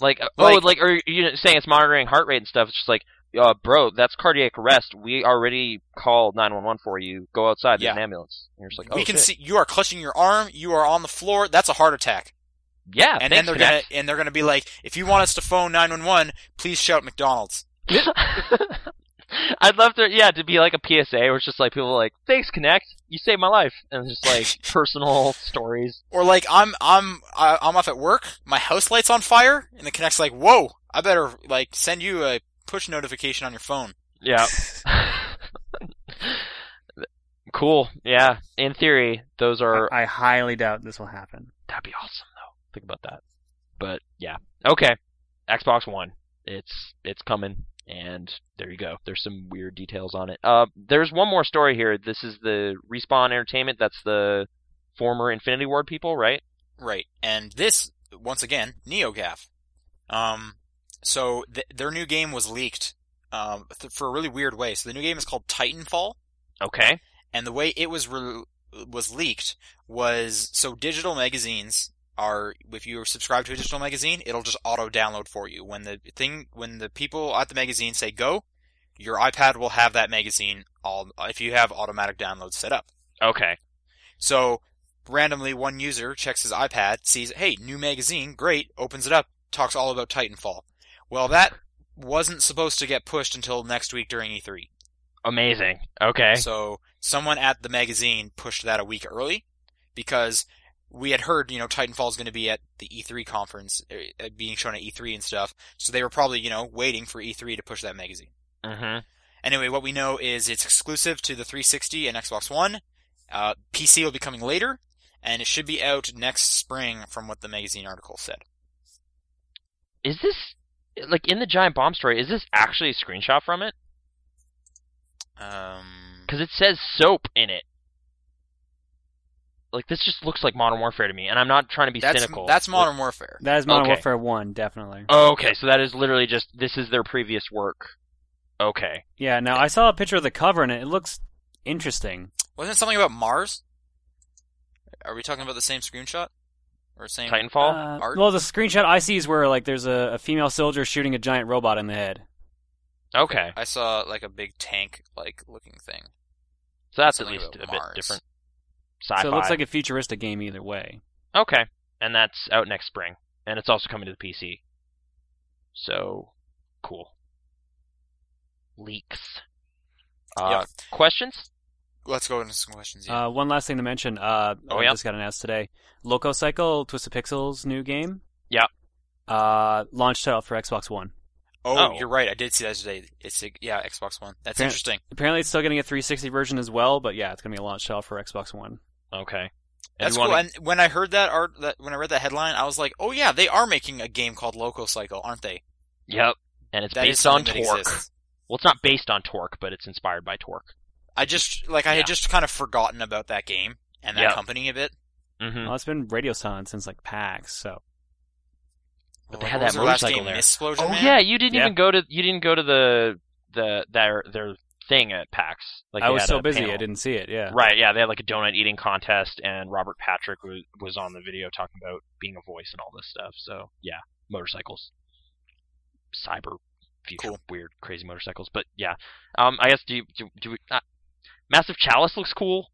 S1: Like, uh,
S2: Like-
S1: oh, like, or you know, saying it's monitoring heart rate and stuff. It's just like, uh, bro, that's cardiac arrest. We already called nine one one for you. Go outside. There's
S2: Yeah.
S1: an ambulance. And you're just like, oh,
S2: we can
S1: shit.
S2: see you are clutching your arm, you are on the floor, that's a heart attack.
S1: Yeah,
S2: and then
S1: thanks,
S2: they're
S1: Kinect.
S2: gonna and they're gonna be like, if you want us to phone 911, please shout McDonald's.
S1: (laughs) I'd love to, yeah, to be like a PSA where it's just like people are like, thanks, Connect, you saved my life, and it's just
S2: (laughs)
S1: like personal stories.
S2: Or like I'm I'm I- I'm off at work, my house light's on fire, and the Kinect's like, whoa, I better like send you a push notification on your phone.
S1: Yeah. cool. Yeah. In theory, those are
S3: (laughs) I, I highly doubt this will happen.
S1: that'd be awesome though. Think about that. But yeah. Okay. Xbox One. It's it's coming. And there you go. There's some weird details on it. Uh, there's one more story here. This is the Respawn Entertainment. That's the former Infinity Ward people, right?
S2: Right. And this, once again, NeoGAF. Um, so th- their new game was leaked um, th- for a really weird way. So the new game is called Titanfall,
S1: Okay.
S2: and the way it was re- was leaked was so digital magazines are if you subscribe to a digital magazine, it'll just auto download for you. When the thing when the people at the magazine say go, your iPad will have that magazine all if you have automatic download set up.
S1: Okay.
S2: So randomly, one user checks his iPad, sees, hey, new magazine, great, opens it up, talks all about Titanfall. Well, that wasn't supposed to get pushed until next week during E E3.
S1: Amazing. Okay.
S2: So someone at the magazine pushed that a week early because we had heard, you know, Titanfall is going to be at the E3 conference, uh, uh, being shown at E3 and stuff. So they were probably, you know, waiting for E3 to push that magazine.
S1: hmm
S2: Anyway, what we know is it's exclusive to the 360 and Xbox One. Uh, PC will be coming later, and it should be out next spring, from what the magazine article said.
S1: Is this like in the giant bomb story? Is this actually a screenshot from it?
S2: Um,
S1: Because it says soap in it. Like this just looks like Modern Warfare to me, and I'm not trying to be
S2: that's
S1: cynical.
S2: that's Modern Warfare.
S3: That is Modern
S1: Okay.
S3: Warfare 1, definitely.
S1: Oh, okay, so that is literally just this is their previous work. Okay.
S3: Yeah, now I saw a picture of the cover and it, it looks interesting.
S2: Wasn't it something about Mars? Are we talking about the same screenshot or same?
S1: Titanfall?
S3: Uh,
S2: art?
S3: well, the screenshot I see is where like there's a, a female soldier shooting a giant robot in the head.
S1: okay.
S2: I saw like a big tank like looking thing.
S1: So that's at
S2: something
S1: least a
S2: about
S1: bit
S2: Mars.
S1: different. Sci-fi.
S3: So it looks like a futuristic game either way.
S1: Okay. And that's out next spring. And it's also coming to the PC. So cool. Leaks. Uh, questions?
S2: Let's go into some questions. Yeah.
S3: Uh, one last thing to mention. Uh,
S1: Oh,
S3: that
S1: yeah.
S3: just got announced today. Loco Cycle, Twisted Pixel's new game.
S1: Yeah.
S3: Uh, launched out for Xbox One.
S2: oh,
S1: oh.
S2: you're right. I did see that today. It's a, yeah, Xbox One. That's
S3: Yeah.
S2: interesting.
S3: Apparently, it's still getting a 360 version as well, but yeah, it's gonna be launched out for Xbox One.
S1: Okay. And
S2: That's
S1: you wanna-
S2: cool. And when I heard that art, that when I read that headline, I was like, "Oh yeah, they are making a game called Loco Cycle, aren't they?"
S1: Yep. And it's
S2: That is
S1: based on
S2: something
S1: Torque.
S2: that exists.
S1: Well, it's not based on Torque, but it's inspired by Torque.
S2: I just like I
S1: Yeah.
S2: had just kind of forgotten about that game and that
S1: Yeah.
S2: company a bit.
S1: Mm-hmm.
S3: Well, it's been radio silent since like PAX, so
S1: But they
S2: Like,
S1: had
S2: what was
S1: that
S2: their last
S1: motorcycle
S2: game?
S1: there.
S2: Missplosion
S1: Oh
S2: Man?
S1: yeah, you didn't
S3: Yeah.
S1: even go to you didn't go to the the their their thing at PAX. Like
S3: I
S1: they
S3: was
S1: had
S3: so
S1: a
S3: busy
S1: panel.
S3: I didn't see it. Yeah.
S1: Right, yeah, they had like a donut eating contest, and Robert Patrick was, was on the video talking about being a voice and all this stuff. So yeah, motorcycles, cyber future,
S2: Cool.
S1: weird, crazy motorcycles. But yeah, um, I guess do you, do, do we, uh, Massive Chalice looks cool,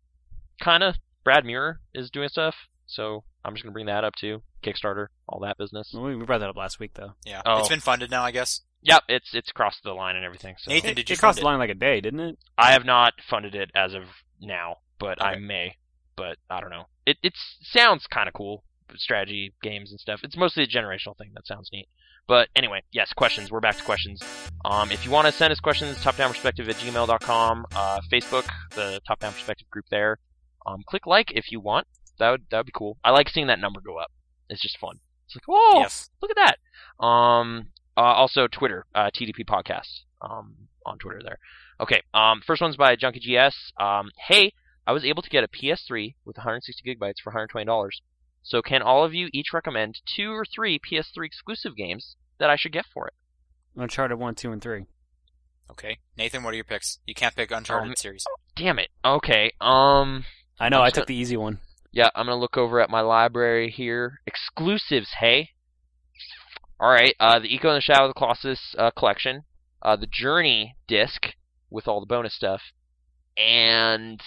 S1: kind of. Brad Muir is doing stuff, so I'm just gonna bring that up too. Kickstarter, all that business.
S2: Mm.
S3: We we brought that up last week though.
S2: Yeah.
S1: Oh.
S2: It's been funded now, I guess.
S1: Yep, it's it's crossed the line and everything. So
S2: Nathan,
S3: it,
S2: did you
S3: it cost
S2: fund
S3: the line like a day, didn't it?
S1: I have not funded it as of now, but I
S2: Okay.
S1: may. But I don't know. It it sounds kind of cool, strategy games and stuff. It's mostly a generational thing. That sounds neat. But anyway, yes, questions. We're back to questions. Um, if you want to send us questions, topdownperspective at gmail.com, uh, Facebook, the Top Down Perspective group there. Um, click like if you want. That would that would be cool. I like seeing that number go up. It's just fun. It's like, whoa,
S2: Yes.
S1: look at that. Um, uh, also Twitter, uh, TDP podcast, um, on Twitter there. Okay. Um, first one's by Junkie GS. Um, hey, I was able to get a PS3 with 160 gigabytes for 120 dollars. So can all of you each recommend two or three PS3 exclusive games that I should get for it?
S3: Uncharted 1, 2, and 3.
S2: Okay, Nathan, what are your picks? You can't pick Uncharted
S1: Um,
S2: series.
S1: Damn it. Okay. Um.
S3: I know, I
S1: Uncharted-
S3: took the easy one.
S1: Yeah, I'm gonna look over at my library here. Exclusives, hey. All right, uh, the Eco and the Shadow of the Colossus uh, collection, uh, the Journey disc with all the bonus stuff, and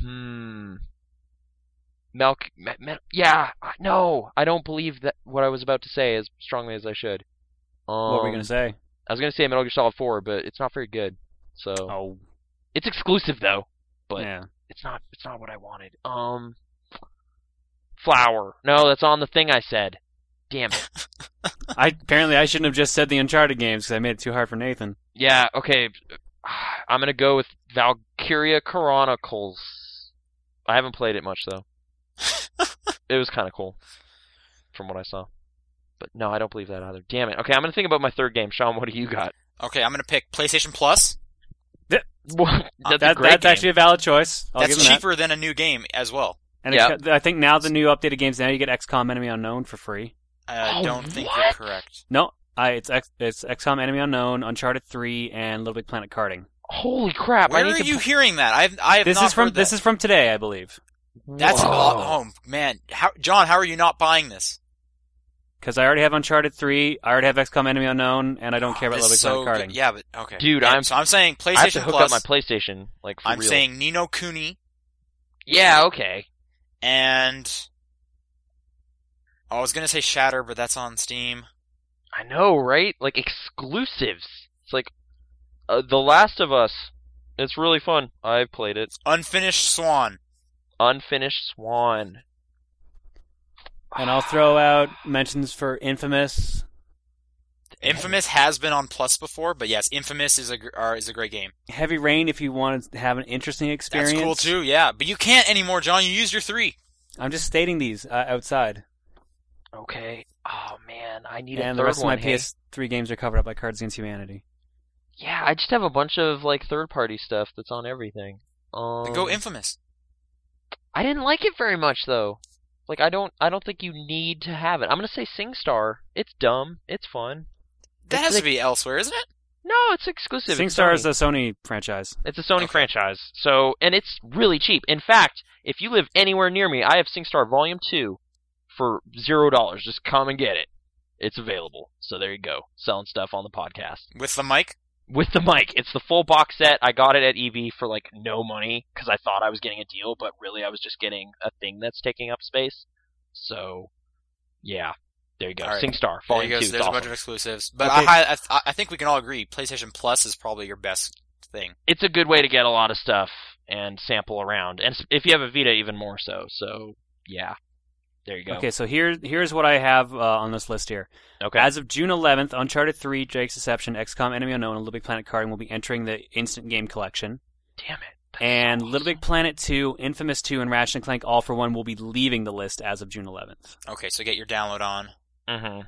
S1: hmm, Melk. Me, me, yeah, I- no, I don't believe that what I was about to say as strongly as I should. Um,
S3: what were we going to say?
S1: I was gonna say Metal Gear Solid 4, but it's not very good. So
S3: Oh,
S1: it's exclusive though but-
S3: yeah.
S1: it's not it's not what I wanted. Um flower. No, that's on the thing I said. Damn it.
S3: I Apparently, I shouldn't have just said the Uncharted games because I made it too hard for Nathan.
S1: yeah, okay. (sighs) I'm going to go with Valkyria Chronicles. I haven't played it much though. it was kind of cool from what I saw. But no, I don't believe that either. Damn it. Okay, I'm going to think about my third game. Sean, what do you got? (laughs)
S2: Okay, I'm gonna pick PlayStation Plus.
S1: What?
S2: Uh,
S1: that's a
S3: That,
S1: great
S3: that's
S1: game.
S3: actually a valid choice. I'll give
S2: That's
S3: him that.
S2: cheaper than a new game as well.
S3: And
S1: Yeah.
S3: it's got- I think now the new updated games now you get XCOM Enemy Unknown for free.
S2: I
S1: Oh,
S2: Uh, don't think you're
S1: what?
S2: correct.
S3: No, I it's X, it's XCOM Enemy Unknown, Uncharted Three, and Little Big Planet Karting.
S1: Holy crap.
S2: Where
S1: I need
S2: are
S1: to
S2: you hearing that? I've I have
S3: This
S2: not
S3: is from
S2: heard
S3: this
S2: that.
S3: is from today, I believe,
S2: That's
S1: Whoa.
S2: aw- oh man, how, John, how are you not buying this?
S3: because I already have Uncharted Three, I already have XCOM Enemy Unknown, and I don't care about
S2: Oh, This
S3: Little Big
S2: is so
S3: Planet
S2: good.
S3: Karting.
S2: Yeah, but okay,
S1: Dude,
S2: Yeah,
S1: I'm-
S2: so I'm saying Oh, PlayStation
S1: I have to hook
S2: Plus.
S1: up my PlayStation like for
S2: I'm
S1: real.
S2: saying Nino Cooney
S1: Yeah, okay.
S2: and oh, I was gonna say Shatter, but that's on Steam.
S1: I know, right? Like exclusives. It's like uh, The Last of Us. It's really fun. I've played it.
S2: Unfinished Swan.
S1: Unfinished Swan.
S3: And I'll throw out mentions for Infamous.
S2: Infamous has been on Plus before, but yes, Infamous is a gr- uh, is a great game.
S3: Heavy Rain, if you want to have an interesting experience.
S2: That's cool too. Yeah, but you can't anymore, John. You used your three.
S3: I'm just stating these uh, outside.
S1: (sighs) Okay. Oh man, I need a
S3: and
S1: third
S3: the rest of
S1: one.
S3: my
S1: hey?
S3: PS3 games are covered up by Cards Against Humanity.
S1: Yeah, I just have a bunch of like third-party stuff that's on everything. Um,
S2: Then
S3: Oh.
S2: go Infamous.
S1: I didn't like it very much though. Like I don't, I don't think you need to have it. I'm gonna say SingStar. It's dumb. It's fun.
S2: That
S1: it's
S2: has to
S1: like-
S2: be elsewhere, isn't it?
S1: No, it's exclusive. It's
S3: SingStar
S1: Sony.
S3: is a Sony franchise.
S1: It's a Sony
S2: Okay.
S1: franchise, so and it's really cheap. In fact, if you live anywhere near me, I have SingStar Volume Two for zero dollars. Just come and get it. It's available. So there you go, selling stuff on the podcast
S2: With the mic.
S1: with the mic. It's the full box set. I got it at EB for like no money because I thought I was getting a deal, but really I was just getting a thing that's taking up space. So, yeah, there you go.
S2: All right.
S1: SingStar
S2: There you
S1: Volume
S2: go.
S1: Two.
S2: So
S1: It's
S2: there's a bunch
S1: awesome.
S2: of exclusives, but
S1: Okay.
S2: I, hi- I, I think we can all agree PlayStation Plus is probably your best thing.
S1: it's a good way to get a lot of stuff and sample around, and s- if you have a Vita, even more so. So yeah, there you go.
S3: Okay, so here here's what I have uh, on this list here.
S1: Okay.
S3: As of June 11th, Uncharted 3, Drake's Deception, XCOM: Enemy Unknown, and Little Big Planet Carding will be entering the Instant Game Collection.
S1: Damn it. That's
S3: And
S1: so awesome.
S3: Little Big Planet 2, Infamous 2, and Ratchet and Clank All for One will be leaving the list as of June 11th.
S2: Okay, so get your download on.
S1: hmm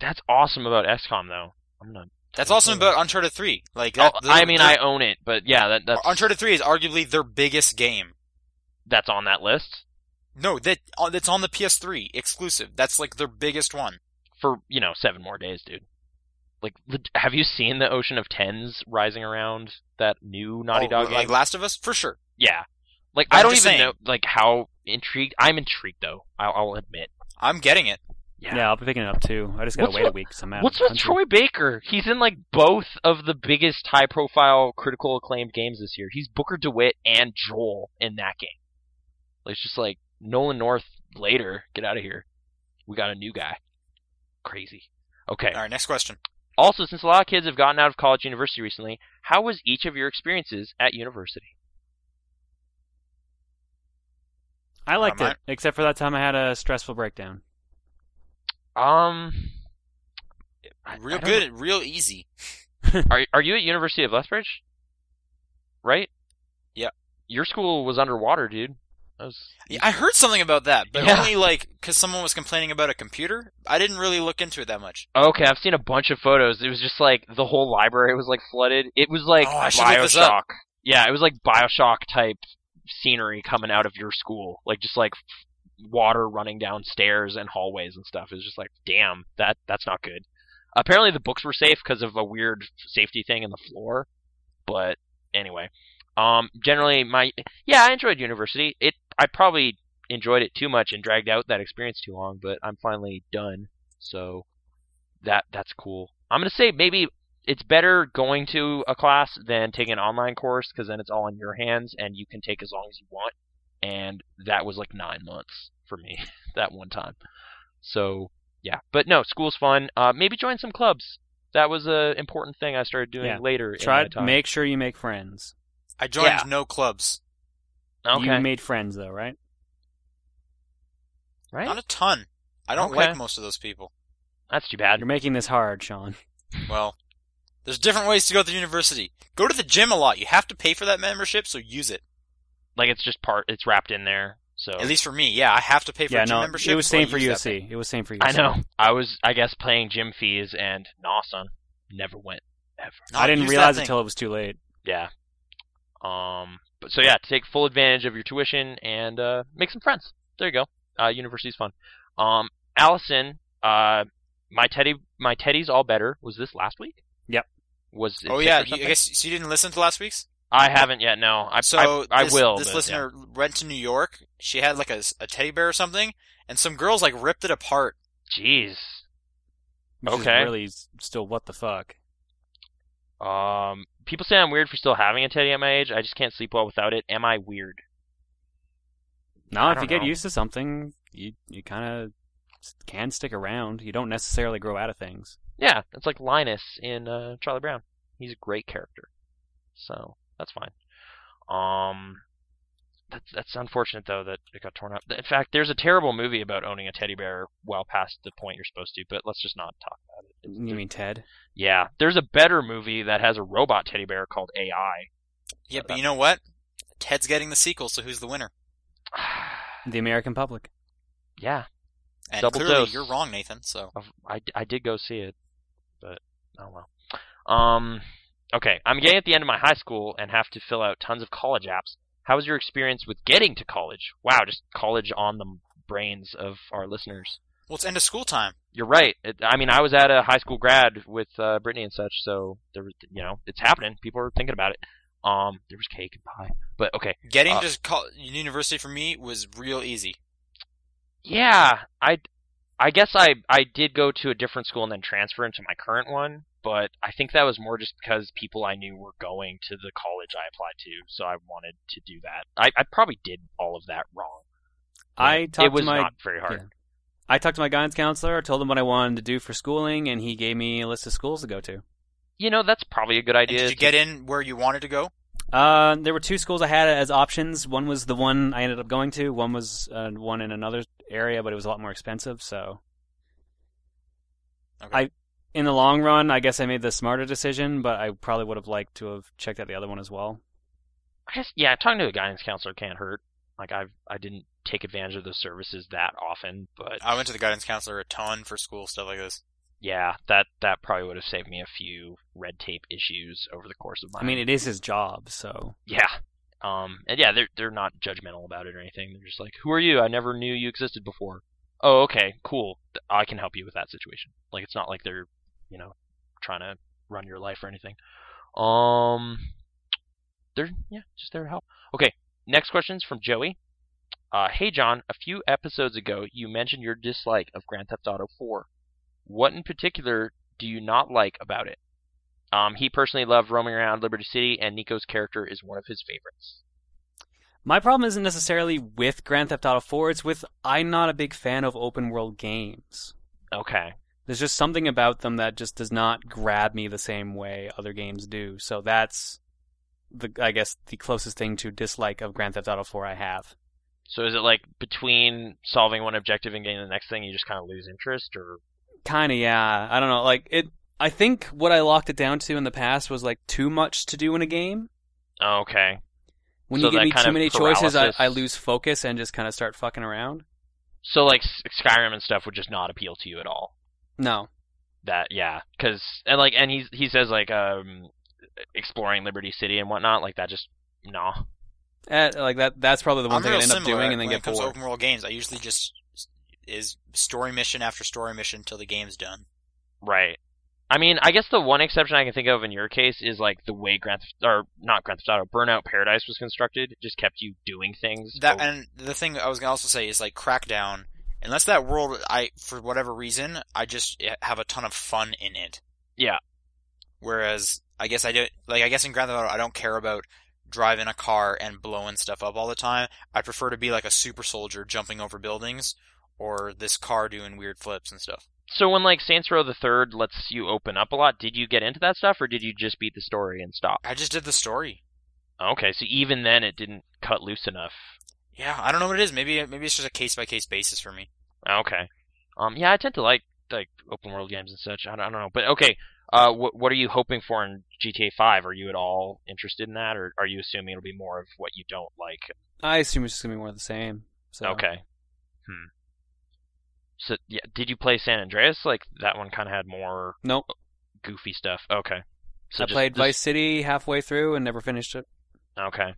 S1: that's awesome about XCOM though. I'm not.
S2: That's
S1: Totally.
S2: awesome about Uncharted Three. Like that,
S1: Oh,
S2: the-
S1: I mean,
S2: the-
S1: I own it, but yeah, that that's
S2: Uncharted Three is arguably their biggest game.
S1: that's on that list
S2: No, that uh, that's on the PS3 exclusive. That's like their biggest one.
S1: for you know seven more days, dude. Like, lit- have you seen the Ocean of Tens rising around that new Naughty
S2: Oh,
S1: Dog?
S2: like
S1: game?
S2: Last of Us for sure.
S1: yeah. Like
S2: I'm
S1: I don't even
S2: just saying.
S1: know like how intrigued I'm intrigued though. I'll, I'll admit.
S2: I'm getting it.
S1: Yeah.
S3: I'll be picking it up too. I just gotta
S1: What's
S3: wait a
S1: with-
S3: week. 'cause I'm out
S1: What's
S3: of the
S1: with
S3: country.
S1: Troy Baker? He's in like both of the biggest high profile critical acclaimed games this year. He's Booker DeWitt and Joel in that game. Like, It's just like Nolan North later, get out of here. We got a new guy. Crazy. Okay.
S2: All right, next question.
S1: Also, since a lot of kids have gotten out of college university recently, how was each of your experiences at university?
S3: I liked
S2: Um, I-
S3: it, except for that time I had a stressful breakdown.
S1: Um I-
S2: Real
S1: I don't
S2: good, real easy.
S1: know. Are are you at University of Lethbridge? Right?
S2: Yeah.
S1: Your school was underwater, dude. That was
S2: Yeah, I heard something about that, but
S1: Yeah.
S2: only like because someone was complaining about a computer. I didn't really look into it that much.
S1: Okay, I've seen a bunch of photos. It was just like the whole library was like flooded. It was like
S2: Oh, I should look this
S1: Bioshock. Yeah, it was like Bioshock type scenery coming out of your school. Like just like f- water running down stairs and hallways and stuff. It's just like, damn, that that's not good. Apparently, the books were safe because of a weird safety thing in the floor. But anyway, um, generally, my yeah, I enjoyed university. It I probably enjoyed it too much and dragged out that experience too long, but I'm finally done. So that that's cool. I'm gonna say maybe it's better going to a class than taking an online course because then it's all in your hands and you can take as long as you want. And that was like nine months for me (laughs) that one time. So yeah, but no, school's fun. Uh, maybe join some clubs. That was an important thing I started doing
S3: Yeah.
S1: later. in
S3: Try
S1: my
S3: to
S1: time.
S3: make sure you make friends.
S2: I joined
S1: Yeah.
S2: no clubs.
S1: okay,
S3: You made friends though, right?
S1: right?
S2: Not a ton. I don't
S1: Okay.
S2: like most of those people.
S1: That's too bad.
S3: You're making this hard, Sean.
S2: Well, there's different ways to go through university. Go to the gym a lot. You have to pay for that membership, so use it.
S1: Like it's just part. It's wrapped in there. So
S2: At least for me, yeah, I have to pay for
S3: Oh. Yeah,
S2: a gym
S3: no,
S2: membership.
S3: it was
S2: so I
S3: same for
S2: use that
S3: USC. It was same for USC.
S1: I know. I was, I guess, paying gym fees and nah, son, never went ever.
S2: thing.
S3: I
S2: Not
S3: didn't
S2: use
S3: realize
S2: that
S3: it
S2: thing.
S3: till it was too late.
S1: Yeah. Um. But so yeah, take full advantage of your tuition and uh, make some friends. There you go. Uh, university's fun. Um, Allison, uh, my teddy, my teddy's all better. Was this last week?
S3: Yep.
S1: Was it
S2: Oh
S1: sick
S3: (laughs)
S1: or
S2: yeah, you- I
S1: something?
S2: guess so. You didn't listen to last week's.
S1: I haven't yet. No, I
S2: so
S1: I, I
S2: this,
S1: will.
S2: This
S1: but, yeah.
S2: listener went to New York. She had like a, s- a teddy bear or something, and some girls like ripped it apart.
S1: Jeez.
S3: Which is
S1: Okay.
S3: really s- still what the fuck.
S1: Um, people say I'm weird for still having a teddy at my age. I just can't sleep well without it. Am I weird?
S3: No,
S1: I
S3: if you
S1: don't
S3: get
S1: know.
S3: used to something, you you kind of can stick around. You don't necessarily grow out of things.
S1: Yeah, it's like Linus in uh, Charlie Brown. He's a great character, so that's fine. Um, that's that's unfortunate though that it got torn up. In fact, there's a terrible movie about owning a teddy bear well past the point you're supposed to. But let's just not talk about it. It's-
S3: You mean Ted?
S1: yeah, there's a better movie that has a robot teddy bear called AI.
S2: Yeah,
S1: Uh,
S2: but you know what? Ted's getting the sequel, so who's the winner?
S3: The American public.
S1: (sighs) yeah,
S2: And
S1: Double
S2: clearly,
S1: dose.
S2: you're wrong, Nathan. So
S1: I've- I, d- I did go see it, but oh well. Um, okay, I'm getting at the end of my high school and have to fill out tons of college apps. How was your experience with getting to college? Wow, just college on the brains of our listeners.
S2: well, it's end of school time.
S1: You're right. It, I mean, I was at a high school grad with uh, Brittany and such, so there was, you know, it's happening. People are thinking about it. Um, there was cake and pie, but okay.
S2: Getting
S1: Uh,
S2: to col- university for me was real easy.
S1: Yeah, I, I guess I I did go to a different school and then transfer into my current one, but I think that was more just because people I knew were going to the college I applied to, so I wanted to do that. I, I probably did all of that wrong.
S3: I
S1: Like,
S3: talked
S1: it was
S3: to my
S1: not very hard.
S3: I talked to my guidance counselor. I told him what I wanted to do for schooling, and he gave me a list of schools to go to.
S1: You know, that's probably a good
S2: And
S1: idea.
S2: did you
S1: to-
S2: get in where you wanted to go?
S3: Uh, there were two schools I had as options. One was the one I ended up going to. One was uh, one in another area, but it was a lot more expensive. So,
S2: Okay.
S3: I- in the long run, I guess I made the smarter decision, but I probably would have liked to have checked out the other one as well.
S1: I guess, yeah, talking to a guidance counselor can't hurt. Like I've I didn't take advantage of those services that often, but
S2: I went to the guidance counselor a ton for school stuff like this.
S1: yeah, that that probably would have saved me a few red tape issues over the course of my
S3: I mean, it is his job, so
S1: Yeah. Um, and yeah, they're they're not judgmental about it or anything. They're just like, "Who are you? I never knew you existed before." Oh, okay, cool. Th- I can help you with that situation. Like, it's not like they're, you know, trying to run your life or anything. Um, they're yeah, just there to help. Okay, next question's from Joey. Uh, hey John, a few episodes ago you mentioned your dislike of Grand Theft Auto 4. What in particular do you not like about it? Um, he personally loved roaming around Liberty City, and Nico's character is one of his favorites.
S3: My problem isn't necessarily with Grand Theft Auto 4, it's with I'm not a big fan of open world games.
S1: Okay.
S3: There's just something about them that just does not grab me the same way other games do. So that's the I guess the closest thing to dislike of Grand Theft Auto 4 I have.
S1: So is it like between solving one objective and getting the next thing, you just kind of lose interest, or
S3: Kind of yeah, I don't know. Like it I think what I locked it down to in the past was like too much to do in a game.
S1: oh, okay?
S3: When
S1: So
S3: you give
S1: that
S3: me
S1: kind
S3: too
S1: of
S3: many choices, I,
S1: paralysis-
S3: I lose focus and just kind of start fucking around.
S1: So like S- Skyrim and stuff would just not appeal to you at all.
S3: No.
S1: That yeah, because and like and he he says like um exploring Liberty City and whatnot, like that just nah.
S3: Eh, like that. That's probably the one
S2: I'm
S3: thing I
S2: real
S3: end up
S2: similar
S3: doing and then
S2: when
S3: get
S2: it comes to
S3: bored.
S2: open world games. I usually just is story mission after story mission till the game's done.
S1: Right. I mean, I guess the one exception I can think of in your case is like the way Grand Theft or not Grand Theft Auto Burnout Paradise was constructed, just kept you doing things.
S2: That
S1: over-
S2: and the thing I was gonna also say is like Crackdown. Unless that world, I for whatever reason, I just eh, have a ton of fun in it.
S1: Yeah.
S2: Whereas I guess I don't like. I guess in Grand Theft Auto, I don't care about driving a car and blowing stuff up all the time. I prefer to be like a super soldier jumping over buildings or this car doing weird flips and stuff.
S1: so when like Saints Row the Third lets you open up a lot, did you get into that stuff or did you just beat the story and stop?
S2: I just did the story.
S1: Okay, so even then it didn't cut loose enough.
S2: Yeah, I don't know what it is. Maybe maybe it's just a case by case basis for me.
S1: Okay. Um. Yeah, I tend to like like open world games and such. I don't, I don't know, but okay. Uh, what what are you hoping for in GTA Five? Are you at all interested in that, or are you assuming it'll be more of what you don't like?
S3: I assume it's just gonna be more of the same. So.
S1: Okay. Hmm. So yeah, did you play San Andreas? Like that one kind of had more
S3: Nope.
S1: goofy stuff. Okay. So
S3: I
S1: just
S3: played
S1: this-
S3: Vice City halfway through and never finished it.
S1: Okay.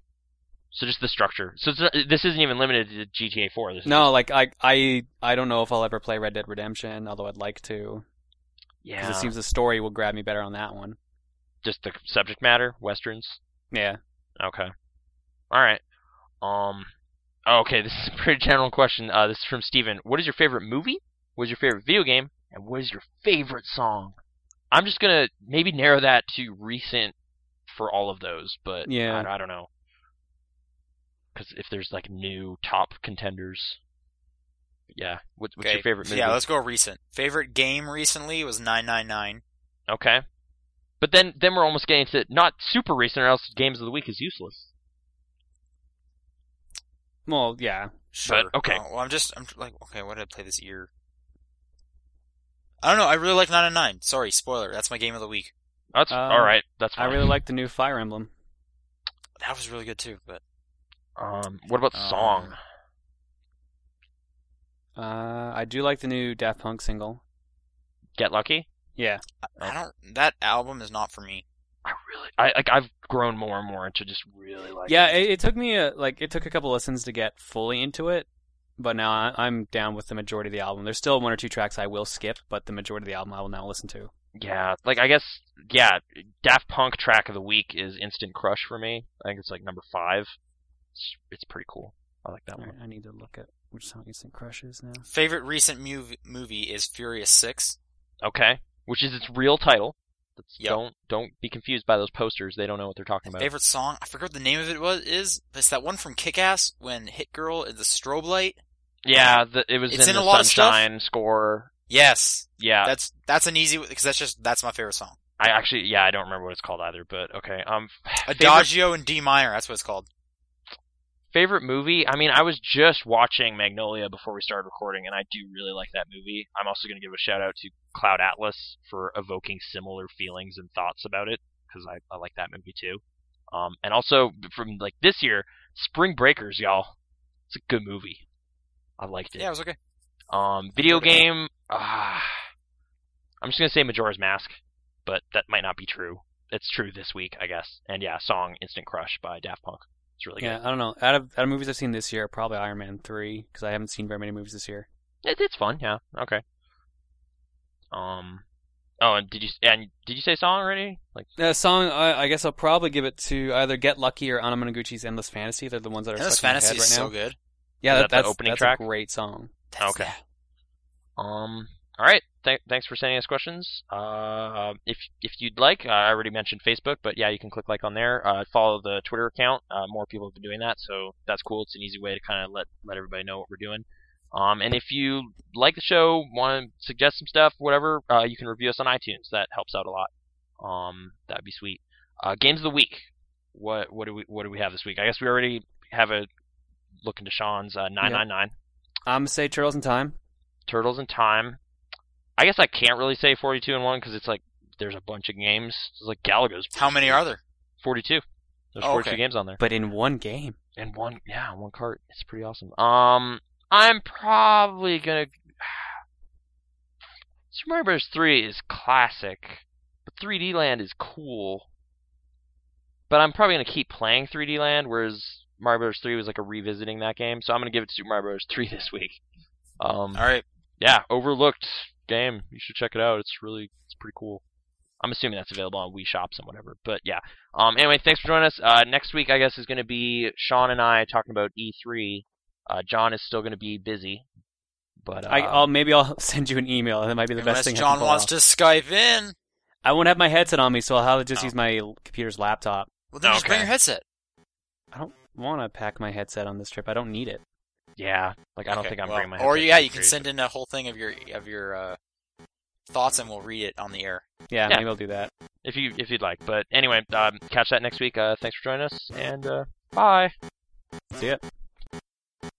S1: So just the structure. So it's not, this isn't even limited to GTA Four. This is
S3: No, like I, I, I don't know if I'll ever play Red Dead Redemption, although I'd like to,
S1: just- yeah.
S3: because it seems the story will grab me better on that one.
S1: just the subject matter, westerns.
S3: Yeah.
S1: Okay. All right. Um. Okay, this is a pretty general question. Uh, this is from Steven. What is your favorite movie? What is your favorite video game? And what is your favorite song? I'm just gonna maybe narrow that to recent for all of those, but
S3: Yeah.
S1: I, I don't know. Because if there's like new top contenders, yeah. What, what's your
S2: Okay.
S1: favorite movie?
S2: Yeah, let's go recent. Favorite game recently was 999.
S1: okay. But then, then we're almost getting to not super recent, or else games of the week is useless.
S3: Well, yeah.
S2: Sure.
S1: okay.
S2: Uh, well, I'm just I'm like okay, what did I play this year? I don't know. I really like 999. Sorry, spoiler. That's my game of the week.
S1: That's
S3: Um,
S1: all right. That's
S3: I
S1: fine.
S3: really like the new Fire Emblem.
S2: That was really good too, but
S1: Um, what about
S2: Um,
S1: song?
S3: Uh, I do like the new Daft Punk single.
S1: Get Lucky.
S3: Yeah.
S2: I, I don't that album is not for me.
S1: I really, I like. I've grown more and more into just really like.
S3: Yeah, it, it took me a, like it took a couple listens to get fully into it, but now I, I'm down with the majority of the album. There's still one or two tracks I will skip, but the majority of the album I will now listen to.
S1: yeah. Like I guess, yeah. Daft Punk track of the week is Instant Crush for me. I think it's like number five. It's, it's pretty cool. I like that
S3: All right,
S1: one.
S3: I need to look at which song Instant Crush is now.
S2: Favorite recent movie movie is Furious 6.
S1: Okay, which is its real title. That's,
S2: Mm. Yep.
S1: Don't don't be confused by those posters. They don't know what they're talking about.
S2: Favorite song? I forgot what the name of it was is, but it's that one from Kick-Ass when Hit Girl is the strobe light.
S1: yeah, the, it was
S2: It's in
S1: the
S2: a lot of stuff.
S1: Sunshine score.
S2: Yes.
S3: Ah.
S1: Yeah,
S2: That's that's an easy because that's just that's my favorite song.
S1: I actually, yeah, I don't remember what it's called either. But okay, um, (sighs) favorite
S2: Adagio and D minor. That's what it's called.
S1: favorite movie i mean i was just watching magnolia before we started recording and i do really like that movie i'm also going to give a shout out to cloud atlas for evoking similar feelings and thoughts about it because I, I like that movie too um, and also from like this year spring breakers y'all it's a good movie i liked it
S2: Yeah, it was okay.
S1: um, video
S2: heard about it.
S1: game ah, i'm just going to say majora's mask but that might not be true it's true this week i guess and yeah song instant crush by daft punk it's really good
S3: yeah, I don't know. Out of out of movies I've seen this year, probably Iron Man three because I haven't seen very many movies this year.
S1: It, it's fun, yeah. Okay. Um. Oh, and did you and did you say song already? Like,
S3: Uh, song I, I guess I'll probably give it to either Get Lucky or Anamanaguchi's Endless Fantasy. They're the ones that are
S2: Endless
S3: stuck in my head
S2: Fantasy
S3: right
S2: is so
S3: now.
S2: good.
S3: Yeah,
S1: Is
S3: that,
S1: that the
S3: that's
S1: opening
S3: that's
S1: track?
S3: a great song.
S2: That's-
S1: Okay.
S2: yeah.
S1: um. All right. Th- thanks for sending us questions. Uh, if if you'd like, uh, I already mentioned Facebook, but yeah, you can click like on there. Uh, follow the Twitter account. Uh, more people have been doing that, so that's cool. It's an easy way to kind of let let everybody know what we're doing. Um, and if you like the show, want to suggest some stuff, whatever, uh, you can review us on iTunes. That helps out a lot. Um, that'd be sweet. Uh, games of the week. What what do we what do we have this week? I guess we already have a look into Sean's uh, nine nine nine.
S3: I'm gonna say Turtles in Time.
S1: Turtles in Time. I guess I can't really say 42 and 1 because it's like there's a bunch of games. It's like Galagos.
S2: How many are there?
S1: 42. There's
S2: Oh,
S1: 42
S2: okay.
S1: games on there.
S3: but in one game.
S1: And one, yeah, one cart. It's pretty awesome. Um, I'm probably gonna. (sighs) Super Mario Bros. 3 is classic, but 3D Land is cool. But I'm probably gonna keep playing 3D Land, whereas Mario Bros. 3 was like a revisiting that game, so I'm gonna give it to Super Mario Bros. 3 (laughs) this week.
S3: Mm.
S1: Um,
S2: All right.
S1: yeah, overlooked game. You should check it out. It's really, it's pretty cool. I'm assuming that's available on Wii Shops and whatever. But yeah. Um. Anyway, thanks for joining us. Uh, next week I guess is gonna be Sean and I talking about E3. Uh, John is still gonna be busy, but uh,
S3: I, I'll maybe I'll (laughs) send you an email. That might be the
S2: Unless
S3: best thing. I can
S2: John
S3: pull
S2: wants
S3: off.
S2: to Skype in.
S3: I won't have my headset on me, so I'll have to just
S2: Oh.
S3: use my l- computer's laptop.
S2: Well, then just bring
S1: Okay.
S2: your headset.
S3: I don't want to pack my headset on this trip. I don't need it.
S1: yeah, like I don't
S2: Okay,
S1: think I'm
S2: well,
S1: bringing my.
S2: Or
S1: headset
S2: yeah,
S1: to
S2: you can
S1: E3.
S2: send in a whole thing of your of your uh, thoughts, and we'll read it on the air.
S3: Yeah,
S1: Yeah.
S3: maybe I'll do that.
S1: if you if you'd like. But anyway, um, catch that next week. Uh, thanks for joining us, and uh, bye.
S3: See ya.